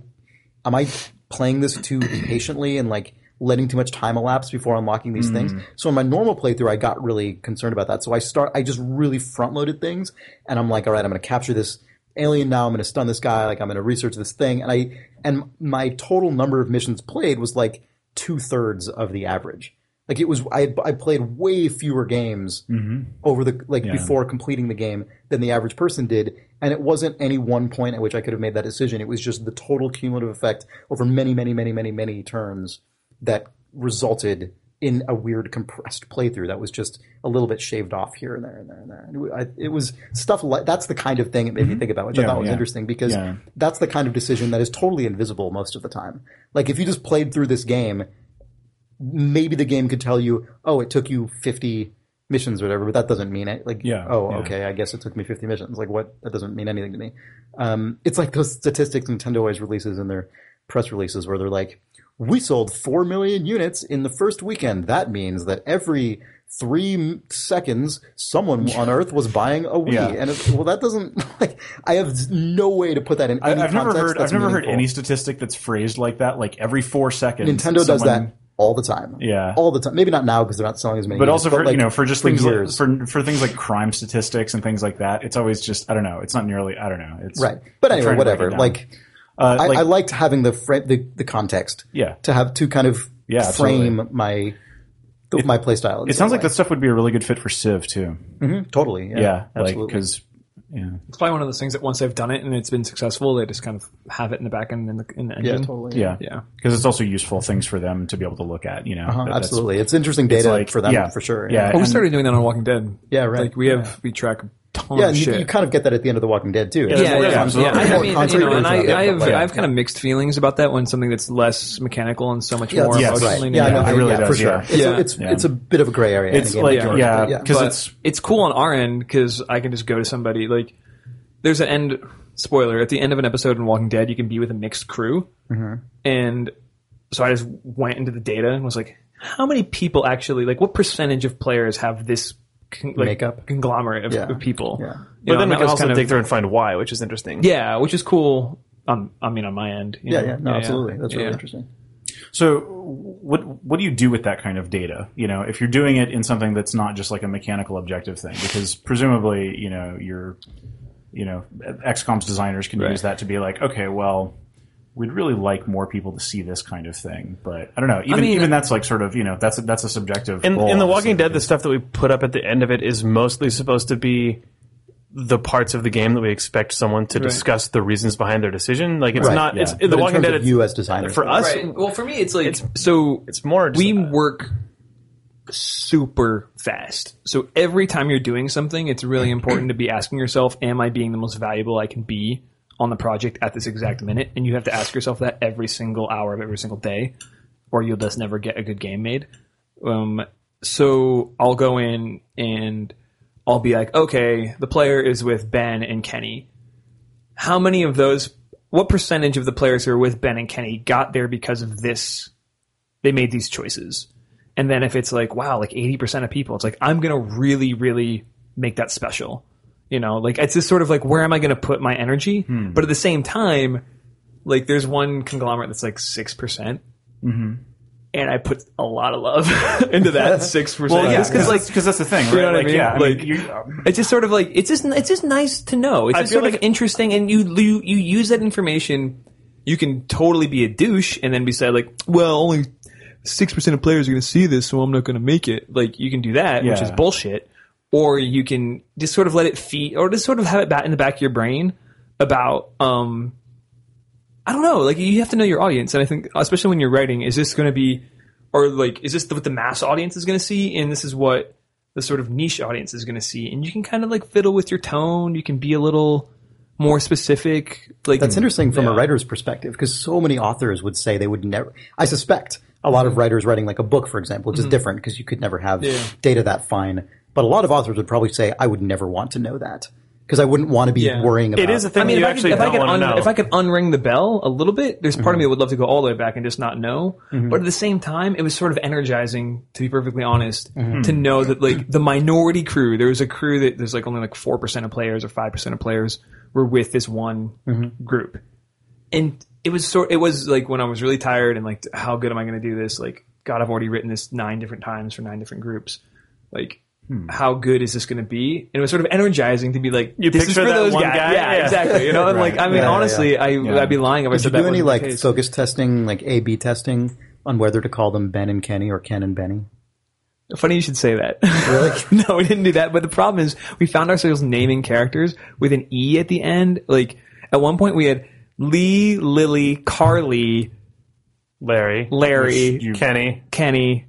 am I playing this too patiently and like letting too much time elapse before unlocking these things? So in my normal playthrough, I got really concerned about that. So I start, I just really front loaded things, and I'm like, all right, I'm going to capture this alien now. I'm going to stun this guy. Like I'm going to research this thing, and I and my total number of missions played was like two thirds of the average. Like it was, I I played way fewer games Mm-hmm. over the like before completing the game than the average person did, and it wasn't any one point at which I could have made that decision. It was just the total cumulative effect over many, many, many, many, many turns that resulted in a weird compressed playthrough that was just a little bit shaved off here and there and there and there. And I, it was stuff like that's the kind of thing it made me think about, which I Mm-hmm. Yeah, thought was yeah. interesting because Yeah. that's the kind of decision that is totally invisible most of the time. Like if you just played through this game, maybe the game could tell you, oh, it took you 50 missions or whatever, but that doesn't mean it. Like, Yeah, oh, yeah. okay, I guess it took me 50 missions. Like, what? That doesn't mean anything to me. Um, it's like those statistics Nintendo always releases in their press releases where they're like, we sold 4 million units in the first weekend. That means that every three m- seconds, someone [LAUGHS] on Earth was buying a Wii. Yeah. And it's, well, that doesn't, [LAUGHS] like, I have no way to put that in I, any I've never context heard. that's I've never heard meaningful. any statistic that's phrased like that. Like every four seconds, Nintendo does someone- that all the time. Yeah. all the time. Maybe not now because they're not selling as many. But games, also for like, you know for just for things like, years. for for things like crime statistics and things like that. It's always just I don't know. It's not nearly I don't know. It's right. But I'm anyway, trying to break it whatever. down. Like, uh, I, like I liked having the, fra- the the context. Yeah. To have to kind of Yeah, frame my the, my playstyle. it sounds like that stuff would be a really good fit for Civ too. totally. Yeah. Yeah, like absolutely. because yeah, It's probably one of those things that once they've done it and it's been successful, they just kind of have it in the back end in the, in the engine. totally. yeah, Yeah. because it's also useful things for them to be able to look at. You know, That- that's- absolutely. It's interesting data like- for them yeah. for sure. Yeah. Well, we And- started doing that on Walking Dead. Yeah, right. Like we have we track a ton Yeah, of and you, shit. you kind of get that at the end of The Walking Dead too. yeah, yeah, yeah. absolutely. I, I mean, Concrete you know, and versions I, of I it, have but, like, I have kind of mixed feelings about that when something that's less mechanical and so much yeah, more that's- Yes. emotionally. right. and Yeah, you no, know, I- It really yeah, for does, sure. yeah. It's, Yeah. It's, it's a bit of a gray area. in a It's game like that. yeah, yeah. because But it's it's cool on our end because I can just go to somebody like there's an end spoiler at the end of an episode in Walking Dead you can be with a mixed crew Mm-hmm. and so I just went into the data and was like how many people actually like what percentage of players have this con- like, Makeup. conglomerate of, Yeah. of people Yeah. But then we that can was also kind of- dig through and find why, which is interesting. yeah which is cool on I mean on my end you Yeah, know? yeah, no, absolutely. That's really Yeah. interesting. So what what do you do with that kind of data? You know, if you're doing it in something that's not just like a mechanical objective thing, because presumably, you know, your you know, XCOM's designers can use that to be like, okay, well, we'd really like more people to see this kind of thing, but I don't know. Even mean- even that's like sort of you know that's a, that's a subjective. In, goal, in The obviously, Walking Dead, the because- stuff that we put up at the end of it is mostly supposed to be the parts of the game that we expect someone to discuss the reasons behind their decision. Like it's Right, not. yeah. It's in But The in Walking terms Dead. of It's, you as designers, for us. Right. Well, for me, it's like so. it's more just- we work super fast. So every time you're doing something, it's really important to be asking yourself, "Am I being the most valuable I can be on the project at this exact minute?" And you have to ask yourself that every single hour of every single day, or you'll just never get a good game made. Um, so I'll go in and I'll be like, "Okay, the player is with Ben and Kenny." how many of those what percentage of the players who are with Ben and Kenny got there because of this they made these choices. And then if it's like, wow, like eighty percent of people, it's like I'm gonna really, really make that special. You know, like it's just sort of like where am I gonna put my energy? Hmm. But at the same time, like there's one conglomerate that's like six percent. Mm-hmm. And I put a lot of love [LAUGHS] into [LAUGHS] that six percent. Well, yeah, because because like because that's the thing, right? know what I like, mean? yeah, Like- you- it's just sort of like it's just it's just nice to know. It's just feel sort of like- interesting, and you, you you use that information. You can totally be a douche and then be said like, well, only six percent of players are going to see this, so I'm not going to make it. Like you can do that, which Yeah. is bullshit, or you can just sort of let it feed, or just sort of have it back in the back of your brain about um, I don't know. Like you have to know your audience, and I think especially when you're writing, is this going to be, or like, is this what the mass audience is going to see, and this is what the sort of niche audience is going to see, and you can kind of like fiddle with your tone. You can be a little more specific. Like That's interesting from a writer's perspective because so many authors would say they would never. I suspect a lot of writers writing like a book, for example, which Mm-hmm. is different because you could never have data that fine. But a lot of authors would probably say, I would never want to know that because I wouldn't want to be Yeah. worrying about It is a thing I mean, you if I, could, actually if, I don't could want un- to know. Mm-hmm. if I could unring the bell a little bit, there's part of me that would love to go all the way back and just not know. But at the same time, it was sort of energizing, to be perfectly honest, Mm-hmm. to know that like the minority crew, there was a crew that there's like only like four percent of players or five percent of players were with this one Mm-hmm. group, and it was sort. It was like when I was really tired and like, how good am I going to do this? Like, God, I've already written this nine different times for nine different groups, like. Hmm. How good is this going to be? And it was sort of energizing to be like, You "This is picture for that those one guys." guy? Yeah, Yeah. exactly. You know, and like, I mean, Yeah, honestly, I I'd be lying if I Did you said that. do any wasn't like the case. focus testing, like A B testing on whether to call them Ben and Kenny or Ken and Benny? Funny you should say that. [LAUGHS] Really? [LAUGHS] no, we didn't do that. But the problem is, we found ourselves naming characters with an e at the end. Like at one point, we had Lee, Lily, Carly, Larry, Larry, You- Kenny, Kenny,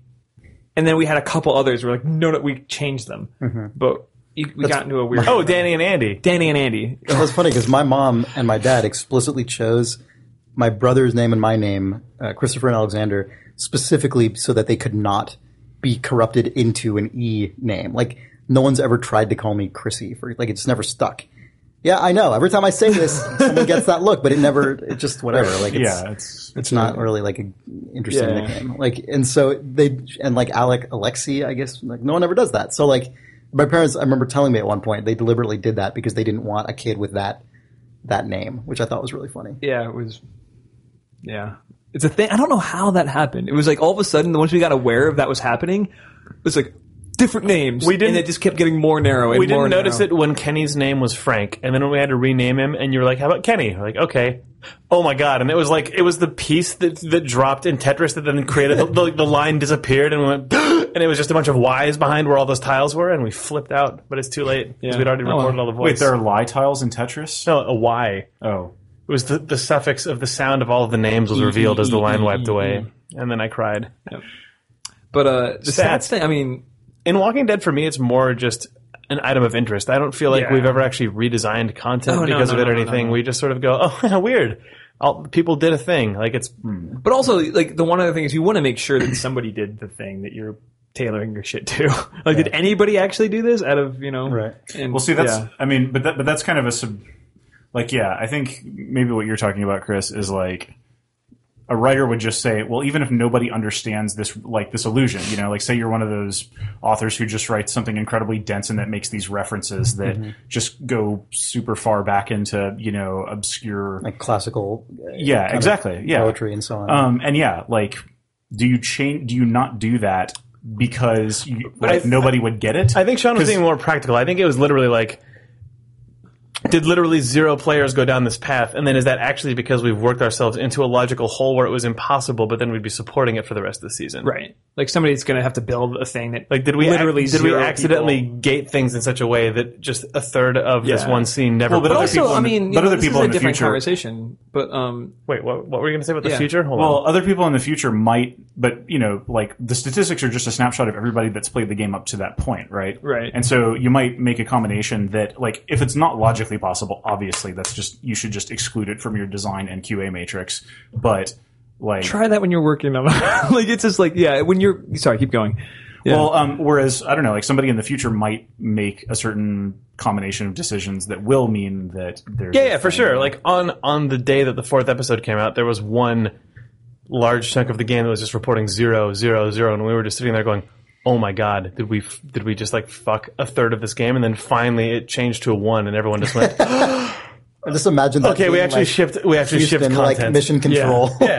and then we had a couple others. We're like, no, no, we changed them, but you, we got into a weird. Mm-hmm. [LAUGHS] oh Danny and Andy. Danny and Andy. That's funny because my mom and my dad explicitly chose my brother's name and my name, uh, Christopher and Alexander, specifically so that they could not be corrupted into an E name. Like no one's ever tried to call me Chrissy for like it's never stuck. Yeah, I know. Every time I say this, someone gets that look, but it never. It just whatever. Like it's, yeah, it's it's not really like an interesting Yeah. nickname. Like, and so they and like Alec Alexi, I guess like no one ever does that. So like my parents, I remember telling me at one point they deliberately did that because they didn't want a kid with that that name, which I thought was really funny. Yeah, it was. Yeah, it's a thing. I don't know how that happened. It was like all of a sudden, once we got aware of that was happening, it was like different names. We didn't- And it just kept getting more narrow. And We didn't more notice narrow. it when Kenny's name was Frank, and then when we had to rename him, and you were like, "How about Kenny?" We're like, okay. Oh my god! And it was like it was the piece that that dropped in Tetris that then created the, the, the line disappeared, and we went, [GASPS] and it was just a bunch of Y's behind where all those tiles were, and we flipped out. But it's too late because Yeah. we'd already Oh, well. recorded all the voice. wait. There are lie tiles in Tetris. no a Y. Oh, It was the, the suffix of the sound of all of the names was revealed as the line wiped E away, and then I cried. But uh, the Sad. sad thing. I mean, In Walking Dead, for me, it's more just an item of interest. I don't feel like Yeah. we've ever actually redesigned content Oh, no, because no, of it no, or no, anything. no, no. We just sort of go, "Oh, [LAUGHS] weird." All, people did a thing. Like it's but also like the one other thing is you want to make sure that somebody did the thing that you're tailoring your shit to. [LAUGHS] like, did anybody actually do this? Out of you know, Right. And, Well, see, that's yeah. I mean, but that, but that's kind of a sub. Like, yeah, I think maybe what you're talking about, Chris, is like a writer would just say, well, even if nobody understands this, like this illusion, you know, like say you're one of those authors who just writes something incredibly dense and that makes these references that just go super far back into you know obscure, Like classical uh, yeah, exactly, yeah, poetry and so on. Uh, um, and yeah, like, do you change? Do you not do that because you, like, I- nobody would get it? I think Sean Hmm. was being more practical. I think it was literally like, did literally zero players go down this path? And then is that actually because we've worked ourselves into a logical hole where it was impossible, but then we'd be supporting it for the rest of the season? right. Like somebody's going to have to build a thing that Like, did we Literally literally did we zero accidentally people. gate things in such a way that just a third of this Yeah. one scene never? Well, but put other us- also, people I in the- mean, you but know, other this people is in a the different future- conversation. But um, wait, what, what were you going to say about the Yeah. future? Hold on. Well, other people in the future might, but you know, like the statistics are just a snapshot of everybody that's played the game up to that point, right? Right. And so you might make a combination that, like, if it's not logically possible, obviously that's just you should just exclude it from your design and QA matrix. But like, try that [LAUGHS] when you're working on like it's just like yeah when you're sorry keep going Yeah. well, um, whereas I don't know, like somebody in the future might make a certain combination of decisions that will mean that there's Yeah, yeah, for sure. Like on on the day that the fourth episode came out, there was one large chunk of the game that was just reporting zero, zero, zero, and we were just sitting there going, "Oh my god, did we f- did we just like fuck a third of this game?" And then finally, it changed to a one, and everyone just [LAUGHS] went, I just imagine that. "Okay, we being, actually like, shipped we actually Houston, shipped content." like mission control. [LAUGHS] [LAUGHS]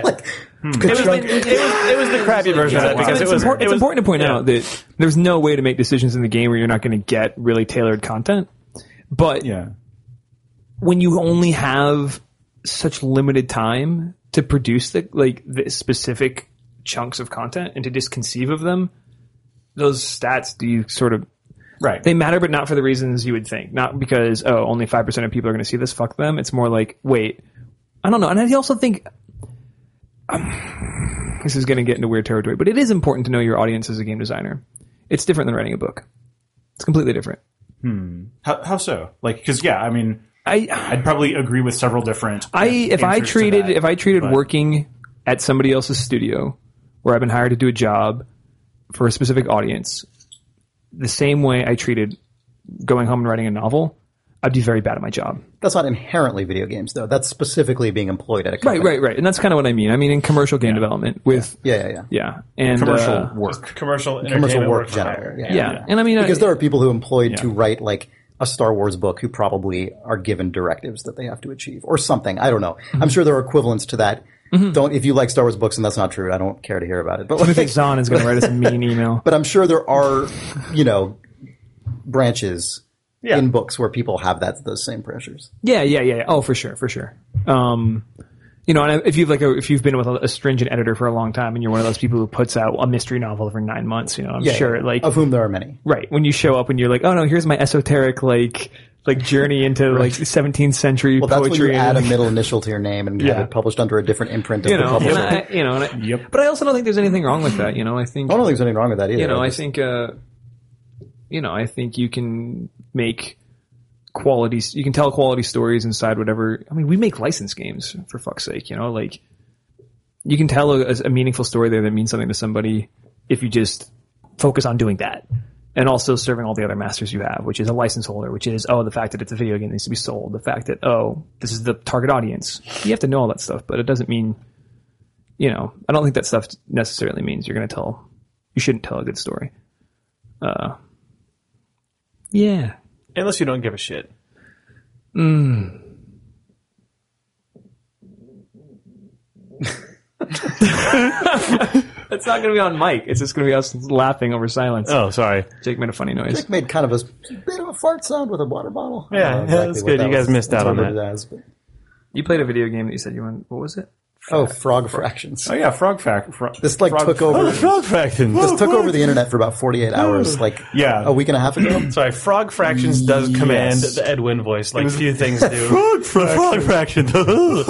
like, Yeah. it, was, it, was, it was the crappy version of that because it's, it was important, it it's was- important to point yeah. out that there's no way to make decisions in the game where you're not going to get really tailored content but yeah. when you only have such limited time to produce the like the specific chunks of content and to just conceive of them those stats do you sort of Right. they matter but not for the reasons you would think not because oh only 5% of people are going to see this fuck them it's more like wait i don't know and i also think um, this is going to get into weird territory but it is important to know your audience as a game designer it's different than writing a book It's completely different. How, how so? Like, because yeah, I mean, I I'd probably agree with several different. I if I answers to treated that. if I treated but- working at somebody else's studio where I've been hired to do a job for a specific audience the same way I treated going home and writing a novel, I'd be very bad at my job. That's not inherently video games, though. That's specifically being employed at a Right, company. right, right. And that's kind of what I mean. I mean in commercial game development with yeah, Yeah, yeah, yeah. and commercial uh, work. commercial Commercial entertainment work works. generator. Yeah. yeah. And I mean Because I, there are people who are employed to write like a Star Wars book who probably are given directives that they have to achieve or something. I don't know. Mm-hmm. I'm sure there are equivalents to that. Don't if you like Star Wars books and that's not true, I don't care to hear about it. But I like, [LAUGHS] think Zahn is going to write us a [LAUGHS] mean email. but I'm sure there are, you know, branches in books where people have that those same pressures. Yeah, yeah, yeah. yeah. Oh, for sure, for sure. Um, you know, and if you've like a, if you've been with a, a stringent editor for a long time, and you're one of those people who puts out a mystery novel every nine months, you know, I'm sure, like, of whom there are many. right when you show up and you're like, oh no, here's my esoteric like like journey [LAUGHS] into like 17th century Well, that's poetry. when you add a and, middle initial to your [LAUGHS] name and have Yeah. it published under a different imprint [LAUGHS] of you the know, and publisher. I, you know, and I, Yep. But I also don't think there's anything wrong with that. You know, I think I don't think there's anything wrong with that either. you know, I I just- think, uh, you know, I think you can make quality, you can tell quality stories inside whatever. I mean, we make license games for fuck's sake, you know, like you can tell a, a meaningful story there that means something to somebody if you just focus on doing that. And also serving all the other masters you have, which is a license holder, which is, oh, the fact that it's a video game needs to be sold, the fact that, oh, this is the target audience. You have to know all that stuff, but it doesn't mean, you know, I don't think that stuff necessarily means you're going to tell you shouldn't tell a good story. Uh, yeah. Unless you don't give a shit. It's not going to be on mic. It's just going to be us laughing over silence. Oh, sorry. Jake made a funny noise. Nick made kind of a s- bit of a fart sound with a water bottle. I don't Yeah, know yeah, that's what good. that You guys was missed out on interpreted that. as, but- You played a video game that you said you won. What was it? oh, frog fractions. Oh yeah, frog fact. Fro- This like frog took fact. over. Oh, Frog Oh, fractions. This took over the internet for about 48 hours, like Yeah. a week and a half ago. Sorry, frog fractions does command Yes. the Edwin voice like few things do. [LAUGHS] frog Oh, fractions. [LAUGHS] Frog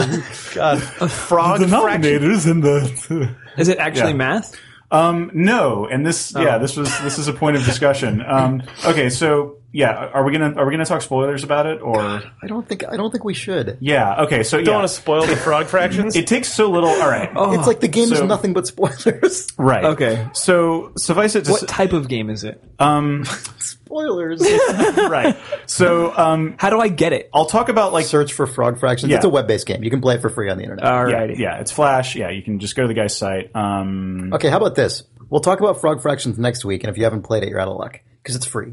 fractions. God, frog fractions. in the. Is it actually Yeah. math? [LAUGHS] Um, no, and this yeah, this was this is a point of discussion. Um, okay, so yeah, are we gonna are we gonna talk spoilers about it or I don't think I don't think we should. yeah? Okay, so Don't yeah, want to spoil the frog fractions. it takes so little. All right, It's like the game is Oh, so- nothing but spoilers. [LAUGHS] right. Okay. So suffice it to What say, type of game is it? um, spoilers. right. So um, How do I get it? I'll talk about like Search for frog fractions. Yeah. It's a web-based game. You can play it for free on the internet. Alrighty. yeah, it's Flash. Yeah, you can just go to the guy's site. Um, Okay, how about this? We'll talk about Frog Fractions next week, and if you haven't played it, you're out of luck because it's free.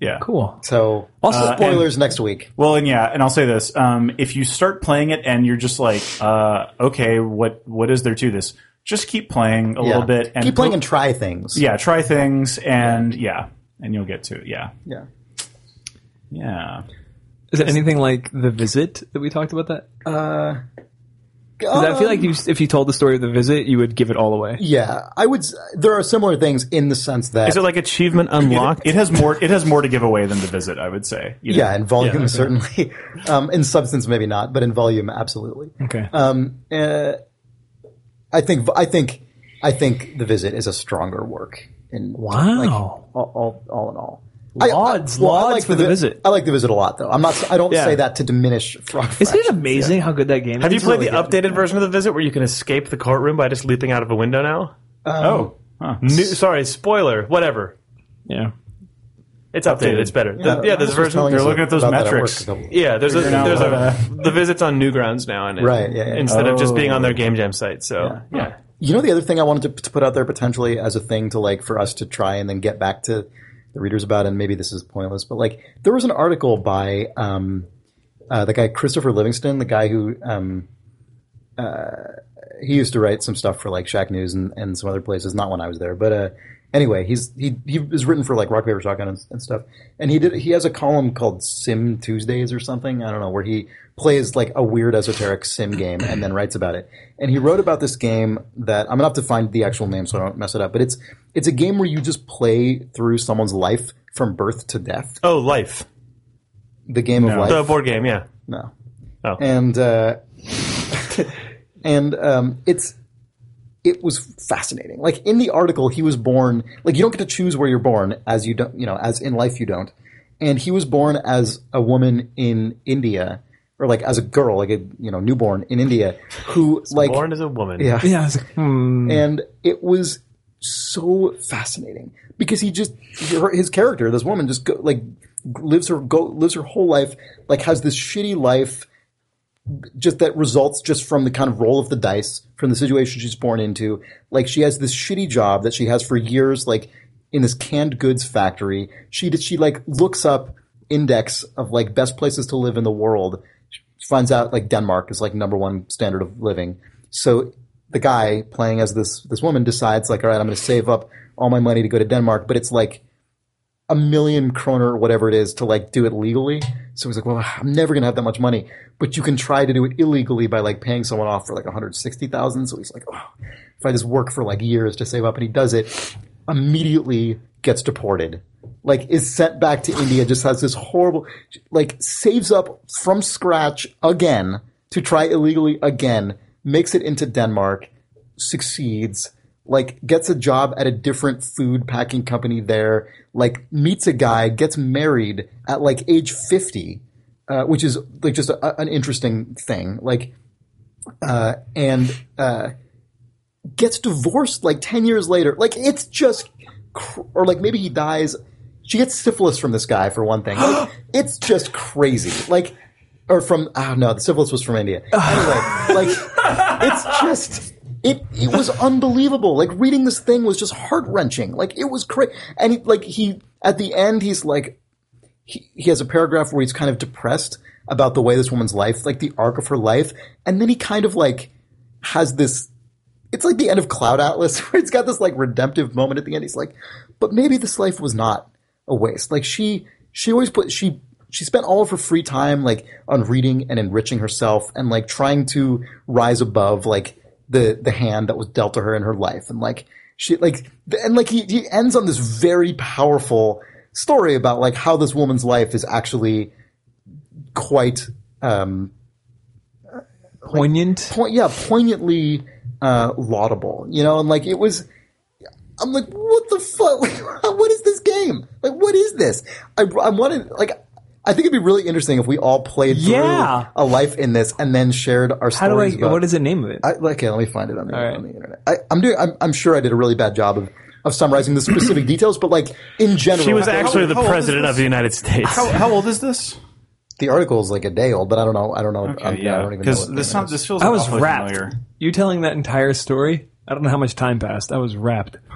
yeah, Cool. So, Also- Uh, spoilers next week. Well, and yeah, and I'll say this: um, if you start playing it and you're just like, uh, okay, what what is there to this? Just keep playing a little bit and keep playing go- and try things. yeah, try things and yeah, and you'll get to it. Yeah, yeah. yeah. Is it anything like The Visit that we talked about that? 'Cause I feel like you, if you told the story of The Visit, you would give it all away. yeah. I would. s- There are similar things in the sense that Is it like achievement unlocked? It has more. It has more to give away than the visit. I would say. You know? yeah, in volume okay. certainly, [LAUGHS] um, in substance maybe not, but in volume absolutely. Okay. Um, uh, I think I think I think the visit is a stronger work. In, Wow. like, Oh. all, all, all in all. Lauds, well, lauds for The Vi- Visit. I like the visit a lot, though. I'm not. I don't Yeah. say that to diminish Frog. Isn't it Fractions. amazing how good that game is? Have you played really the updated version of the visit where you can escape the courtroom by just leaping out of a window now? Oh. Huh. New, sorry, spoiler. Whatever. Yeah. It's updated. It's better. The- Yeah, there's a Marcus was version. telling they're us looking at those about that at metrics. work a couple- Yeah, there's a out there's what, uh, a the visits on Newgrounds now, and Right, yeah, yeah. instead of just being Oh. on their game jam site. So yeah, You know, the other thing I wanted to, to put out there potentially as a thing to like for us to try and then get back to the readers about, and maybe this is pointless, but like there was an article by um, uh, the guy Christopher Livingston, the guy who um, uh, he used to write some stuff for like Shack News and, and some other places. Not when I was there, but uh, anyway, he's he he was written for like Rock Paper Shotgun and, and stuff, and he did he has a column called Sim Tuesdays or something. I don't know where he plays like a weird esoteric sim game and then writes about it. And he wrote about this game that I'm gonna have to find the actual name so I don't mess it up. But it's it's a game where you just play through someone's life from birth to death. oh, life, The game of life. the board game. Yeah, No. Oh. [LAUGHS] And uh, and um, it's it was fascinating. Like in the article, he was born like you don't get to choose where you're born as you don't you know as in life you don't, and he was born as a woman in India or like as a girl like a you know newborn in India [LAUGHS] who like Born as a woman. yeah Yeah, I was like, hmm. and it was so fascinating because he just her, his character this woman just go, like lives her go, lives her whole life like has this shitty life just that results just from the kind of roll of the dice from the situation she's born into like she has this shitty job that she has for years like in this canned goods factory she did she like looks up index of like best places to live in the world she finds out like denmark is like number one standard of living so the guy playing as this this woman decides like all right i'm going to save up all my money to go to denmark but it's like a million kroner or whatever it is to like do it legally. So he's like, well, I'm never gonna have that much money, but you can try to do it illegally by like paying someone off for like 160,000. So he's like, oh, if I just work for like years to save up, and he does it, immediately gets deported. Like is sent back to India, just has this horrible, like saves up from scratch again to try illegally again, makes it into Denmark, succeeds, like gets a job at a different food packing company there, like meets a guy, gets married at like age 50, uh, which is like just a, an interesting thing. Like, uh, and, uh, gets divorced like 10 years later. Like, it's just, cr- or like maybe he dies. She gets syphilis from this guy for one thing. Like, it's just crazy. Like, or from, oh no, the syphilis was from India. Anyway, like, it's just it it was unbelievable. Like reading this thing was just heart wrenching. Like it was crazy. And he, like he at the end he's like he, he has a paragraph where he's kind of depressed about the way this woman's life, like the arc of her life, and then he kind of like has this it's like the end of Cloud Atlas [LAUGHS] where he's got this like redemptive moment at the end. He's like, but maybe this life was not a waste. Like she she always put she she spent all of her free time like on reading and enriching herself and like trying to rise above like the the hand that was dealt to her in her life and like she like th- and like he, he ends on this very powerful story about like how this woman's life is actually quite um poignant. point, yeah, poignantly uh, laudable. You know, and like it was. I'm like, what the fuck? [LAUGHS] what is this game? Like, what is this? I, I wanted like. I think it'd be really interesting if we all played through Yeah. a life in this and then shared our How do I? stories. about- What is the name of it? I, okay, let me find it on the, right. on the internet. I, I'm doing. I'm, I'm sure I did a really bad job of, of summarizing the specific [CLEARS THROAT] details, but like in general, She was actually the how old is president this? of the United States. How, how old is this? the article is like a day old, but I don't know. I don't know. I'm- I don't even know. because what this the- sounds this feels I was awfully wrapped. familiar. You telling that entire story? I don't know how much time passed. I was wrapped. [LAUGHS]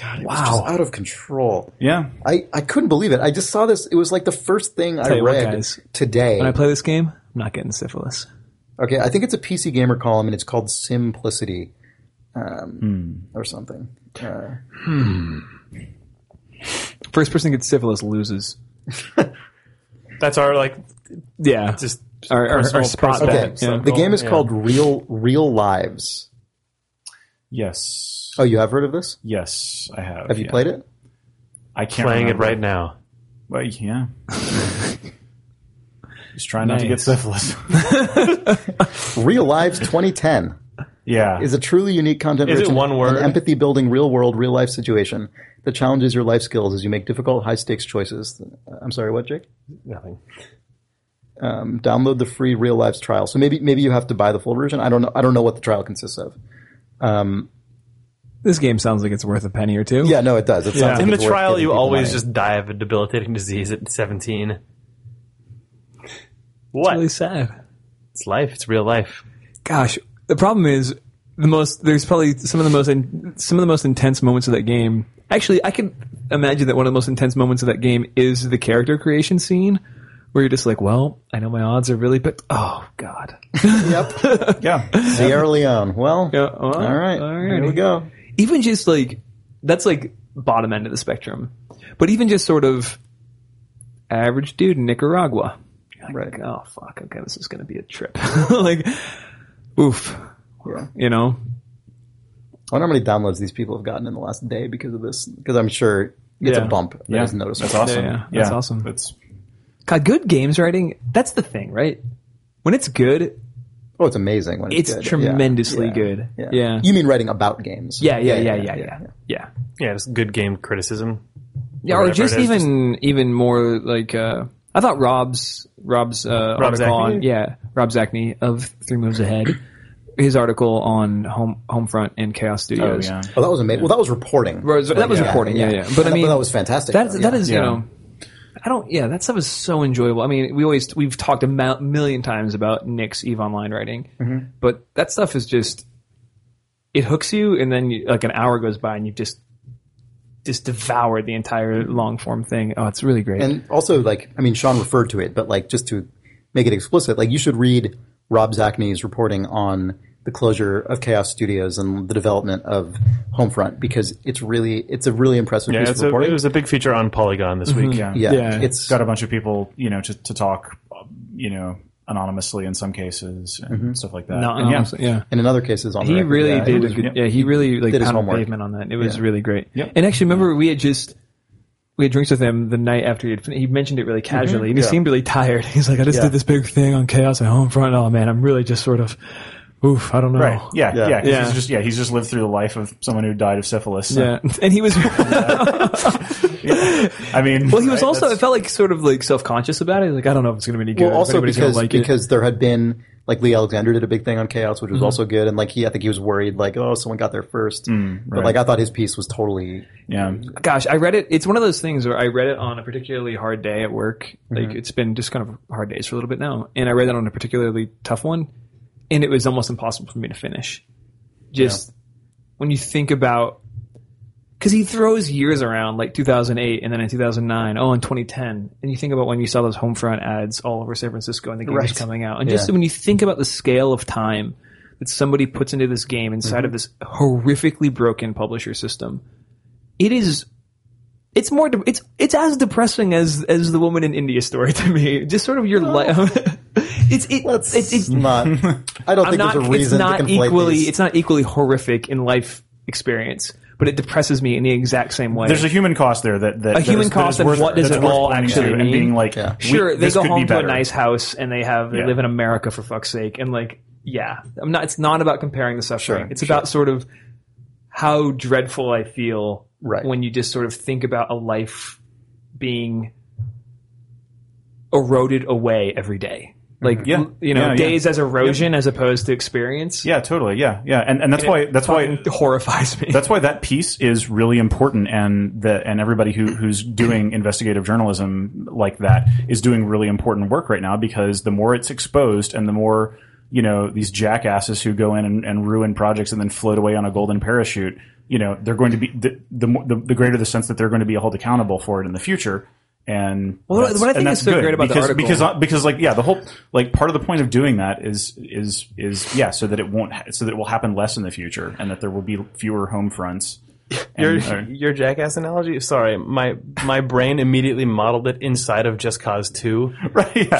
God, it was just out of control. Yeah, I, I couldn't believe it. I just saw this. It was like the first thing I you what, read guys. today. When I play this game, I'm not getting syphilis. okay, I think it's a PC Gamer column, and it's called Simplicity, um, Hmm. or something. Uh, First person that gets syphilis loses. That's our like Yeah, just our, our, personal our spot perspective. okay, bet. so Yeah. the game is Yeah. called Real Real Lives. yes, Oh, you have heard of this? yes, I have. Have you yeah. played it? I can't playing it remember. right now. [LAUGHS] Well, yeah. Just trying not to get Nice. syphilis. [LAUGHS] [LAUGHS] Real Lives 2010 yeah. is a truly unique content. Is it one word? empathy building, real world, real life situation that challenges your life skills as you make difficult, high stakes choices. Uh, I'm sorry, what, Jake? Nothing. um, download the free real lives trial. So maybe maybe you have to buy the full version. I don't know. I don't know what the trial consists of. This game sounds like it's worth a penny or two. Yeah, no, it does. It sounds like In the it's worth trial, giving you people always money. just die of a debilitating disease at 17. What? it's really sad. It's life. It's real life. Gosh, the problem is the most. There's probably some of the most in, some of the most intense moments of that game. Actually, I can imagine that one of the most intense moments of that game is the character creation scene, where you're just like, "Well, I know my odds are really, but oh god." yeah. Sierra Leone. Well, Yeah, well, all right, here alrighty. we go. even just like that's like bottom end of the spectrum, but even just sort of average dude in Nicaragua. You're like, Right. Oh fuck. Okay, this is gonna be a trip. [LAUGHS] like, oof. Yeah. You know. I wonder how many downloads these people have gotten in the last day because of this. Because I'm sure it's Yeah. a bump. That Yeah. is noticeable. That's awesome. Yeah, yeah. That's awesome. That's God, good games writing. That's the thing, right? When it's good, Oh, it's amazing when it's, It's good. Yeah. tremendously Yeah. good. Yeah. Yeah. You mean writing about games? Yeah, yeah, yeah, yeah, yeah, yeah. Yeah, it's good game criticism. Yeah, Or or whatever just it is, even even more like uh, I thought Rob's Rob's uh, article Zachney? on yeah Rob Zachney of Three Moves Ahead, his article on Home Homefront and Chaos Oh, Studios. yeah. Oh, that was amazing. Well, that was reporting. Right, so that was reporting, yeah, yeah. But I that- mean- that was fantastic. That's though, that yeah. is Yeah. you know. I don't. Yeah, that stuff is so enjoyable. I mean, we always we've talked a mou- million times about Nick's Eve Online writing, but that stuff is just it hooks you, and then you, like an hour goes by, and you've just just devoured the entire long form thing. Oh, it's really great. And also, like, I mean, Sean referred to it, but like, just to make it explicit, like, you should read Rob Zachney's reporting on the closure of Chaos Studios and the development of Homefront because it's really, it's a really impressive Yeah, piece it's of a, reporting. it was a big feature on Polygon this week. Yeah. Mm-hmm. yeah, yeah. it's got a bunch of people, you know, to, to talk, you know, anonymously in some cases and stuff like that. Not And honestly, yeah. and in other cases on the He record, really yeah. did. was- a good, yep. yeah, he really like Did his pounded homework. pavement on that. It was Yeah. really great. Yep. And actually, remember we had just we had drinks with him the night after he had fin- he mentioned it Mm-hmm. really casually, and he seemed really tired. [LAUGHS] He's like, "I just Yeah. did this big thing on chaos at home front. Oh man, I'm really just sort of, oof, I don't know." Right. Yeah. Yeah. Yeah. 'cause Oh. Yeah. He's just, yeah. He's just lived through the life of someone who died of syphilis. So, Yeah, [LAUGHS] and he was [LAUGHS] I mean, well. He was also. It felt like sort of like self conscious about it. Like I don't know if it's going to be any good. Well, if also anybody's gonna because like it." because there had been like Lee Alexander did a big thing on Chaos, which was Mm-hmm. also good, and like he, I think he was worried like oh someone got there first, but Mm, right. like I thought his piece was totally yeah. gosh, I read it. It's one of those things where I read it on a particularly hard day at work. Like Mm-hmm. it's been just kind of hard days for a little bit now, and I read it on a particularly tough one, and it was almost impossible for me to finish. Just when you think about, because he throws years around like 2008, and then in 2009, oh, and 2010, and you think about when you saw those Homefront ads all over San Francisco, and the game was Right. coming out, and just when you think about the scale of time. That somebody puts into this game inside of this horrifically broken publisher system it is it's more de- it's it's as depressing as as the woman in India story [LAUGHS] to me. Just sort of your life. [LAUGHS] it's it, That's it's it's [LAUGHS] not. I I'm don't think not there's a it's reason not to conflate equally these. it's not equally horrific in life experience, but it depresses me in the exact same way. There's a human cost there that, that A that human is- that cost is and worth- what does that's it worth all pointing to actually and being mean? like Yeah. we- sure they this go could be home to a better. nice house and they have they Yeah. live in America for fuck's sake and like yeah I'm not it's not about comparing the suffering Sure, it's about sort of how dreadful I feel Right. when you just sort of think about a life being eroded away every day like Mm-hmm. Yeah. you know Yeah, yeah. days as erosion as opposed to experience yeah totally yeah yeah and and that's why that's why It horrifies me that's why that piece is really important and the and everybody who who's doing investigative journalism like that is doing really important work right now because the more it's exposed and the more you know these jackasses who go in and, and ruin projects and then float away on a golden parachute you know they're going to be the the, more, the the greater the sense that they're going to be held accountable for it in the future and Well, that's- what I think and is that's so good great about the because, article- because because like yeah the whole like part of the point of doing that is is is yeah so that it won't ha- so that it will happen less in the future and that there will be fewer [LAUGHS] home fronts Your And- uh, or- your jackass analogy. Sorry, my my brain immediately modeled it inside of Just Cause Two. right yeah [LAUGHS]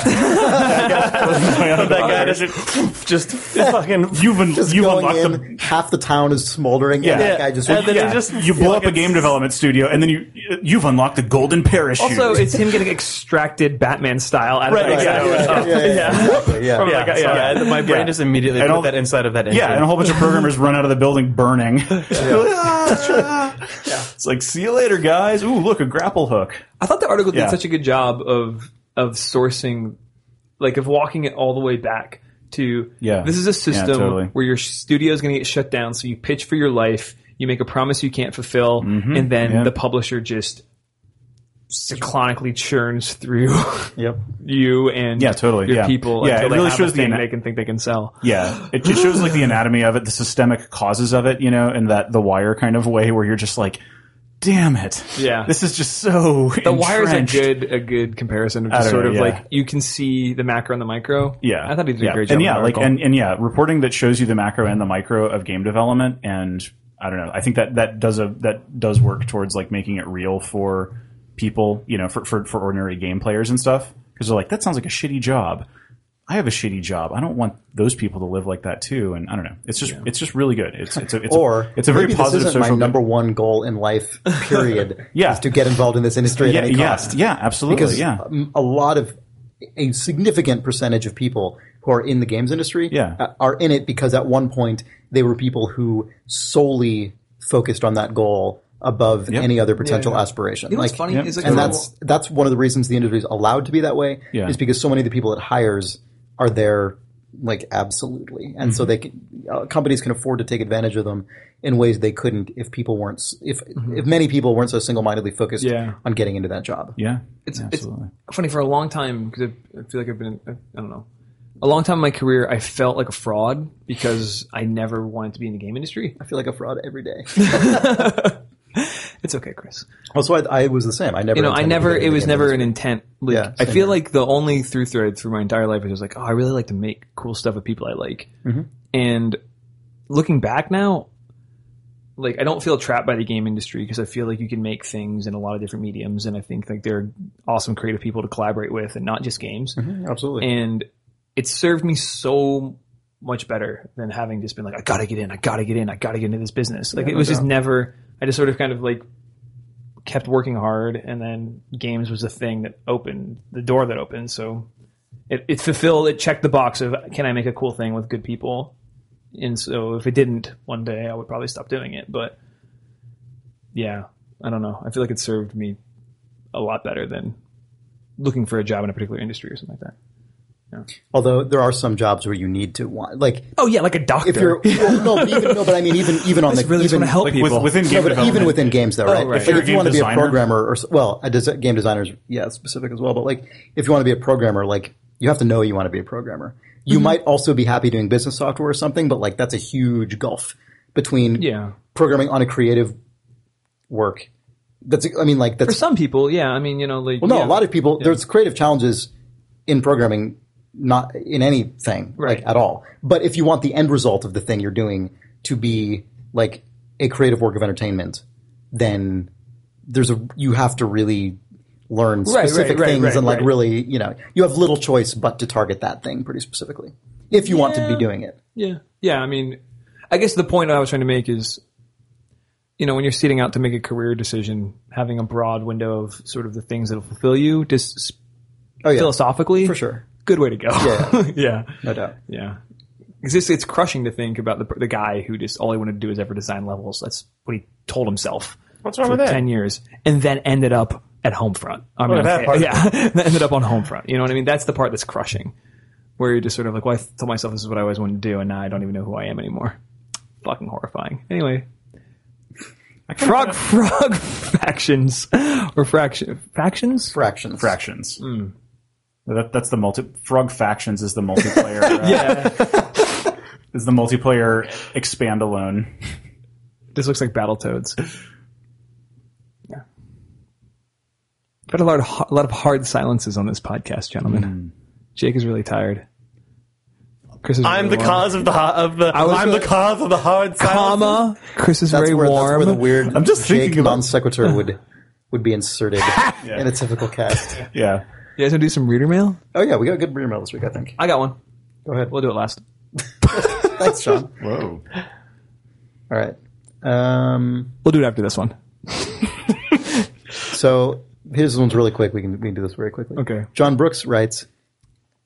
that guy just just fucking. you've un- Just you've going unlocked in, the half the town is smoldering. Yeah. and that Yeah. guy just And then yeah, it just- you blow like up a game development studio and then you you've unlocked the golden parachute also it's him getting extracted Batman style out Right, of yeah, exactly. yeah, yeah, yeah, exactly, yeah. Yeah, Yeah, yeah, yeah, my brain Yeah. just immediately And put all- that inside of that engine. yeah and a whole bunch of programmers run out of the building [LAUGHS] burning [LAUGHS] it's like see you later guys ooh look a grapple hook I thought the article did Yeah. such a good job of of sourcing, like of walking it all the way back to Yeah. This is a system Yeah, totally. where your studio is going to get shut down, so you pitch for your life, you make a promise you can't fulfill, and then Mm-hmm. Yeah. the publisher just cyclonically churns through [LAUGHS] Yep. you and Yeah, totally, your yeah. people Yeah, until it they really have shows a the thing ana- they can think they can sell. Yeah, it just shows like the anatomy of it, the systemic causes of it, you know, and that the wire kind of way where you're just like, damn it, Yeah. this is just so The wires are good a good comparison of I just don't sort know, of yeah. like you can see the macro and the micro. Yeah, I thought he did yeah. a great job. And in yeah, the like article. and, and yeah, reporting that shows you the macro and the micro of game development, and I don't know, I think that that does a that does work towards like making it real for people, you know, for for, for ordinary game players and stuff, because they're like, that sounds like a shitty job. I have a shitty job. I don't want those people to live like that too. And I don't know. It's just it's just really good. It's it's a, it's Or a, it's a very maybe positive this isn't my social good. number one goal in [LAUGHS] life. Period. Yeah. is to get involved in this industry at yeah, any yeah, cost. Yeah, absolutely. because yeah. um, a lot of a significant percentage of people who are in the games industry Yeah. uh, are in it because at one point they were people who solely focused on that goal above Yep. any other potential Yeah, yeah. aspiration. You know what's Like- funny yeah. is like and the- that's that's one of the reasons the industry is allowed to be that way Yeah. is because so many of the people it hires are there like absolutely and so they can, uh, companies can afford to take advantage of them in ways they couldn't if people weren't s- if if many people weren't so single-mindedly focused Yeah. on getting into that job Yeah, It's- it's- absolutely. funny for a long time because I, I feel like I've been I don't know a long time in my career I felt like a fraud because I never wanted to be in the game industry. i feel like a fraud every day [LAUGHS] It's okay, Chris. also I, I was the same i never You know, I intended to never. get into It was the never industry. an intent. Like, Yeah, I same feel like the only through thread through my entire life is just like, oh, I really like to make cool stuff with people I like. Mm-hmm. And looking back now, like I don't feel trapped by the game industry because I feel like you can make things in a lot of different mediums, and I think like there are awesome creative people to collaborate with, and not just games. Mm-hmm. absolutely And it served me so much better than having just been like, I gotta get in, I gotta get in, I gotta get into this business. Like it was just never. I just sort of kind of like kept working hard, and then games was the thing that opened the door that opened. So it, it fulfilled, it checked the box of can I make a cool thing with good people. And so if it didn't one day, I would probably stop doing it. But yeah, I don't know. I feel like it served me a lot better than looking for a job in a particular industry or something like that. although there are some jobs where you need to want like Oh yeah, like a doctor. [LAUGHS] if you're well, no, but even, no but i mean even even on the really even want to help Like people. with, within game No, but development, even within games, though, right? right. If, If you're if you a game want to be a designer- programmer, or s- well, a des- game designer is yeah specific as well. But like, if you want to be a programmer, like you have to know you want to be a programmer. You might also be happy doing business software or something, but like that's a huge gulf between yeah, programming on a creative work. That's I mean, like for that's some people, yeah. I mean, you know, like well, no, yeah. a lot of people there's creative challenges in programming, not in anything Right. like at all. But if you want the end result of the thing you're doing to be like a creative work of entertainment, then there's a you have to really learn right, specific right, things right, and like right. really you know you have little choice but to target that thing pretty specifically if you want to be Yeah. doing it. yeah, yeah. I mean, I guess the point I was trying to make is, you know, when you're sitting out to make a career decision, having a broad window of sort of the things that will fulfill you, just s- Oh yeah, philosophically, for sure, good way to go. Yeah. [LAUGHS] yeah, no doubt. yeah. Because it's, it's crushing to think about the the guy who just all he wanted to do is ever design levels. That's what he told himself. What's wrong for with that? ten years, and then ended up at Homefront. I mean, that part. yeah, [LAUGHS] that ended up on Homefront. You know what I mean? That's the part that's crushing, where you're just sort of like, "Well, I told myself this is what I always wanted to do, and now I don't even know who I am anymore." Fucking horrifying. Anyway, frog [LAUGHS] frog factions or fraction factions. Fractions. fractions. Hmm. That, that's the multi frog factions is [LAUGHS] the multiplayer. uh, [LAUGHS] is the multiplayer expand alone? This looks like Battletoads. Yeah. But a lot of a lot of hard silences on this podcast, gentlemen. Jake is really tired. Chris is I'm really the warm. cause of the ha- of the. was I'm gonna- the cause of the hard silence. comma. Chris is That's very where, that's warm. where the weird I'm just Jake thinking about- non sequitur would would be inserted [LAUGHS] in a typical cast. Yeah, you guys want to do some reader mail? Oh yeah, we got a good reader mail this week. I think. I got one. Go ahead. We'll do it last. Thanks, Sean. whoa. [LAUGHS] All right. Um, We'll do it after this one. so here's this one's really quick. We can we can do this very quickly. Okay. John Brooks writes.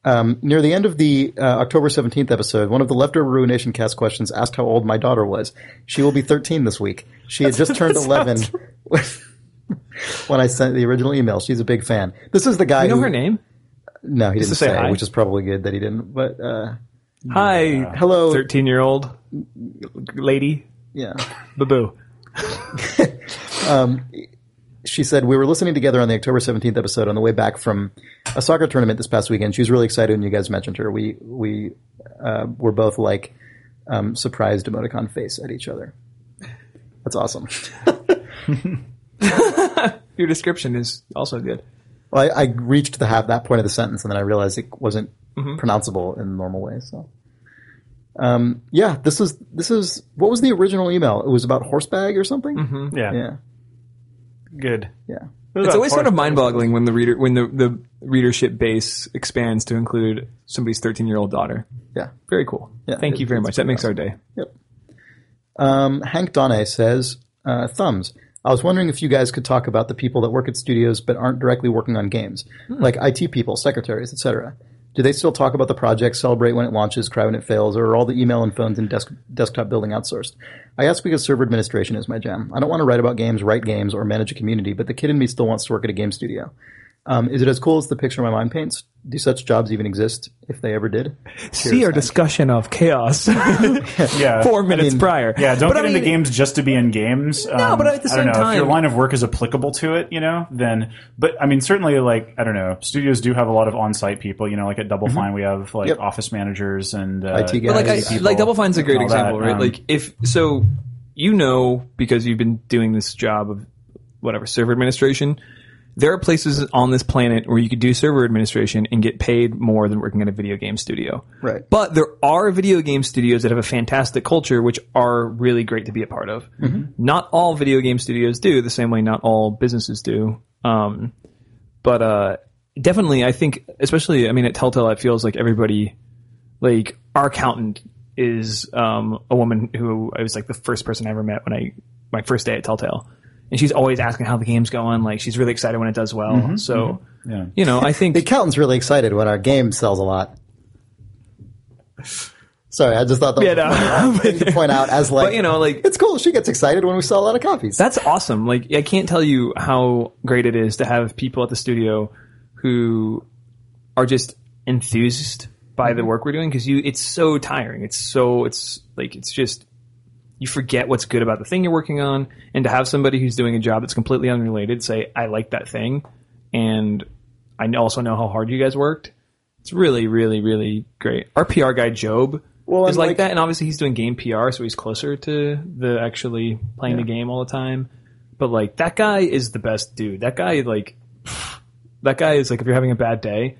Um, near the end of the uh, October 17th episode, one of the leftover Ruination cast questions asked how old my daughter was. She will be 13 this week. She had just turned 11 [LAUGHS] when I sent the original email. She's a big fan. This is the guy You know who, her name? No, he didn't to say say, hi? which is probably good that he didn't. But uh, Hi, hello, thirteen-year-old lady. yeah. Baboo. she said we were listening together on the October 17th episode on the way back from a soccer tournament this past weekend. She was really excited when you guys mentioned her. We we uh, were both like um, surprised emoticon face at each other. That's awesome. Your description is also good. Well, I, I reached the half that point of the sentence, and then I realized it wasn't pronounceable in the normal way. So, um, yeah, this is this is what was the original email? It was about horsebag or something. Yeah, Yeah, good. yeah. It's always sort of mind-boggling when the reader when the, the readership base expands to include somebody's thirteen-year-old daughter. Yeah. Very cool. Yeah, Thank it- you very it's much. That pretty makes our day. Um, Hank Donne says, uh, thumbs. I was wondering if you guys could talk about the people that work at studios but aren't directly working on games, like IT people, secretaries, etc. Do they still talk about the project, celebrate when it launches, cry when it fails, or are all the email and phones and desk, desktop building outsourced? I ask because server administration is my jam. I don't want to write about games, write games, or manage a community, but the kid in me still wants to work at a game studio. Um, is it as cool as the picture my mind paints? Do such jobs even exist? If they ever did, See our discussion of chaos [LAUGHS] Yeah. four minutes mean, prior. Yeah, don't But get I into mean, games just to be in games. Um, No, but at the I same don't know, if your time- line of work is applicable to it, you know, then. But I mean, certainly, like I don't know, studios do have a lot of on-site people. You know, like at Double Fine, we have like Yep. office managers and IT uh, yeah, Mm-hmm. But like, guys. people I, like Double Fine's a great and all that, example, right? um, like, if so, you know, because you've been doing this job of whatever server administration, there are places on this planet where you could do server administration and get paid more than working at a video game studio. Right. But there are video game studios that have a fantastic culture, which are really great to be a part of. Not all video game studios do the same way. Not all businesses do. Um, but uh, definitely, I think, especially, I mean, at Telltale, it feels like everybody like our accountant is um, a woman who I was like the first person I ever met when I my first day at Telltale, and she's always asking how the game's going. Like she's really excited when it does well. So Yeah. you know, I The think accountant's really excited when our game sells a lot. Sorry, I just thought that Yeah, was a no. funny thing to point out as like uh, [LAUGHS] But, you know, like- it's cool. She gets excited when we sell a lot of copies. that's awesome. Like I can't tell you how great it is to have people at the studio who are just enthused by the work we're doing because you it's so tiring. It's so it's like it's just you forget what's good about the thing you're working on and to have somebody who's doing a job that's completely unrelated say i like that thing and i know- also know how hard you guys worked it's really really really great our pr guy job Well, is and like, like- that and obviously he's doing game pr so he's closer to the actually playing the game all the time but like that guy is the best dude that guy like [SIGHS] that guy is like if you're having a bad day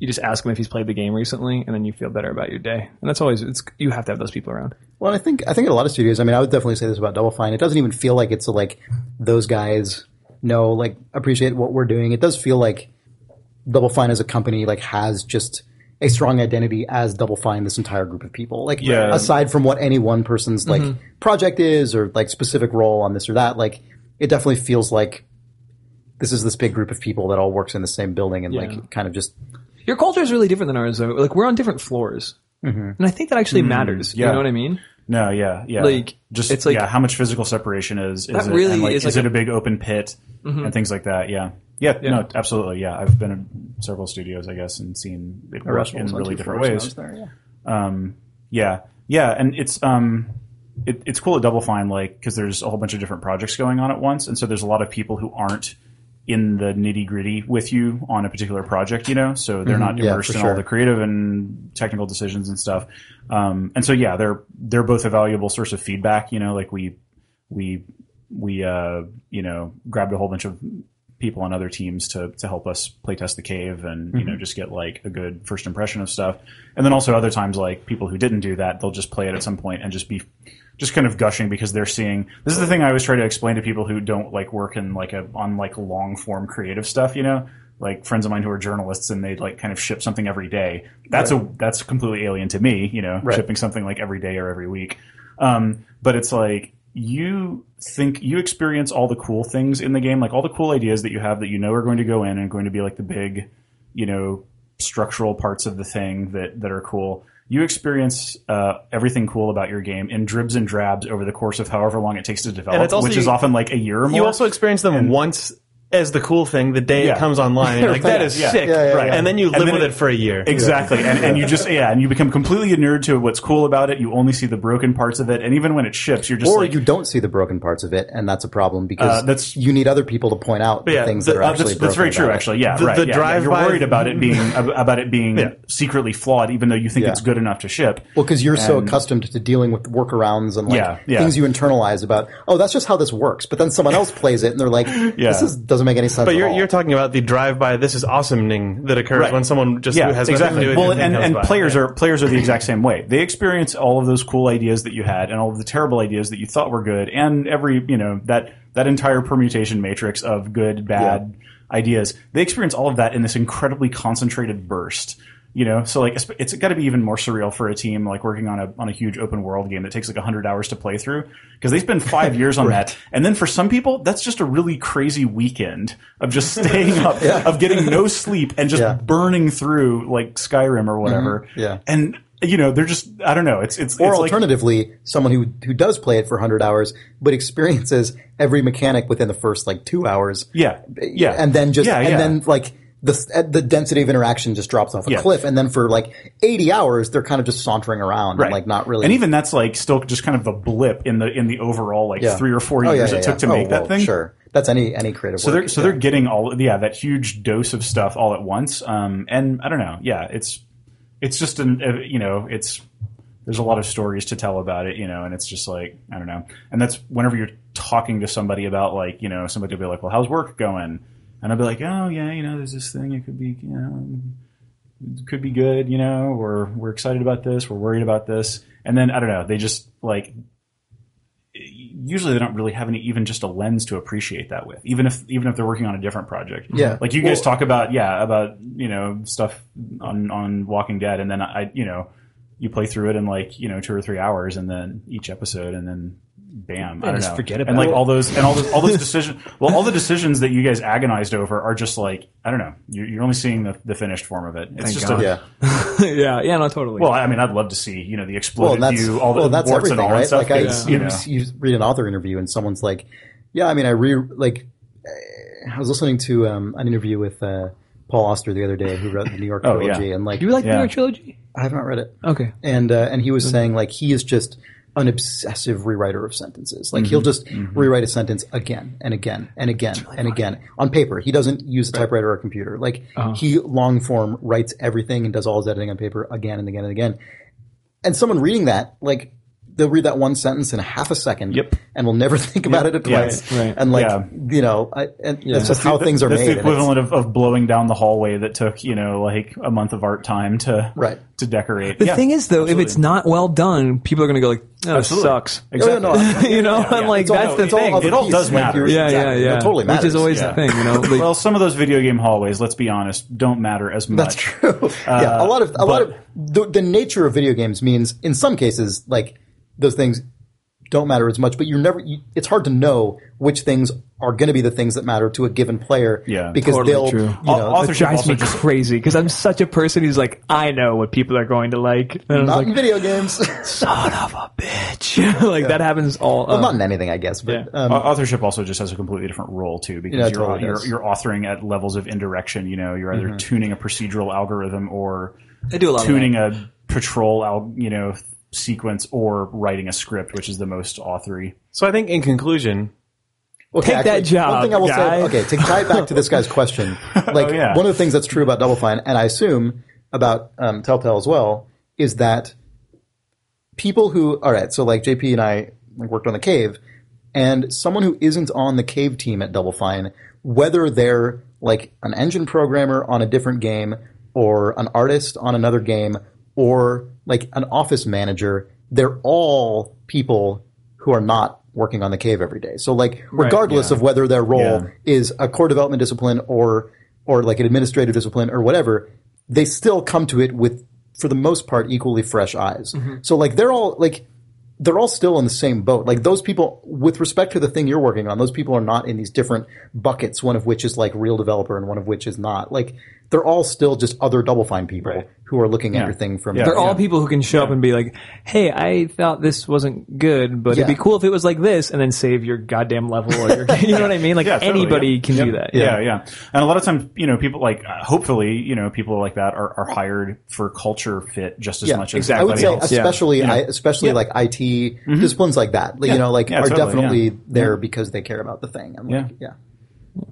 you just ask him if he's played the game recently and then you feel better about your day and that's always it's you have to have those people around Well, I think I think at a lot of studios. I mean, I would definitely say this about Double Fine. It doesn't even feel like it's a, like those guys know like appreciate what we're doing. It does feel like Double Fine as a company like has just a strong identity as Double Fine. This entire group of people, like Yeah. aside from what any one person's like project is or like specific role on this or that, like it definitely feels like this is this big group of people that all works in the same building and Yeah. like kind of just Your culture is really different than ours, though. Like we're on different floors, and I think that actually matters. yeah. You know what I mean? No, yeah, yeah. Like, just it's like- yeah, how much physical separation is is That it? really and like, is like it a- a, big open pit and things like that? Yeah. yeah, no, absolutely. Yeah, I've been in several studios, I guess, and seen it work in restaurant really two floors different when I ways. was there, yeah. um, yeah, yeah, and it's um, it, it's cool at Double Fine, like because there's a whole bunch of different projects going on at once, and so there's a lot of people who aren't in the nitty gritty with you on a particular project, you know, so they're not Mm-hmm. yeah, immersed for in sure. all the creative and technical decisions and stuff. Um, and so yeah, they're they're both a valuable source of feedback, you know, like we we we uh, you know grabbed a whole bunch of people on other teams to to help us playtest the cave and you know Mm-hmm. just get like a good first impression of stuff and then also other times like people who didn't do that they'll just play it at some point and just be just kind of gushing because they're seeing this is the thing i always try to explain to people who don't like work in like a on like long form creative stuff you know like friends of mine who are journalists and they like kind of ship something every day that's a that's completely alien to me you know shipping something like every day or every week um, but it's like you think you experience all the cool things in the game, like all the cool ideas that you have that you know are going to go in and going to be like the big, you know, structural parts of the thing that that are cool. You experience uh, everything cool about your game in dribs and drabs over the course of however long it takes to develop, it's also- which is often like a year or more. You also experience them once as the cool thing the day Yeah. it comes online. [LAUGHS] and you're like, that is Yeah. sick. Yeah, yeah, Right. yeah. And then you And live then with it- it for a year. Exactly. And, and you just, yeah, and you become completely inured to what's cool about it. You only see the broken parts of it. And even when it ships, you're just or like, you don't see the broken parts of it, and that's a problem because Uh, that's- you need other people to point out the Yeah, things the- that are Uh, actually that's, broken that's very true, about it. actually. Yeah, The- right. the yeah, drive yeah. You're by- worried about [LAUGHS] it being ab- about it being secretly flawed, even though you think Yeah. it's good enough to ship. Well, because you're so accustomed to dealing with workarounds and like Yeah, yeah. things you internalize about. Oh, that's just how this works. But then someone else plays it, and they're [LAUGHS] like, "This is, doesn't make any sense." But at you're, all. you're talking about the drive-by. This is awesoming that occurs Right. when someone just who has nothing exactly. to do with well, anything and, comes and by. players are players are the exact same way. They experience all of those cool ideas that you had, and all of the terrible ideas that you thought were good, and every you know that that entire permutation matrix of good, bad ideas. They experience all of that in this incredibly concentrated burst. You know, so like it's- it's got to be even more surreal for a team like working on a on a huge open world game that takes like hundred hours to play through because they spend [LAUGHS] five years on that, and then for some people that's just a really crazy weekend [LAUGHS] of just staying up, of getting no sleep, and just Yeah. Mm-hmm. burning through like Skyrim or whatever. Yeah. and you know they're just I don't know. It's it's Or it's like- alternatively, someone who who does play it for 100 hours but experiences every mechanic within the first like 2 hours. yeah yeah And then just Yeah, and yeah. then like the s- uh, the density of interaction just drops off a Yeah. cliff and then for like 80 hours they're kind of just sauntering around and like not really And even that's like still just kind of a blip in the in the overall like Yeah. three or four Oh, yeah, years yeah, it took yeah. to Oh, make well, that thing. Sure. That's any any creative So work. they're so they're getting all yeah that huge dose of stuff all at once. Um, and I don't know. Yeah, it's it's just an uh, you know it's there's a lot of stories to tell about it. You know, and it's just like I don't know. And that's whenever you're talking to somebody about like you know somebody will be like, well, how's work going? And I'll be like, oh yeah, you know, there's this thing. It could be you know could be good, you know, or we're excited about this, we're worried about this. And then I don't know, they just like usually they don't really have any even just a lens to appreciate that with. Even if even if they're working on a different project. Yeah. Like you guys talk about yeah, about, you know, stuff on on Walking Dead and then I you know, you play through it in like, you know, 2 or 3 hours and then each episode and then bam, I don't just know. forget And about like it. all those and all those [LAUGHS] all those decisions well all the decisions that you guys agonized over are just like, I don't know, you're, you're only seeing the, the finished form of it. It's just God. a yeah. yeah, yeah, no, totally. well, I mean, I'd love to see you know the well, exploded that's view, all the well, that's warts everything, and all that right? stuff. Like I, because, you, you know, you read an author interview and someone's like, "Yeah, I mean, I re like." eh, I was listening to um, an interview with uh, Paul Auster the other day, who wrote the New York Oh, yeah. trilogy, and like, Do you like Yeah. the New York trilogy? I have not read it, Okay. and uh, and he was saying like he is just an obsessive rewriter of sentences. Like Mm-hmm. he'll just rewrite a sentence again and again and again and again on paper. He doesn't use a typewriter or a computer. Like Uh-huh. he long form writes everything and does all his editing on paper again and again and again. And someone reading that, like they'll read that one sentence in half a second, Yep. and will never [LAUGHS] think about it Yeah. twice. Right. And like Yeah. you know, I, and that's just how That- things are that's made. the and it's- equivalent of, of blowing down the hallway that took you know like a month of art time to Right. to decorate. The yeah, thing is, though, if it's not well done, people are going to go like, "Oh, this Absolutely. sucks." [LAUGHS] exactly. No, no, no. you know, I'm like, all- that's the [LAUGHS] it's all thing. of a It all piece, does like, matter. you're- yeah, exactly. yeah, yeah. It totally matters. Which is always yeah. the thing, you [LAUGHS] know. Like, well, some of those video game hallways, let's be honest, don't matter as much. That's true. [LAUGHS] yeah, a lot of a lot of the, the nature of video games means in some cases like those things don't matter as much, but you're never. You, it's hard to know which things are going to be the things that matter to a given player. Yeah, because Totally they'll true. you Au- know it authorship drives also me just crazy because I'm such a person who's like, I know what people are going to like. And I'm not like, in video games, [LAUGHS] son of a bitch. [LAUGHS] like that happens all. well, uh, not in anything, I guess. But Yeah. um, Au- authorship also just has a completely different role too because Yeah, it you're, totally you're does. Mm-hmm. you're authoring at levels of indirection you know you're either tuning a procedural algorithm or I do a lot of tuning a patrol al- you know sequence or writing a script which is the most authory So I think in conclusion, okay, Take that job, One thing I will guy. say, okay, to tie it back to this [LAUGHS] guy's question, like Oh, yeah. one of the things that's true about Double Fine, and I assume about um, Telltale as well, is that people who all right so like jp and i like, worked on the cave and someone who isn't on the cave team at double fine whether they're like an engine programmer on a different game or an artist on another game or like an office manager they're all people who are not working on the cave every day so like regardless of whether their role Yeah. is a core development discipline or or like an administrative discipline or whatever, they still come to it with for the most part equally fresh eyes. So like they're all like they're all still in the same boat. Like those people with respect to the thing you're working on, those people are not in these different buckets, one of which is like real developer and one of which is not. Like they're all still just other double fine people who are looking at your thing from Yeah. They're all people who can show up and be like, "Hey, I thought this wasn't good, but Yeah. it'd be cool if it was like this," and then save your goddamn level or [LAUGHS] your, [LAUGHS] you know what I mean? Like Yeah, totally, anybody yeah. can do that. yeah yeah and a lot of times you know people like uh, hopefully you know people like that are, are hired for culture fit just as Yeah, much as exactly. I would anybody say, else. especially, I, especially like IT disciplines like that. Like, You know, like Yeah, are totally, definitely yeah. there because they care about the thing. And like, yeah, yeah.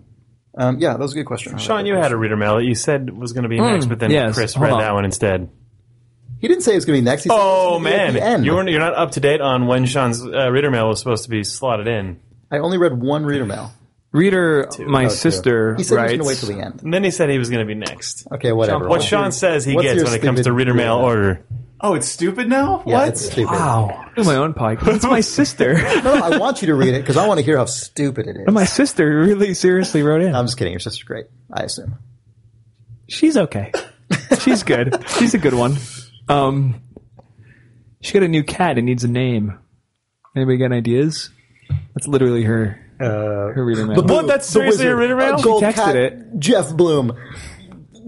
Um, yeah, that was a good question. Sean, you had a reader mail that you said was going to be next, but then yes, Chris hold read on. that one instead. He didn't say it was going to be next. He said it was Oh gonna be at man, the end. you were, you're not up to date on when Sean's uh, reader mail was supposed to be slotted in. I only read one reader mail. Reader, my Oh, two. sister He said writes. he was going to wait till the end. And then he said he was going to be next. Okay, whatever. What Sean says he what's gets your when it comes to stupid reader mail reader mail? order. oh it's stupid now Yeah, what it's stupid. Wow, do my own podcast. It's [LAUGHS] my sister. No, no, I want you to read it because I want to hear how stupid it is. my sister really seriously wrote in. I'm just kidding. Your sister's great. I assume. She's okay. She's good. She's a good one. Um, she got a new cat and needs a name. Anybody got ideas? That's literally her Uh, her reader mail. the What? That's the seriously a wizard. reader mail? Gold She texted cat, it. Jeff Bloom,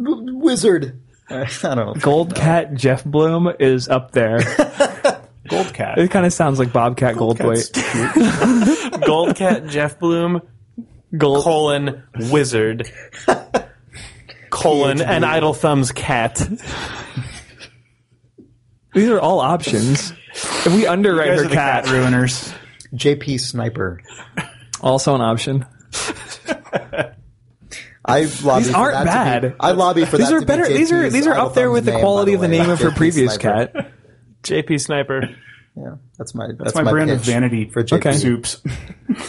W- wizard. [LAUGHS] Uh, I don't know. Gold Cat Jeff Bloom is up there. Gold cat. It kind of sounds like Bobcat Goldthwait. Goldcat Jeff Bloom Gold. colon wizard colon and idle thumbs cat. These are all options. If we underwrite Guys her are the cat cat, ruiners. JP Sniper. also an option. I lobby These for aren't that to be- bad. I lobby for These that are to be better. These are JP's these are Idle up there Thumb's with the name, quality by of the way. name of her JP previous Sniper. cat. JP Sniper. Yeah, that's my that's, my, brand of pitch vanity for JP. Okay. soups.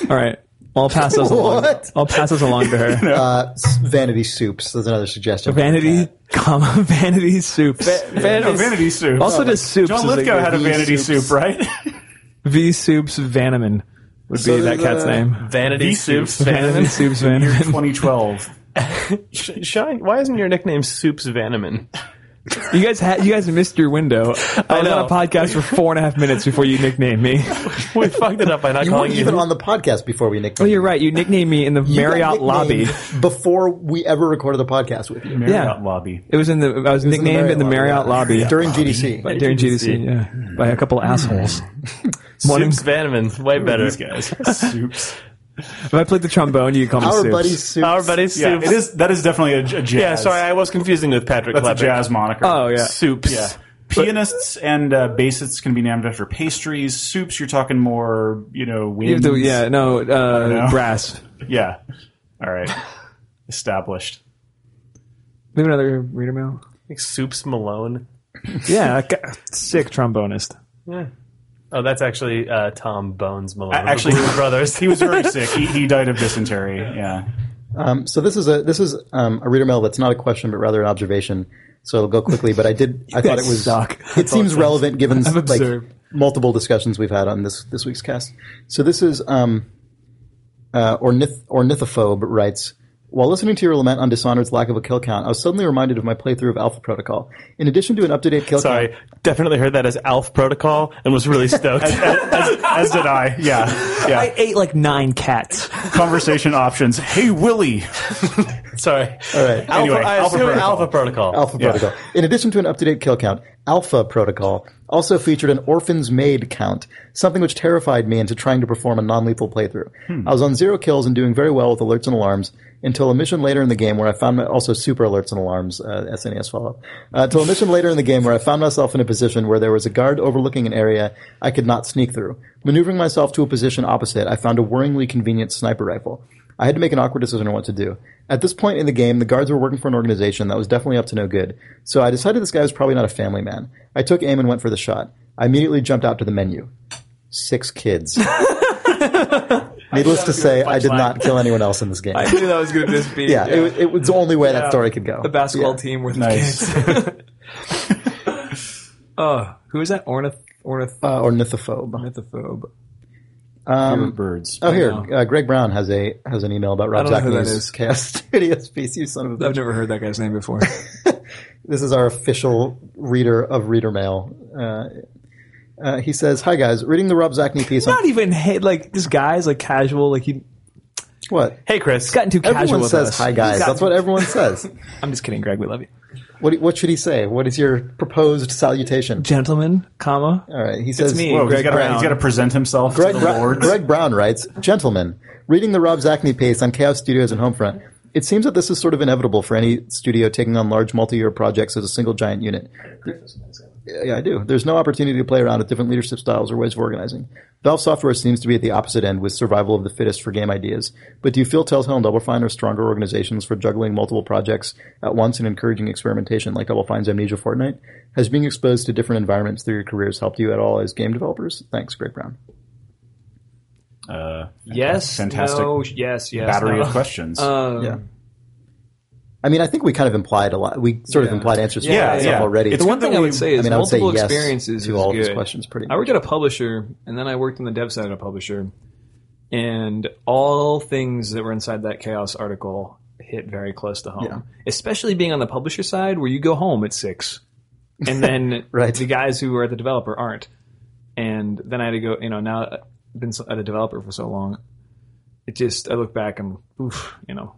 All right. Well, I'll pass those along. [LAUGHS] [LAUGHS] What? I'll pass those along to her. Uh, s- vanity soups. That's another suggestion. Vanity, comma [LAUGHS] vanity soups. Oh, vanity soup. also, just soups. John is like Lithgow a had a V vanity soups. soup, right? V soups Vanaman would be So that cat's the- name. Vanity Soups. Soups. [LAUGHS] Vanity Vanaman. soups [LAUGHS] Year Vanaman. 2012. Sh- Shine. Why isn't your nickname Soups Vanaman? [LAUGHS] You guys had you guys missed your window. I, was on know. a podcast for four and a half minutes before you nicknamed me. [LAUGHS] We fucked it up by not You calling weren't you. even on the podcast before we nicknamed. Oh, you're right. You nicknamed me in the You got Marriott lobby. nicknamed before we ever recorded the podcast with you. Marriott Lobby. It was in the I was in the nicknamed in the Marriott Marriott lobby, lobby, yeah. during GDC. by, during GDC, yeah, by a couple assholes. One Soups Vanaman. Way better. These guys. soups. If I played the trombone, you call me Our Soups. buddy soups. Our buddy Yeah, Soups. it is. That is definitely a, a jazz. Yeah, sorry, I was confusing with Patrick that's a Levick. jazz moniker. Oh yeah, Soups. Yeah. Pianists and uh, bassists can be named after pastries. Soups, you're talking more, you know, You have winds. to- yeah, no, know. uh, brass. Yeah. All right. Established. Maybe another reader mail. Like Soups Malone. Yeah, that guy- sick trombonist. Oh, that's actually uh, Tom Bones Malone. A- actually- The Blues brothers. He was very sick. He, he died of dysentery. Yeah. Um, so this is a this is um, a reader mail that's not a question but rather an observation. So it'll go quickly, but I did [LAUGHS] I thought it guys was suck. it That's all it seems says. relevant given I've like observed. multiple discussions we've had on this this week's cast. So this is um, uh, ornith- ornithophobe writes. While listening to your lament on Dishonored's lack of a kill count, I was suddenly reminded of my playthrough of Alpha Protocol. In addition to an up-to-date kill [LAUGHS] Sorry, count, definitely heard that as Alf Protocol and was really [LAUGHS] stoked. As did I. Yeah. Yeah. I ate like nine [LAUGHS] cats. Conversation options. Hey, Willie. all Sorry. right, Alpha, Anyway, I Alpha assume Protocol. Alpha Protocol. Alpha Yeah. Protocol. In addition to an up-to-date kill count, Alpha Protocol also featured an orphan's maid count, something which terrified me into trying to perform a non-lethal playthrough. I was on zero kills and doing very well with alerts and alarms until a mission later in the game where I found my, also super alerts and alarms, uh, SNES follow-up, uh, until a mission later in the game where I found myself in a position where there was a guard overlooking an area I could not sneak through. Maneuvering myself to a position opposite, I found a worryingly convenient sniper rifle. I had to make an awkward decision on what to do. At this point in the game, the guards were working for an organization that was definitely up to no good, so I decided this guy was probably not a family man. I took aim and went for the shot. I immediately jumped out to the menu. Six [LAUGHS] kids. Needless to say, I did not kill anyone else in this game. knew that was going to just be. [LAUGHS] yeah, It, was- it was the only way that story could go. the basketball Yeah. team were the Nice. kids. [LAUGHS] Oh, who is that? Ornith ornith Uh, ornithophobe. ornithophobe. Um, Birds. oh, here, I uh, Greg Brown has a has an email about Rob don't know who that Zachney's is. Chaos [LAUGHS] Studios piece. You son of a bitch. I've never heard that guy's name before. this is our official reader of reader mail. Uh, uh, he says, "Hi guys, reading the Rob Zachney piece on [LAUGHS] Not even hey, like this guy's like casual. Like he what Hey, Chris. gotten too casual. everyone with says. us. Hi guys, He's that's gotten- what everyone says. [LAUGHS] I'm just kidding, Greg. We love you, what what should he say? What is your proposed salutation? gentlemen. Comma. All right, he says. me. Whoa, Greg he's got Brown. to he's got to present himself Oh, Greg, to the Bra- lords. Greg Brown writes, Gentlemen, reading the Rob Zachney piece on Chaos Studios and Homefront, it seems that this is sort of inevitable for any studio taking on large multi-year projects as a single giant unit. Yeah, I do. There's no opportunity to play around with different leadership styles or ways of organizing. Valve Software seems to be at the opposite end with survival of the fittest for game ideas. But do you feel Telltale and Double Fine are stronger organizations for juggling multiple projects at once and encouraging experimentation like Double Fine's Amnesia Fortnite? Has being exposed to different environments through your careers helped you at all as game developers? Thanks, Greg Brown. Uh, Yes. Fantastic no, yes. Yes. battery no. of questions. Uh, Um, Yeah. I mean, I think we kind of implied a lot. We sort of Yeah. implied answers to a Yeah, lot of yeah. stuff already. The one thing I would say is I mean, I would say multiple yes experiences to is all of good. these questions I pretty much. worked at a publisher, and then I worked on the dev side at a publisher, and all things that were inside that chaos article hit very close to home, especially being on the publisher side where you go home at six, and then [LAUGHS] Right. the guys who are at the developer aren't, and then I had to go. You know, now I've been so- at a developer for so long, it just I look back and oof, you know,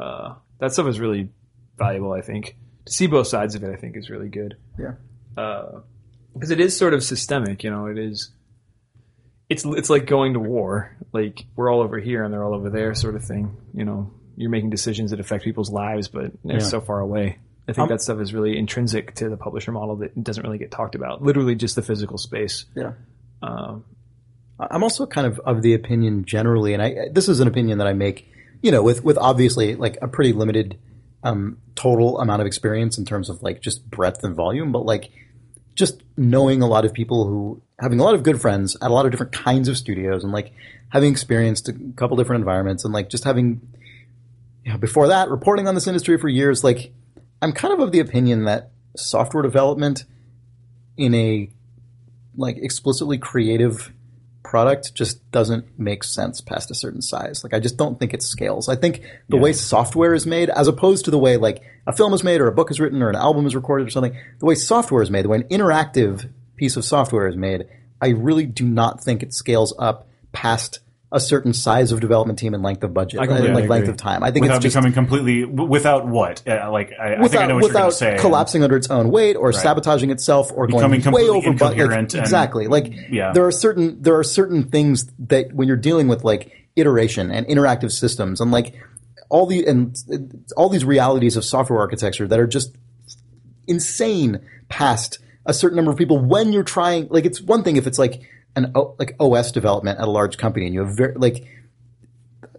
uh, that stuff is really valuable. I think to see both sides of it, I think is really good. Yeah. because it is sort of systemic. You know, it is. It's it's like going to war. Like we're all over here and they're all over there, sort of thing. You know, you're making decisions that affect people's lives, but they're so far away. I Um, think that stuff is really intrinsic to the publisher model that doesn't really get talked about. Literally, just the physical space. Yeah. Um, I'm also kind of of the opinion generally, and I this is an opinion that I make, you know, with with obviously like a pretty limited um, total amount of experience in terms of like just breadth and volume, but like just knowing a lot of people who having a lot of good friends at a lot of different kinds of studios and like having experienced a couple different environments and like just having you know, before that reporting on this industry for years like i'm kind of of the opinion that software development in a like explicitly creative product just doesn't make sense past a certain size. Like I just don't think it scales. I think the way software is made, as opposed to the way like a film is made or a book is written or an album is recorded or something, the way software is made, the way an interactive piece of software is made, I really do not think it scales up past a certain size of development team and length of budget, and, completely like agree. length of time. I think without it's just becoming completely w- without what? Uh, like I, I think I without, know what you're going without to say. collapsing under its own weight or sabotaging itself or Becoming going way completely over but incoherent like, and- exactly like Yeah. there are certain there are certain things that when you're dealing with like iteration and interactive systems and like all the and uh, all these realities of software architecture that are just insane past a certain number of people when you're trying like it's one thing if it's like an O- like OS development at a large company and you have very like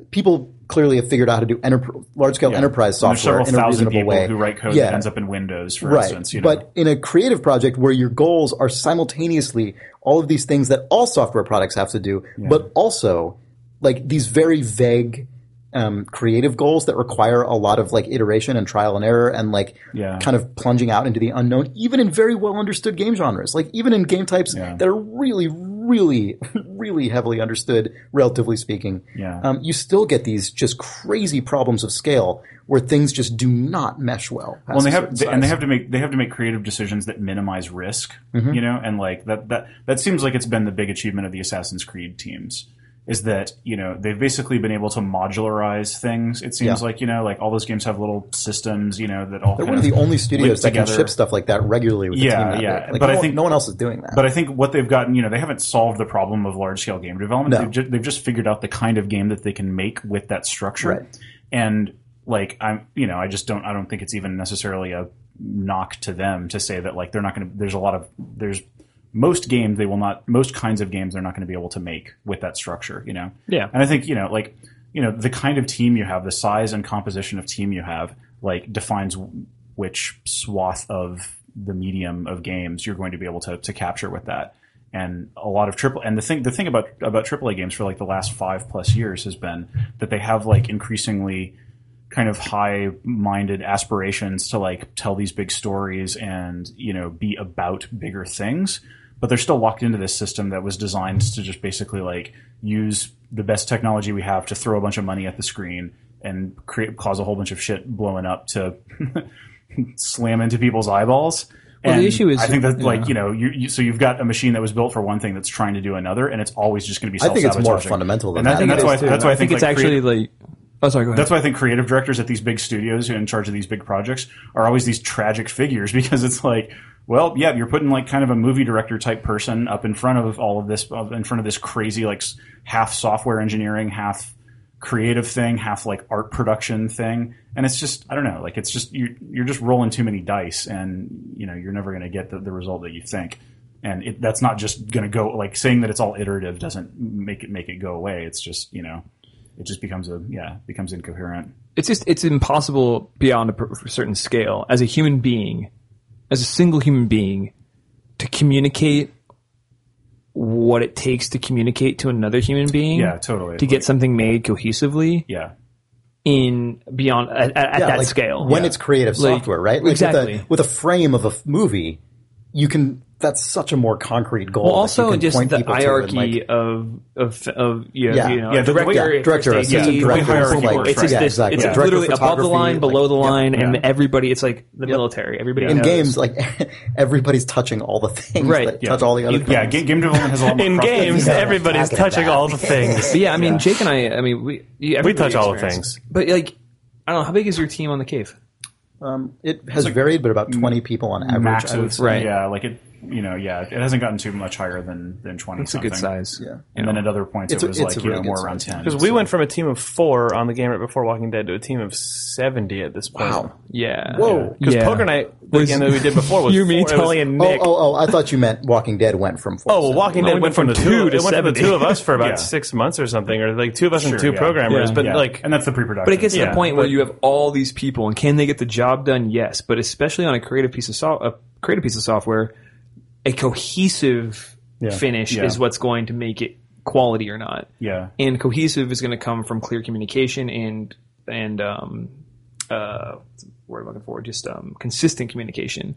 people clarly have figured out how to do enter- large scale enterprise And There's software several in a thousand reasonable people way who write code Yeah that ends up in Windows, for instance. You know, but in a creative project where your goals are simultaneously all of these things that all software products have to do, but also like these very vague um, creative goals that require a lot of like iteration and trial and error and like Yeah. kind of plunging out into the unknown, even in very well understood game genres, like even in game types that are really, really, really heavily understood, relatively speaking. Yeah. Um, you still get these just crazy problems of scale where things just do not mesh well. past well, and a they certain have they- and they size. have to make they have to make creative decisions that minimize risk, Mm-hmm. you know, and like that that that seems like it's been the big achievement of the Assassin's Creed teams is that you know they've basically been able to modularize things. It seems Yeah. like you know like all those games have little systems, you know, that all They're one kind of the only linked studios that can together. ship stuff like that regularly with the Yeah, team. that yeah. big. Like, But no I one- think- no one else is doing that. But I think what they've gotten, you know, they haven't solved the problem of large scale game development. No. They've, just, they've just figured out the kind of game that they can make with that structure. Right. And like I'm, you know, I just don't. I don't think it's even necessarily a knock to them to say that like they're not going to. There's a lot of there's most games they will not. Most kinds of games they're not going to be able to make with that structure. You know. Yeah. And I think you know like you know the kind of team you have, the size and composition of team you have, like defines which swath of the medium of games you're going to be able to, to capture with that. And a lot of triple and the thing the thing about about AAA games for like the last five plus years has been that they have like increasingly kind of high minded aspirations to like tell these big stories and you know be about bigger things but they're still locked into this system that was designed to just basically like use the best technology we have to throw a bunch of money at the screen and create cause a whole bunch of shit blowing up to [LAUGHS] slam into people's eyeballs Well, the And issue is- I think that, yeah. like you know, you, you so you've got a machine that was built for one thing that's trying to do another, and it's always just going to be. I think it's more self-sabotaging. fundamental than and that- that. and I that's think why it is, too. that's why I think, it's like, creative- actually like. Oh, sorry. Go ahead. that's why I think creative directors at these big studios who are in charge of these big projects are always these tragic figures [LAUGHS] because it's like, well, yeah, you're putting like kind of a movie director type person up in front of all of this, up in front of this crazy like s- half software engineering, half creative thing, half like art production thing, and it's just I don't know, like it's just you you're just rolling too many dice, and you know you're never going to get the, the result that you think. And it, that's not just going to go like saying that it's all iterative doesn't make it make it go away. It's just you know it just becomes a yeah becomes incoherent it's just it's impossible beyond a per- certain scale as a human being as a single human being to communicate what it takes to communicate to another human being Yeah, totally. to get something made cohesively yeah in beyond at, at, at Yeah, that like, scale when Yeah. it's creative Like, software, right? Like exactly. With a, with a frame of a f- movie, you can. That's such a more concrete goal. Well, that you also can just point the people to and, hierarchy like, of of of you know, Yeah. you know Yeah, the- the way- director, yeah, director, first AD, assistant you director, hire it's people. like- it's just yeah, this, exactly. it's Yeah. literally Director of above the line, photography, below like- the yeah. line, and Yeah. everybody. It's like the military. Everybody in knows. games, like [LAUGHS] everybody's touching all the things Right, that yeah. touch all the other. yeah, things. game, game development has a lot [LAUGHS] more In cross- games, Yeah. everybody's Talking touching about- all the things. But [LAUGHS] yeah, I mean, Jake and I. I mean, we yeah, We everybody touch all the experiences. things. But like, I don't know. How big is your team on the cave? Um, it has varied, but about twenty people on average. max I would of- say. Right. Yeah, like it. You know, yeah, it hasn't gotten too much higher than than twenty. It's a something. good size. Yeah. And then at other points, It's a- it was it's like a you know really good more around size. ten. Because we went from a team of four on the game right before Walking Dead to a team of seventy at this point. Wow. Yeah. Whoa! Because Yeah. poker night, the Was- game that we did before [LAUGHS] was you, me, four- it was- Tully, and Oh, Nick. oh, oh! I thought you meant Walking Dead went from four. Oh, to well, seven. Walking No, Dead we went from the two. to it went from the 70. two of us [LAUGHS] for about Yeah. six months or something, or like two of us and Sure, two yeah. programmers. Yeah. But yeah. like, and that's the pre-production. But it gets to Yeah, the point where but- you have all these people, and can they get the job done? Yes, but especially on a creative piece of so- a creative piece of software, a cohesive finish Yeah. is what's going to make it quality or not. Yeah. and cohesive is going to come from clear communication and and um uh what's the word I'm looking for just um consistent communication.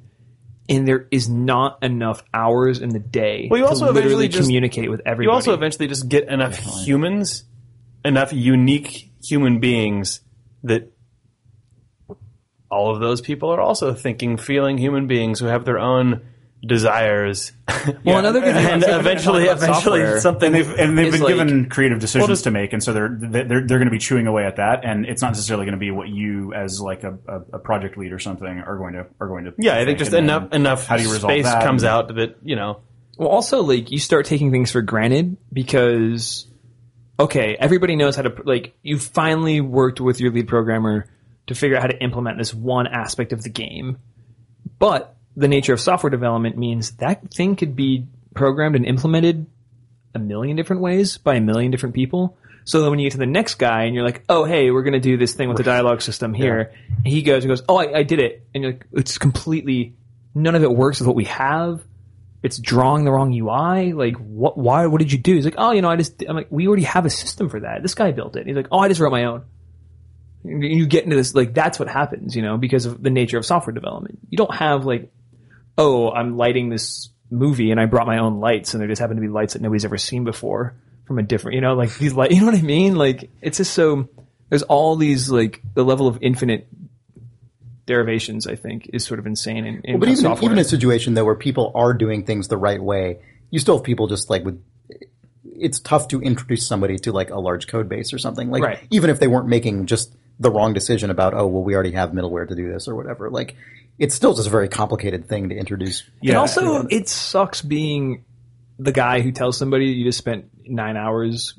And there is not enough hours in the day Well, you to also literally eventually just- communicate with you everybody. also eventually just get enough humans, enough unique human beings that all of those people are also thinking, feeling human beings who have their own [LAUGHS] desires. well, another good thing and about- eventually, about eventually, software- something and they've and they've It's been like- given creative decisions just- to make, and so they're they're they're going to be chewing away at that, and it's not necessarily going to be what you as like a, a, a project lead or something are going to are going to. Yeah, I think just and enough then enough How do you resolve space that? comes And- out that you know. Well, also like you start taking things for granted because okay, everybody knows how to like you finally worked with your lead programmer to figure out how to implement this one aspect of the game. But the nature of software development means that thing could be programmed and implemented a million different ways by a million different people. So then when you get to the next guy and you're like, oh, hey, we're going to do this thing with the dialogue system here. and He goes and goes, oh, I, I did it. And you're like, it's completely, none of it works with what we have. It's drawing the wrong UI. Like, what, why, what did you do? He's like, oh, you know, I just, I'm like, we already have a system for that. This guy built it. He's like, oh, I just wrote my own. And You get into this, like, that's what happens, you know, because of the nature of software development. You don't have, like, oh, I'm lighting this movie and I brought my own lights and there just happen to be lights that nobody's ever seen before from a different, you know, like these light, [LAUGHS] you know what I mean? Like it's just so there's all these like the level of infinite derivations I think is sort of insane in, in But even software. even a situation though where people are doing things the right way, you still have people just like with. It's tough to introduce somebody to like a large code base or something. Like Right. even if they weren't making just the wrong decision about oh well we already have middleware to do this or whatever. Like it's still just a very complicated thing to introduce. and also it sucks being the guy who tells somebody you just spent nine hours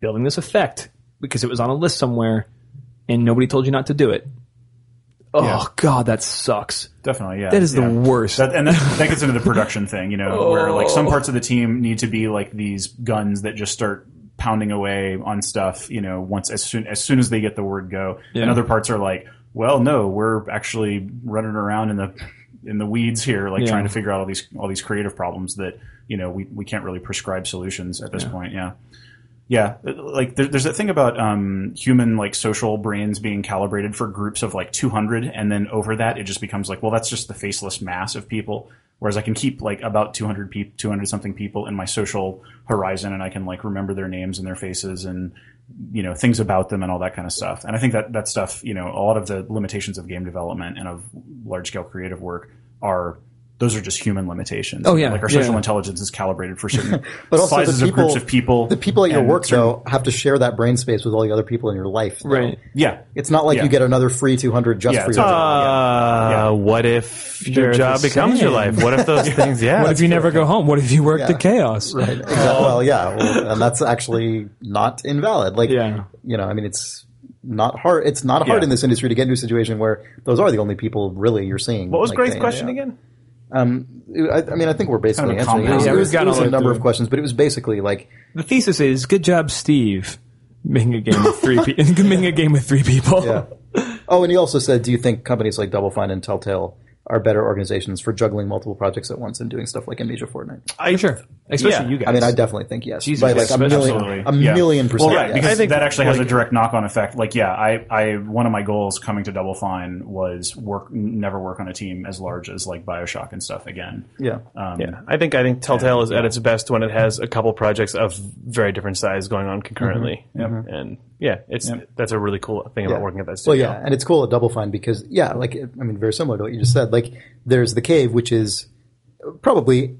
building this effect because it was on a list somewhere and nobody told you not to do it. Oh Yeah. God, that sucks. Definitely, yeah. That is yeah. the worst. That, and that, that gets into the production thing, you know, where like Oh. some parts of the team need to be like these guns that just start pounding away on stuff, you know, once as soon as soon as they get the word go. And other parts are like, well, no, we're actually running around in the in the weeds here, like Yeah. trying to figure out all these all these creative problems that you know we we can't really prescribe solutions at this point. Yeah. Yeah, like there, there's that thing about um, human like social brains being calibrated for groups of like 200, and then over that it just becomes like, well, that's just the faceless mass of people. Whereas I can keep like about 200 people, 200 something people in my social horizon, and I can like remember their names and their faces and you know things about them and all that kind of stuff. And I think that that stuff, you know, a lot of the limitations of game development and of large scale creative work are. Those are just human limitations. Oh, yeah. like our social Yeah. intelligence is calibrated for certain [LAUGHS] But also the sizes people- of groups of people. The people at your and work certain- though have to share that brain space with all the other people in your life. though. Right. Yeah, It's not like Yeah. you get another free 200 just Yeah, for it's your not- job. Uh, Yeah. What if They're your the job becomes your same. life? What [LAUGHS] if those things? Yeah. What if you never go home? What if you work the chaos? Exactly. Well, [LAUGHS] yeah, well, and that's actually not invalid. Like, Yeah. you know, I mean, it's not hard. It's not hard Yeah. in this industry to get into a situation where those are the only people really you're seeing. What was like, Greg's day in, question day out. again? I, I mean, I think we're basically Kind of a answering. It was, compound. it Yeah, was, we've got it was all a the- number of questions, but it was basically like, The thesis is good job, Steve, making a game with [LAUGHS] three people. making a game with three people. yeah. oh, and he also said, do you think companies like Double Fine and Telltale? are better organizations for juggling multiple projects at once and doing stuff like Amnesia Fortnite. [LAUGHS] I, sure, especially yeah. you guys. I mean, I definitely think yes, Jesus, by like yes, a million, absolutely. a Yeah. million percent. Well, right, yes. because I think, that actually has a like- direct knock-on effect. Like, yeah, I, I, one of my goals coming to Double Fine was work, never work on a team as large as like Bioshock and stuff again. yeah, Um, Yeah, I think I think Telltale is at its best when it has a couple projects of very different size going on concurrently. Mm-hmm. And yeah, it's that's a really cool thing about Yeah. working at that Well, studio. yeah, and it's cool at Double Fine because yeah, like it- I mean, very similar to what you just said. Like there's the cave, which is probably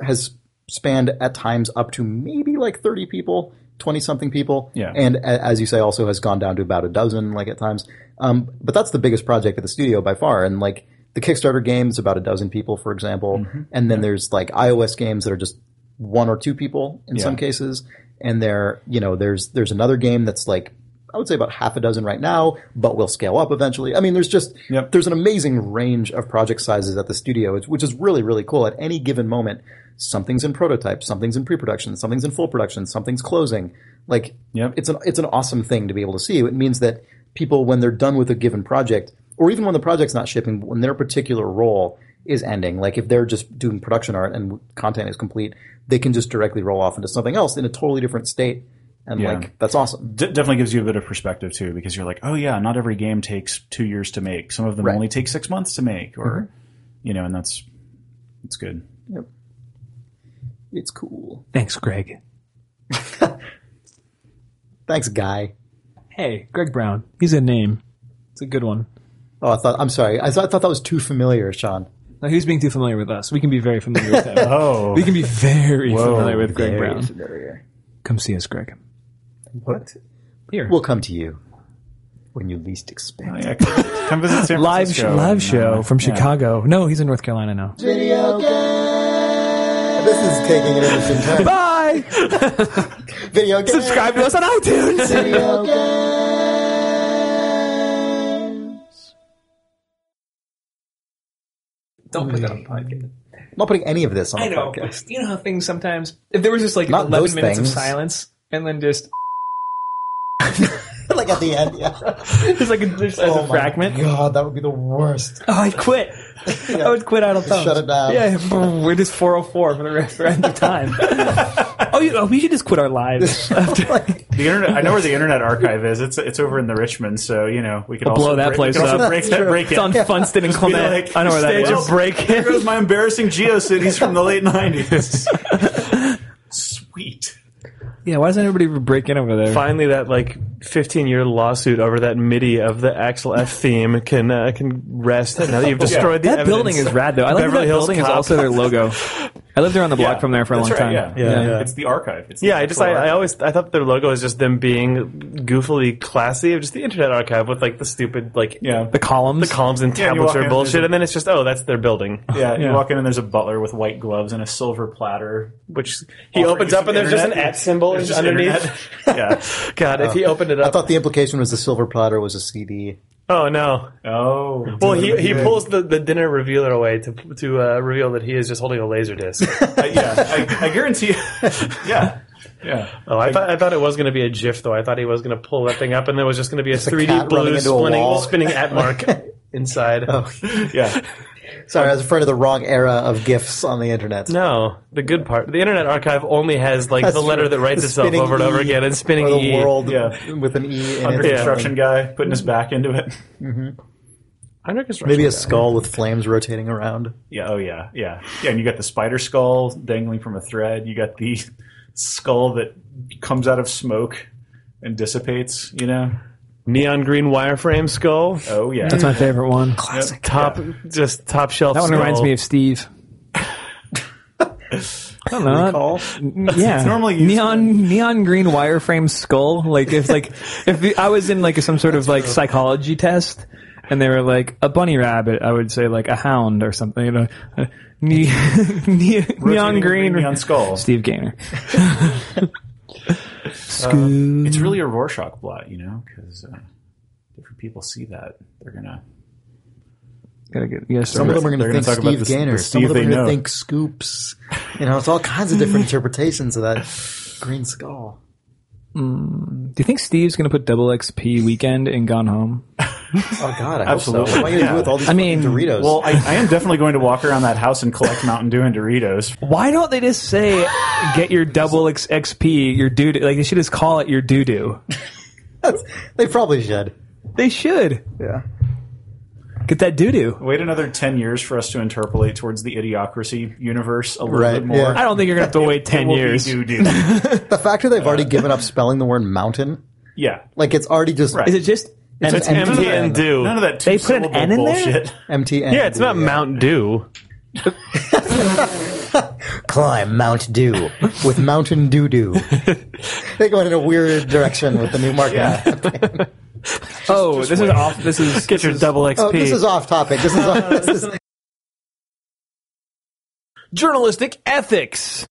has spanned at times up to maybe like thirty people, twenty something people, Yeah. and a- as you say, also has gone down to about a dozen, like at times. Um, but that's the biggest project at the studio by far, and like the Kickstarter games, about a dozen people, for example, Mm-hmm. and then there's like iOS games that are just one or two people in some cases, and there, you know, there's there's another game that's like I would say about half a dozen right now, but will scale up eventually. I mean, there's just Yep. there's an amazing range of project sizes at the studio, which- which is really really cool. At any given moment, something's in prototype, something's in pre-production, something's in full production, something's closing. Like Yep. it's an it's an awesome thing to be able to see. It means that people when they're done with a given project, or even when the project's not shipping, when their particular role is ending, like if they're just doing production art and content is complete, they can just directly roll off into something else in a totally different state. And Yeah. like that's awesome. D- definitely gives you a bit of perspective too, because you're like, oh yeah, not every game takes two years to make. Some of them Right. Mm-hmm. only take six months to make, or you know, and that's it's [LAUGHS] good. It's cool. Thanks, Greg. Thanks, guy. Hey, Greg Brown. He's a name. It's a good one. Oh, I thought I'm sorry. I thought, I thought that was too familiar, Sean. Now, he's being too familiar with us. We can be very familiar with [LAUGHS] him. Oh, we can be very familiar with Greg Very Brown. familiar. Come see us, Greg. What? Here. We'll come to you when you least expect. yeah, come come visit San live sh- Francisco live and, show uh, from yeah. Chicago. No, he's in North Carolina now. Video game. This is taking an interesting turn. Bye. [LAUGHS] Video game. Subscribe to us on [LAUGHS] iTunes. Video games. Don't put that on podcast. I'm not putting any of this on I the know. podcast. [LAUGHS] but You know how things sometimes. If there was just like Not those eleven minutes things. of silence and then just [LAUGHS] like at the end, yeah. just like a, just as a fragment. Oh God, that would be the worst. Oh, I quit. [LAUGHS] I would quit out of thumbs. shut it down. Yeah, boom, we're just 404 for the rest rest of [LAUGHS] time. oh, you, oh, we should just quit our lives. [LAUGHS] After, The internet. I know where the Internet Archive is. It's it's over in the Richmond, so you know we could also blow that break, place we could also up. break that break it's on it. Funston and Be Clement. like, I know where that stage is. of break. Here goes my embarrassing GeoCities from the late nineties. Sweet. Yeah, why doesn't everybody break in over there? Finally, that like 15 year lawsuit over that MIDI of the Axel F theme can uh, can rest now that you've destroyed the That evidence. building is rad though. I like that Beverly that Hills building is Cop. also their logo. I lived around the block Yeah. from there for a That's long time. right, Yeah. Yeah. it's the archive. It's the Yeah, I just actual I, I archive. always I thought their logo is just them being goofily classy of just the Internet Archive with like the stupid like yeah. The columns. the columns and Yeah, you tablets walk in, are there's bullshit, a- and then it's just oh that's their [LAUGHS] building. Yeah, you Yeah. walk in and there's a butler with white gloves and a silver platter. Which he Offering opens you up and some there's just an internet. at symbol There's just underneath. internet. God, if he opened it up, I thought the implication was the silver platter was [LAUGHS] a CD. oh no. [LAUGHS] yeah. Oh. Well, he, he pulls the, the dinner revealer away to to uh, reveal that he is just holding a laser disc. I, Uh, yeah, I, I guarantee. [LAUGHS] yeah. Um, Yeah. Oh, I thought I thought it was going to be a GIF though. I thought he was going to pull that thing up, and there was just going to be a a three D cat running blue into a spinning wall. Oh. spinning [LAUGHS] at mark inside. Yeah. Sorry, I was referring to the wrong era of gifs on the internet. No, the good part. The Internet Archive only has like That's the letter true. that writes The itself spinning over and over E again and spinning Or the E. world Yeah. with an E in Under it. construction guy putting his back into it. Under construction. Maybe a skull with flames rotating around. Yeah. Oh yeah. Yeah. Yeah. And you got the spider skull dangling from a thread. You got the skull that comes out of smoke and dissipates. You know. neon green wireframe skull. Oh yeah. That's my favorite one. Top, just top shelf. That one skull. reminds me of Steve. I don't know. Recall? Yeah, it's normally used- neon neon green wireframe skull. Like if like if the- I was in like some sort of like psychology test, and they were like a bunny rabbit, I would say like a hound or something. You know, Uh, ne- [LAUGHS] ne- neon Rotating green. neon skull. Steve [LAUGHS] Gaynor. Uh, Scoo- It's really a Rorschach blot, you know, because uh, different people see that they're gonna. gotta get, you gotta Some of start- them are going They're to gonna think talk about Steve this- Gaynor. this Some of Steve them are they going to know. think Scoops. You know, it's all kinds [LAUGHS] of different interpretations of that green skull. Do you think Steve's gonna put double XP weekend in Gone Home? Oh God, I hope Absolutely. so. What am I going to Yeah. do with all these I mean, fucking Doritos? Well, I, I am definitely going to walk around that house and collect Mountain Dew and Doritos. Why don't they just say, get your double X- XP, your doo doo? Like, they should just call it your doo doo. they probably should. They should. Yeah. Get that doo doo. Wait another ten years for us to interpolate towards the idiocracy universe a little Right, bit more. yeah. I don't think you're going to have to wait 10 years. Doo [LAUGHS] doo. The fact that they've Uh. already given up spelling the word mountain, Yeah. like it's already just Right. Is it just. It's and- an and- empty- Mountain Dew. None of that They put an two-syllable N in there? bullshit. MTN. Yeah, it's not Mountain Dew. Climb Mount Dew with Mountain Doo [LAUGHS] Doo. they go in a weird direction with the new marketing. oh, this is off. This is. Get your double XP. Oh, this is off topic. This is, off, this is journalistic ethics.